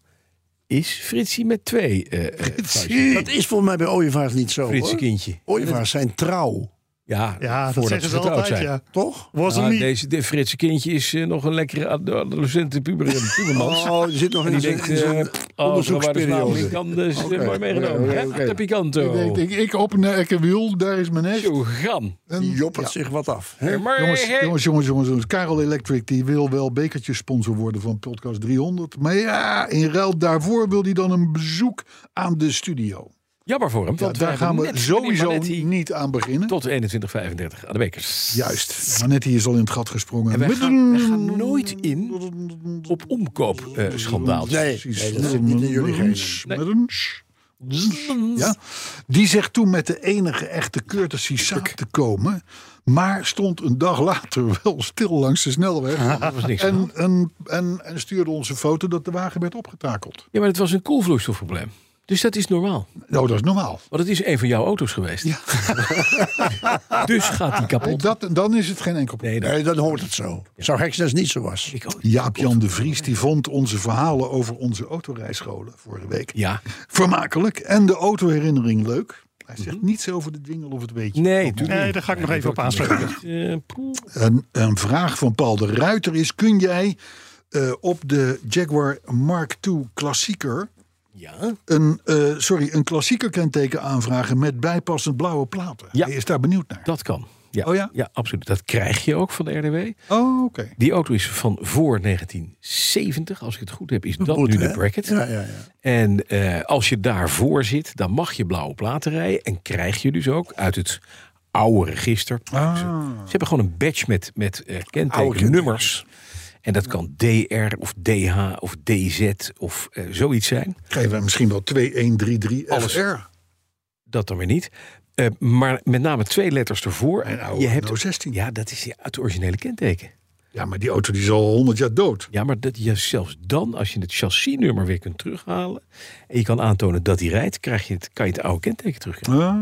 Speaker 3: is Fritsie met twee eh, eh vuistjes.
Speaker 5: Dat is volgens mij bij ooievaars niet zo.
Speaker 3: Fritsie
Speaker 5: Hoor.
Speaker 3: kindje.
Speaker 5: Ooievaars zijn trouw,
Speaker 3: Ja,
Speaker 4: Ja, dat
Speaker 3: voordat
Speaker 4: zeggen ze
Speaker 3: getrouwd
Speaker 4: altijd,
Speaker 3: zijn.
Speaker 4: ja.
Speaker 5: toch?
Speaker 4: Was
Speaker 3: Nou,
Speaker 4: een niet.
Speaker 3: deze de Fritse kindje is eh, nog een lekkere ad- adolescente puber in pubermans.
Speaker 5: Oh, er zit nog
Speaker 3: en die
Speaker 5: in
Speaker 3: denkt,
Speaker 5: zo'n
Speaker 3: eh,
Speaker 5: in zo'n
Speaker 3: oh, zo waar de vrouw
Speaker 5: onderzoeksperiode.
Speaker 3: niet kan, dus eh, mooi meegenomen.
Speaker 2: oké,
Speaker 3: Hè,
Speaker 2: oké.
Speaker 3: De Picanto.
Speaker 2: Ik denk, ik, ik open naar Ekkerwiel, daar is mijn nest.
Speaker 3: Zo, gan.
Speaker 2: En-
Speaker 5: Die joppert
Speaker 2: Ja.
Speaker 5: zich wat af. hè?
Speaker 3: Maar,
Speaker 2: Jongens,
Speaker 3: eh,
Speaker 2: jongens, jongens, jongens, jongens. Karel Electric die wil wel bekertjes sponsor worden van podcast 300. Maar ja, in ruil daarvoor wil hij dan een bezoek aan de studio.
Speaker 3: Jammer voor hem,
Speaker 2: Ja,
Speaker 3: want
Speaker 2: daar
Speaker 3: hebben
Speaker 2: gaan we
Speaker 3: net
Speaker 2: sowieso
Speaker 3: meneer Manetti
Speaker 2: niet aan beginnen.
Speaker 3: Tot 21.35 aan de bekers.
Speaker 2: Juist. Manetti is al in het gat gesprongen.
Speaker 3: En wij
Speaker 2: Met
Speaker 3: gaan,
Speaker 2: een-
Speaker 3: wij gaan nooit in op omkoopschandaal.
Speaker 5: Nee, nee, dat zit niet in jullie
Speaker 2: Merens,
Speaker 5: geest.
Speaker 2: Merens. Ja, die zegt toen met de enige echte courtesy samen te komen. Maar stond een dag later wel stil langs de snelweg.
Speaker 3: dat was niks. aan de hand.
Speaker 2: En, en, en, en stuurde onze foto dat de wagen werd opgetakeld.
Speaker 3: Ja, maar het was een koelvloeistofprobleem. Dus dat is normaal.
Speaker 2: Nou, dat is normaal.
Speaker 3: Want het is een van jouw auto's geweest. dus gaat die kapot.
Speaker 2: Dat, dan is het geen enkel probleem.
Speaker 5: Nee, dan hoort het zo. Zou Heksnes niet zo was.
Speaker 3: Ik ook.
Speaker 2: Jaap-Jan de Vries die vond onze verhalen over onze autorijscholen vorige week
Speaker 3: Ja.
Speaker 2: vermakelijk. En de autoherinnering leuk. Hij zegt niets over de dwingel of het weetje.
Speaker 3: Nee, tuurlijk
Speaker 4: Nee, daar ga ik nog even op aanspreken.
Speaker 3: Eh, poeh.
Speaker 2: Een, een vraag van Paul de Ruiter is: kun jij eh, op de Jaguar Mark II klassieker
Speaker 3: ja.
Speaker 2: een, eh, sorry, een klassieker kenteken aanvragen met bijpassend blauwe platen?
Speaker 3: Ja.
Speaker 2: Hij is daar benieuwd naar.
Speaker 3: Dat kan. Ja.
Speaker 2: Oh ja?
Speaker 3: Ja, absoluut. Dat krijg je ook van de RDW.
Speaker 2: Oh, oké.
Speaker 3: Die auto is van voor 1970. Als ik het goed heb, is dat
Speaker 5: Moet,
Speaker 3: nu de
Speaker 5: hè?
Speaker 3: bracket.
Speaker 5: Ja, ja, ja.
Speaker 3: En eh, als je daarvoor zit, dan mag je blauwe platen rijden. En krijg je dus ook uit het oude register.
Speaker 5: Ah.
Speaker 3: Ze, ze hebben gewoon een badge met, met eh kentekennummers. En dat kan DR of DH of DZ of eh, zoiets zijn.
Speaker 2: Geven we misschien wel 2133 FR.
Speaker 3: Dat dan weer niet. Eh, maar met name twee letters ervoor.
Speaker 2: Mijn oude
Speaker 3: je
Speaker 2: Renault 16.
Speaker 3: Ja, dat is die- het originele kenteken.
Speaker 2: Ja, maar die auto die is al 100 jaar dood.
Speaker 3: Ja, maar dat je zelfs dan, als je het chassisnummer weer kunt terughalen. en je kan aantonen dat die rijdt, krijg je het, kan je het oude kenteken terugkrijgen.
Speaker 5: Ah.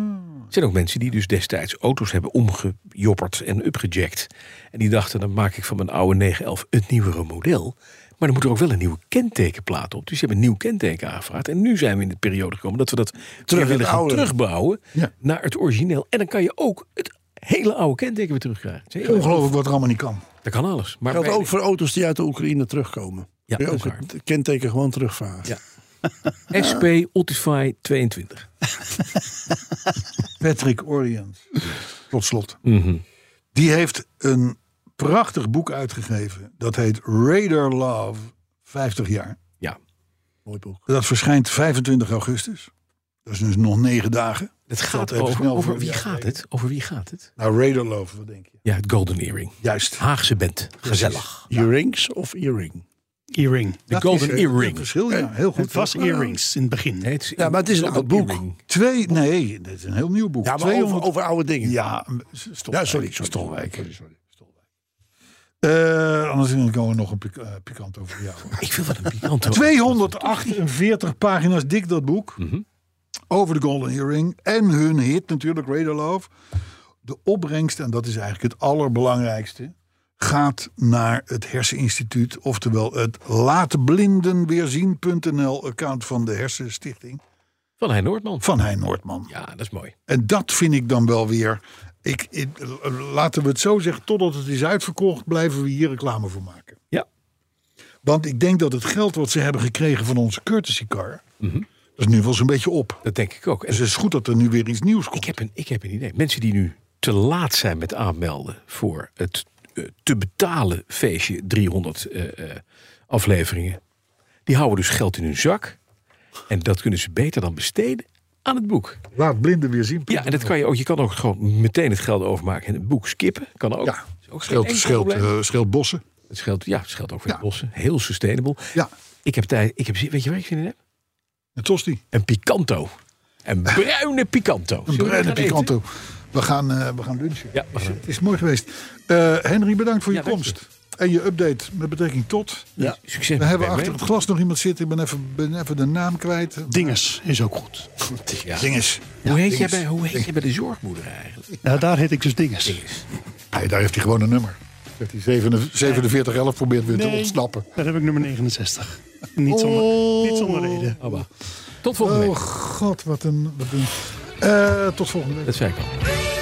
Speaker 3: Er zijn ook mensen die dus destijds auto's hebben omgejopperd en upgejackt. En die dachten, dan maak ik van mijn oude 911 het nieuwere model. Maar dan moet er ook wel een nieuwe kentekenplaat op. Dus ze hebben een nieuw kenteken aangevraagd. En nu zijn we in de periode gekomen dat we dat weer
Speaker 5: het
Speaker 3: willen gaan
Speaker 5: oude.
Speaker 3: terugbouwen
Speaker 2: Ja.
Speaker 3: naar het origineel. En dan kan je ook het hele oude kenteken weer terugkrijgen. Dat is heel erg.
Speaker 2: Ongelooflijk wat er allemaal niet kan.
Speaker 3: Dat kan alles. Maar
Speaker 5: Geldt
Speaker 3: bij-
Speaker 5: ook voor auto's die uit de Oekraïne terugkomen.
Speaker 3: Ja,
Speaker 5: Kun je
Speaker 3: dat is
Speaker 5: ook het kenteken gewoon terugvragen.
Speaker 3: Ja. SP Otify 22.
Speaker 2: Patrick Orient. Tot slot. Die heeft een prachtig boek uitgegeven. Dat heet Radar Love 50 jaar.
Speaker 3: Ja,
Speaker 5: Mooi boek.
Speaker 2: Dat verschijnt 25 augustus. Dat is dus nog negen dagen.
Speaker 3: het
Speaker 2: Dat
Speaker 3: gaat
Speaker 2: even
Speaker 3: over,
Speaker 2: snel
Speaker 3: over
Speaker 2: voor-
Speaker 3: wie
Speaker 2: ja,
Speaker 3: gaat
Speaker 2: zeker.
Speaker 3: het? Over wie gaat het?
Speaker 2: Nou, Radar Love, wat denk je?
Speaker 3: Ja, het Golden Earring.
Speaker 2: Juist.
Speaker 3: Haagse band. Gezellig.
Speaker 5: Earrings of earring?
Speaker 4: Earring.
Speaker 3: De Golden
Speaker 2: is, eh, een
Speaker 3: Earring.
Speaker 2: verschil, ja. Heel goed.
Speaker 4: Het was earrings in het begin.
Speaker 3: Nee, het is-
Speaker 5: Ja, maar het is ook een boek.
Speaker 3: Earring.
Speaker 2: Twee, nee, dit is een heel nieuw boek.
Speaker 5: Ja, maar
Speaker 2: 200
Speaker 5: over, over oude dingen.
Speaker 2: Ja,
Speaker 5: Ja, sorry, sorry.
Speaker 2: Stolwijk. Sorry, sorry. Stolwijk. Eh, anders is er nog een pik- eh, pikant over jou.
Speaker 3: Ik vind wat een pikant.
Speaker 2: 248 pagina's dik dat boek. Over de Golden Earring. En hun hit natuurlijk, Radar Love. De opbrengst, en dat is eigenlijk het allerbelangrijkste... gaat naar het herseninstituut. Oftewel het laatblindenweerzien.nl account van de hersenstichting.
Speaker 3: Van Hein Noordman.
Speaker 2: Van Hein Noordman.
Speaker 3: Ja, dat is mooi.
Speaker 2: En dat vind ik dan wel weer... Ik, ik- laten we het zo zeggen, totdat het is uitverkocht... blijven we hier reclame voor maken.
Speaker 3: Ja.
Speaker 2: Want ik denk dat het geld wat ze hebben gekregen van onze courtesy car...
Speaker 3: Mhm.
Speaker 2: dat is nu wel zo'n beetje op.
Speaker 3: Dat denk ik ook. En
Speaker 2: Dus het is goed dat er nu weer iets nieuws komt.
Speaker 3: ik, heb een, ik heb een idee. Mensen die nu te laat zijn met aanmelden voor het eh, te betalen feestje 300 eh, eh, afleveringen. Die houden dus geld in hun zak. En dat kunnen ze beter dan besteden aan het boek.
Speaker 2: Laat blinden weer zien.
Speaker 3: Ja, en dat kan je ook. Je kan ook gewoon meteen het geld overmaken en het boek skippen. Kan ook.
Speaker 2: Ja,
Speaker 3: Is ook
Speaker 2: scheelt,
Speaker 3: geen enkel
Speaker 2: scheelt,
Speaker 3: probleem.
Speaker 2: eh, scheelt bossen.
Speaker 3: Het scheelt, ja, het scheelt ook voor
Speaker 2: Ja.
Speaker 3: de bossen. Heel sustainable.
Speaker 2: Ja,
Speaker 3: Ik heb tijd. Ik heb, zin- weet je waar ik zin in heb?
Speaker 2: een tosti.
Speaker 3: Een picanto. Een bruine picanto.
Speaker 2: Een
Speaker 3: Zullen we
Speaker 2: bruine
Speaker 3: gaan eten?
Speaker 2: picanto. We gaan, eh, we gaan lunchen.
Speaker 3: Ja, we gaan.
Speaker 2: Het is mooi geweest. Eh, Henry, bedankt voor je
Speaker 3: Ja, dank je.
Speaker 2: komst. En je update met betrekking tot...
Speaker 5: Ja.
Speaker 3: Succes.
Speaker 2: We
Speaker 3: met
Speaker 2: hebben
Speaker 3: BB.
Speaker 2: achter het glas nog iemand zitten. Ik ben even, ben even de naam kwijt.
Speaker 4: Dinges is ook goed.
Speaker 3: Ja.
Speaker 2: Dinges.
Speaker 3: Hoe heet, jij
Speaker 2: Dinges.
Speaker 3: bij, hoe heet jij bij de zorgmoeder eigenlijk?
Speaker 4: Ja, daar heet ik dus Dinges.
Speaker 2: Hey, daar heeft hij gewoon een nummer. Dat hij 4711 probeert weer te
Speaker 4: Nee.
Speaker 2: ontsnappen.
Speaker 4: Daar heb ik nummer 69. Niet zonder, niet zonder reden.
Speaker 3: Tot volgende
Speaker 2: Oh
Speaker 3: week.
Speaker 2: god, wat een... Wat een Eh, tot volgende week.
Speaker 3: Dat zei ik al.
Speaker 8: Radar